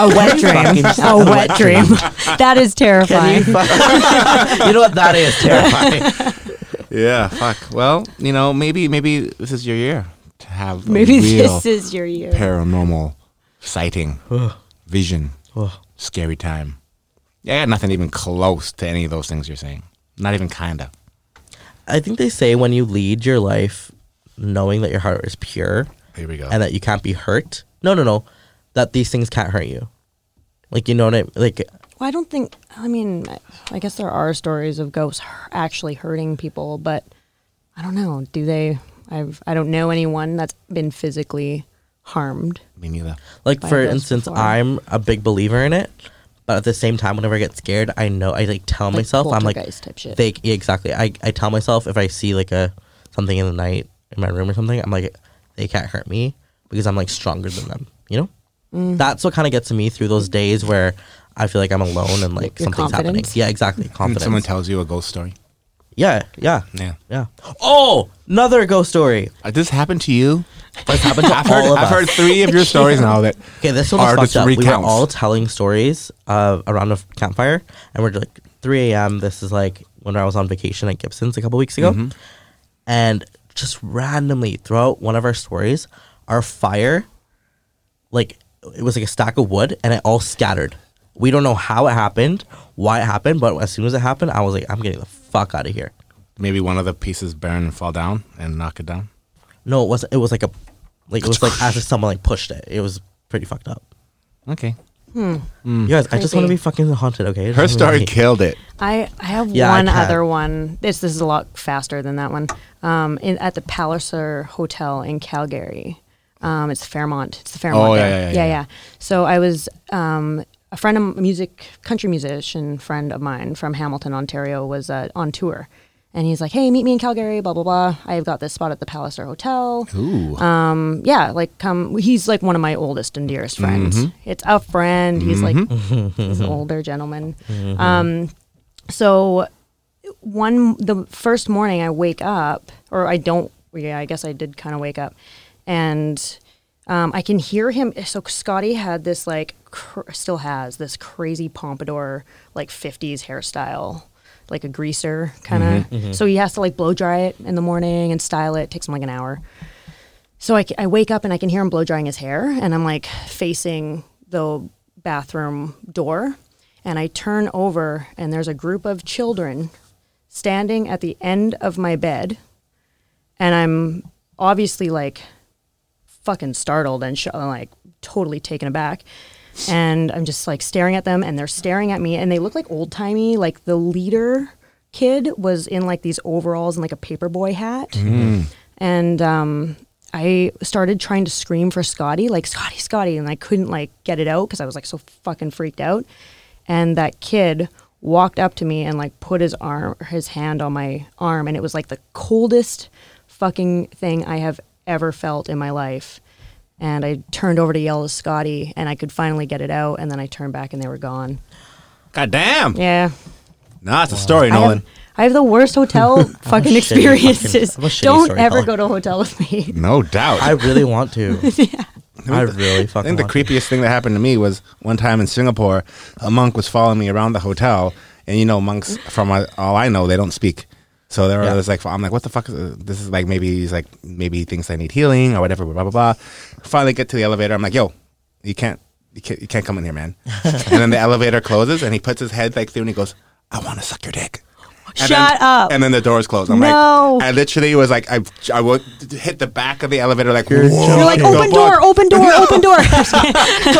S3: A wet dream. a wet dream. that is terrifying.
S1: you know what? That is terrifying.
S2: Yeah, fuck. Well, you know, maybe maybe this is your year to have a
S3: Maybe
S2: real
S3: this is your year.
S2: paranormal sighting, vision,
S1: Ugh.
S2: scary time. Yeah, I got nothing even close to any of those things you're saying. Not even kinda.
S1: I think they say when you lead your life knowing that your heart is pure
S2: Here we go.
S1: and that you can't be hurt. No, no, no. That these things can't hurt you. Like you know what I like
S3: Well, I don't think. I mean, I guess there are stories of ghosts hu- actually hurting people, but I don't know. Do they? I've I don't know anyone that's been physically harmed.
S2: Me neither.
S1: like
S3: By
S1: for
S3: those
S1: instance,
S3: before.
S1: I'm a big believer in it, but at the same time whenever I get scared, I know I like tell myself I'm like
S3: poltergeist type shit.
S1: they yeah, exactly. I I tell myself if I see like a something in the night in my room or something, I'm like they can't hurt me because I'm like stronger than them, you know?
S3: Mm.
S1: That's what kind of gets me through those days where I feel like I'm alone and like
S3: Your
S1: something's happening.
S3: confidence?
S1: Yeah, exactly.
S2: When
S1: Confidence.
S2: someone tells you a ghost story.
S1: Yeah, yeah,
S2: Yeah.
S1: yeah. Oh, another ghost story.
S2: Uh, This happened to you?
S1: That's happened to
S2: I've
S1: all
S2: heard
S1: of
S2: I've
S1: us.
S2: heard three of your stories now that
S1: okay, this one was
S2: are
S1: fucked
S2: just
S1: up. We were
S2: recounts.
S1: all telling stories uh, around a f- campfire, and we're like 3 a.m. This is like when I was on vacation at Gibson's a couple weeks ago,
S2: Mm-hmm.
S1: and just randomly throughout one of our stories, our fire, like it was like a stack of wood, and it all scattered. We don't know how it happened, why it happened, but as soon as it happened, I was like, I'm getting the fuck out of here.
S2: maybe one of the pieces burn and fall down and knock it down.
S1: No, it was not it was like a like it was like as if someone like pushed it. It was pretty fucked up.
S2: Okay.
S1: You guys, I just want to
S3: Crazy.
S1: be fucking haunted, okay? Just
S2: Mm. Her
S1: wanna be
S2: story
S1: haunted.
S2: killed it.
S3: I, I have
S1: Yeah, I
S3: one
S1: can't.
S3: other one. This this is a lot faster than that one. Um, in, at the Palliser Hotel in Calgary. Um, it's Fairmont. It's the Fairmont.
S2: Oh, yeah,
S3: there.
S2: yeah, yeah, yeah.
S3: So I was um, a friend of a music country musician friend of mine from Hamilton, Ontario, was uh, on tour, and he's like, "Hey, meet me in Calgary." Blah blah blah. I've got this spot at the Palliser Hotel
S2: Ooh.
S3: um, yeah, like come. He's like one of my oldest and dearest
S2: Mm-hmm.
S3: friends. It's a friend. He's like he's an older gentleman.
S2: Mm-hmm.
S3: Um, so one the first morning I wake up, or I don't. Yeah, I guess I did kind of wake up, and um, I can hear him. So Scotty had this like cr- still has this crazy pompadour like '50s hairstyle. Like a greaser kind of, so he has to like blow dry it in the morning and style it. Takes him like an hour. So I, I wake up and I can hear him blow drying his hair, and I'm like facing the bathroom door, and I turn over, and there's a group of children standing at the end of my bed, and I'm obviously like fucking startled and sh- uh, like totally taken aback. And I'm just like staring at them, and they're staring at me, and they look like old timey. Like the leader kid was in like these overalls and like a paperboy hat, and um, I started trying to scream for Scotty, like Scotty, Scotty, and I couldn't like get it out because I was like so fucking freaked out. And that kid walked up to me and like put his arm, his hand on my arm, and it was like the coldest fucking thing I have ever felt in my life. And I turned over to yell to Scotty, and I could finally get it out. And then I turned back, and they were gone.
S2: God damn.
S3: Yeah,
S2: Nah, it's a story,
S3: I
S2: Nolan.
S3: have, I have the worst hotel fucking
S1: shitty
S3: experiences.
S1: Oh, fucking- I'm a shitty
S3: Don't
S1: storyteller.
S3: ever go to a hotel with me.
S2: No doubt.
S1: I really want to. I really
S2: I
S1: fucking
S2: think the
S1: want
S2: creepiest thing that happened to me was one time in Singapore, a monk was following me around the hotel, and you know, monks from uh, all I know, they don't speak. So there
S1: Yeah.
S2: was like, I'm like, what the fuck? Is this? this is like maybe he's like maybe he thinks I need healing or whatever. Blah blah blah. Finally get to the elevator. I'm like, yo, you can't, you can't, you can't come in here, man. and then the elevator closes, and he puts his head like through, and he goes, I want to suck your dick. And
S3: Shut
S2: then-
S3: up.
S2: And then the doors close. I'm
S3: No.
S2: like, I literally was like, I, I would hit the back of the elevator like, whoa,
S3: You're like
S2: what the fuck?"
S3: open door, open door, open door.
S1: Come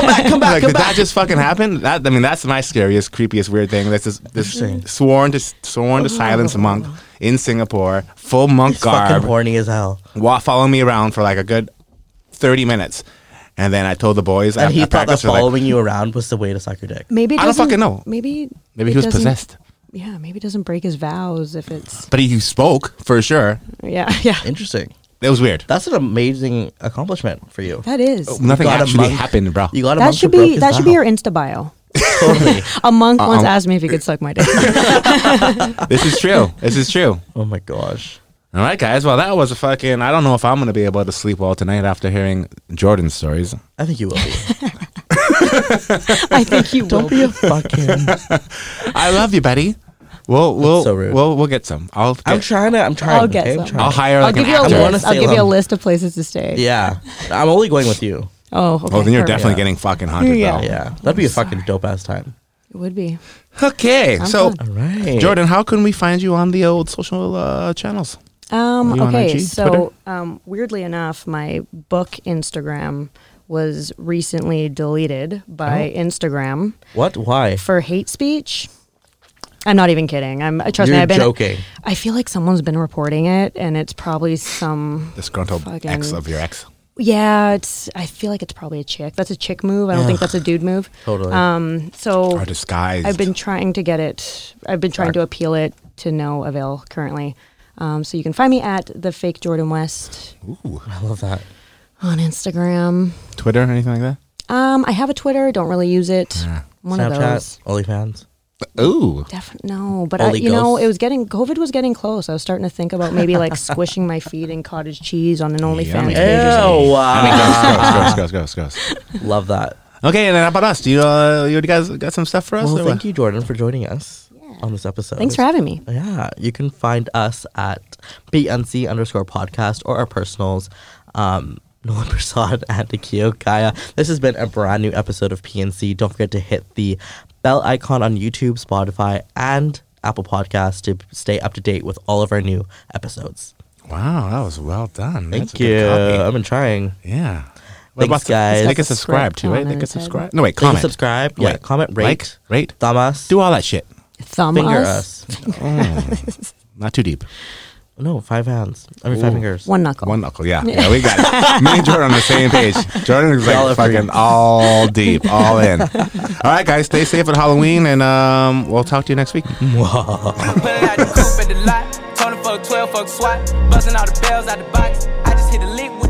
S1: back, come back,
S2: like,
S1: come
S2: did that
S1: back.
S2: just fucking happen? That, I mean, that's my scariest, creepiest, weird thing. That's this, this sworn to sworn to silence monk in Singapore, full monk
S1: Fucking
S2: garb,
S1: horny as hell.
S2: wa- following me around for like a good thirty minutes, and then I told the boys
S1: And
S2: at,
S1: he
S2: at
S1: thought that
S2: practice, they're like,
S1: following you around was the way to suck your dick.
S3: Maybe it
S2: I don't
S3: doesn't-
S2: fucking know.
S3: Maybe
S2: maybe
S3: it
S2: he was
S3: doesn't-
S2: possessed,
S3: Yeah, maybe it doesn't break his vows if it's
S2: but he, he spoke for sure.
S3: yeah yeah.
S1: Interesting.
S2: It was weird.
S1: That's an amazing accomplishment for you.
S3: That is
S2: Nothing
S1: got a
S2: actually
S1: monk.
S2: happened, bro.
S1: You got a
S3: that
S1: monk
S3: should
S1: who broke
S3: be
S1: his
S3: that should be
S1: vow.
S3: your Insta bio.
S1: totally.
S3: A monk once
S2: um,
S3: asked me if he could suck my dick.
S2: this is true. This is true.
S1: Oh my gosh.
S2: All right, guys. Well, that was a fucking. I don't know if I'm gonna be able to sleep well tonight after hearing Jordan's stories.
S1: I think you will be.
S3: I think you will.
S1: Don't be a fucking.
S2: I love you, buddy. We'll we'll
S1: so rude.
S2: we'll we'll get some. I'll get,
S1: I'm trying to. I'm trying.
S3: I'll get
S1: okay? I'm
S3: some.
S1: trying.
S2: I'll hire
S3: I'll
S2: like
S3: give
S2: an
S3: you a
S2: actor.
S1: wanna
S3: list. I'll
S1: say
S3: give you a
S1: them.
S3: list of places to stay.
S1: Yeah, I'm only going with you.
S3: Oh, okay.
S2: Oh, then you're
S3: perfect.
S2: definitely getting fucking haunted.
S3: Yeah.
S2: though.
S1: Yeah, that'd be a fucking dope ass time.
S3: It would be.
S2: Okay,
S3: I'm
S2: so
S3: fine.
S1: All right,
S2: Jordan, how can we find you on the old social uh, channels?
S3: Um,
S2: You on
S3: okay,
S2: IG,
S3: so um, weirdly enough, my book Instagram was recently deleted by
S2: Oh.
S3: Instagram
S1: What? Why?
S3: for hate speech. I'm not even kidding. I'm I- trust
S1: You're
S3: me. I've been
S1: joking.
S3: I feel like someone's been reporting it, and it's probably some.
S2: Disgruntled
S3: Fucking-
S2: ex of your ex.
S3: Yeah, it's. I feel like it's probably a chick. That's a chick move. I don't think that's a dude move.
S1: Totally.
S3: Um. So
S2: Or disguised.
S3: I've been trying to get it. I've been trying
S2: Back.
S3: to appeal it to no avail currently. Um, so you can find me at the fake Jordan West
S2: Ooh.
S1: I love that.
S3: on Instagram.
S2: Twitter, anything like
S3: Um, I have a Twitter. Don't really use it.
S2: Yeah.
S3: One of
S1: Snapchat,
S3: those.
S1: OnlyFans.
S2: that? Ooh.
S3: Definitely no, but I,
S1: Only
S3: you know,
S1: ghosts?
S3: it was getting COVID was getting close. I was starting to think about maybe like squishing my feet in cottage cheese on an OnlyFans
S2: Yummy.
S3: page.
S2: Ew.
S3: or something.
S2: I mean, gross, gross, gross, gross, gross.
S1: Love that.
S2: Okay, and then how about us? Do you, uh, you guys got some stuff for us?
S1: Well,
S2: or
S1: thank
S2: what?
S1: you, Jordan, for joining us
S3: Yeah.
S1: on this episode.
S3: Thanks for having me.
S1: Yeah, you can find us at BNC underscore podcast or our personals. Um, Nolan Prasad and Akio Kaya. This has been a brand new episode of PNC. Don't forget to hit the bell icon on YouTube, Spotify, and Apple Podcasts to stay up to date with all of our new episodes.
S2: Wow, that was well done.
S1: Thank
S2: That's a
S1: you.
S2: good copy.
S1: I've been trying.
S2: Yeah.
S1: Thanks, guys.
S2: They can subscribe too, right? They can
S3: Comment.
S2: subscribe. No, wait,
S1: Comment.
S2: comment.
S1: subscribe. Yeah,
S2: Wait,
S1: comment, rate,
S2: like, rate.
S1: thumb us,
S2: Do all that shit.
S3: Thumb
S1: finger
S3: us.
S1: us.
S2: Mm. Not too deep. No.
S1: Five hands. I mean, five
S2: Ooh.
S1: fingers.
S3: One knuckle.
S2: One knuckle, yeah. Yeah, we got it. Me and Jordan on the same page. Jordan is
S1: Y'all are
S2: like fucking all deep, all in. All right, guys, stay safe at Halloween, and um, we'll talk to you next week.
S4: Put it out the coupe at the lot. Told him fuck 12, fuck SWAT. Buzzing all the bells out the box. I just hit a lick with Mm.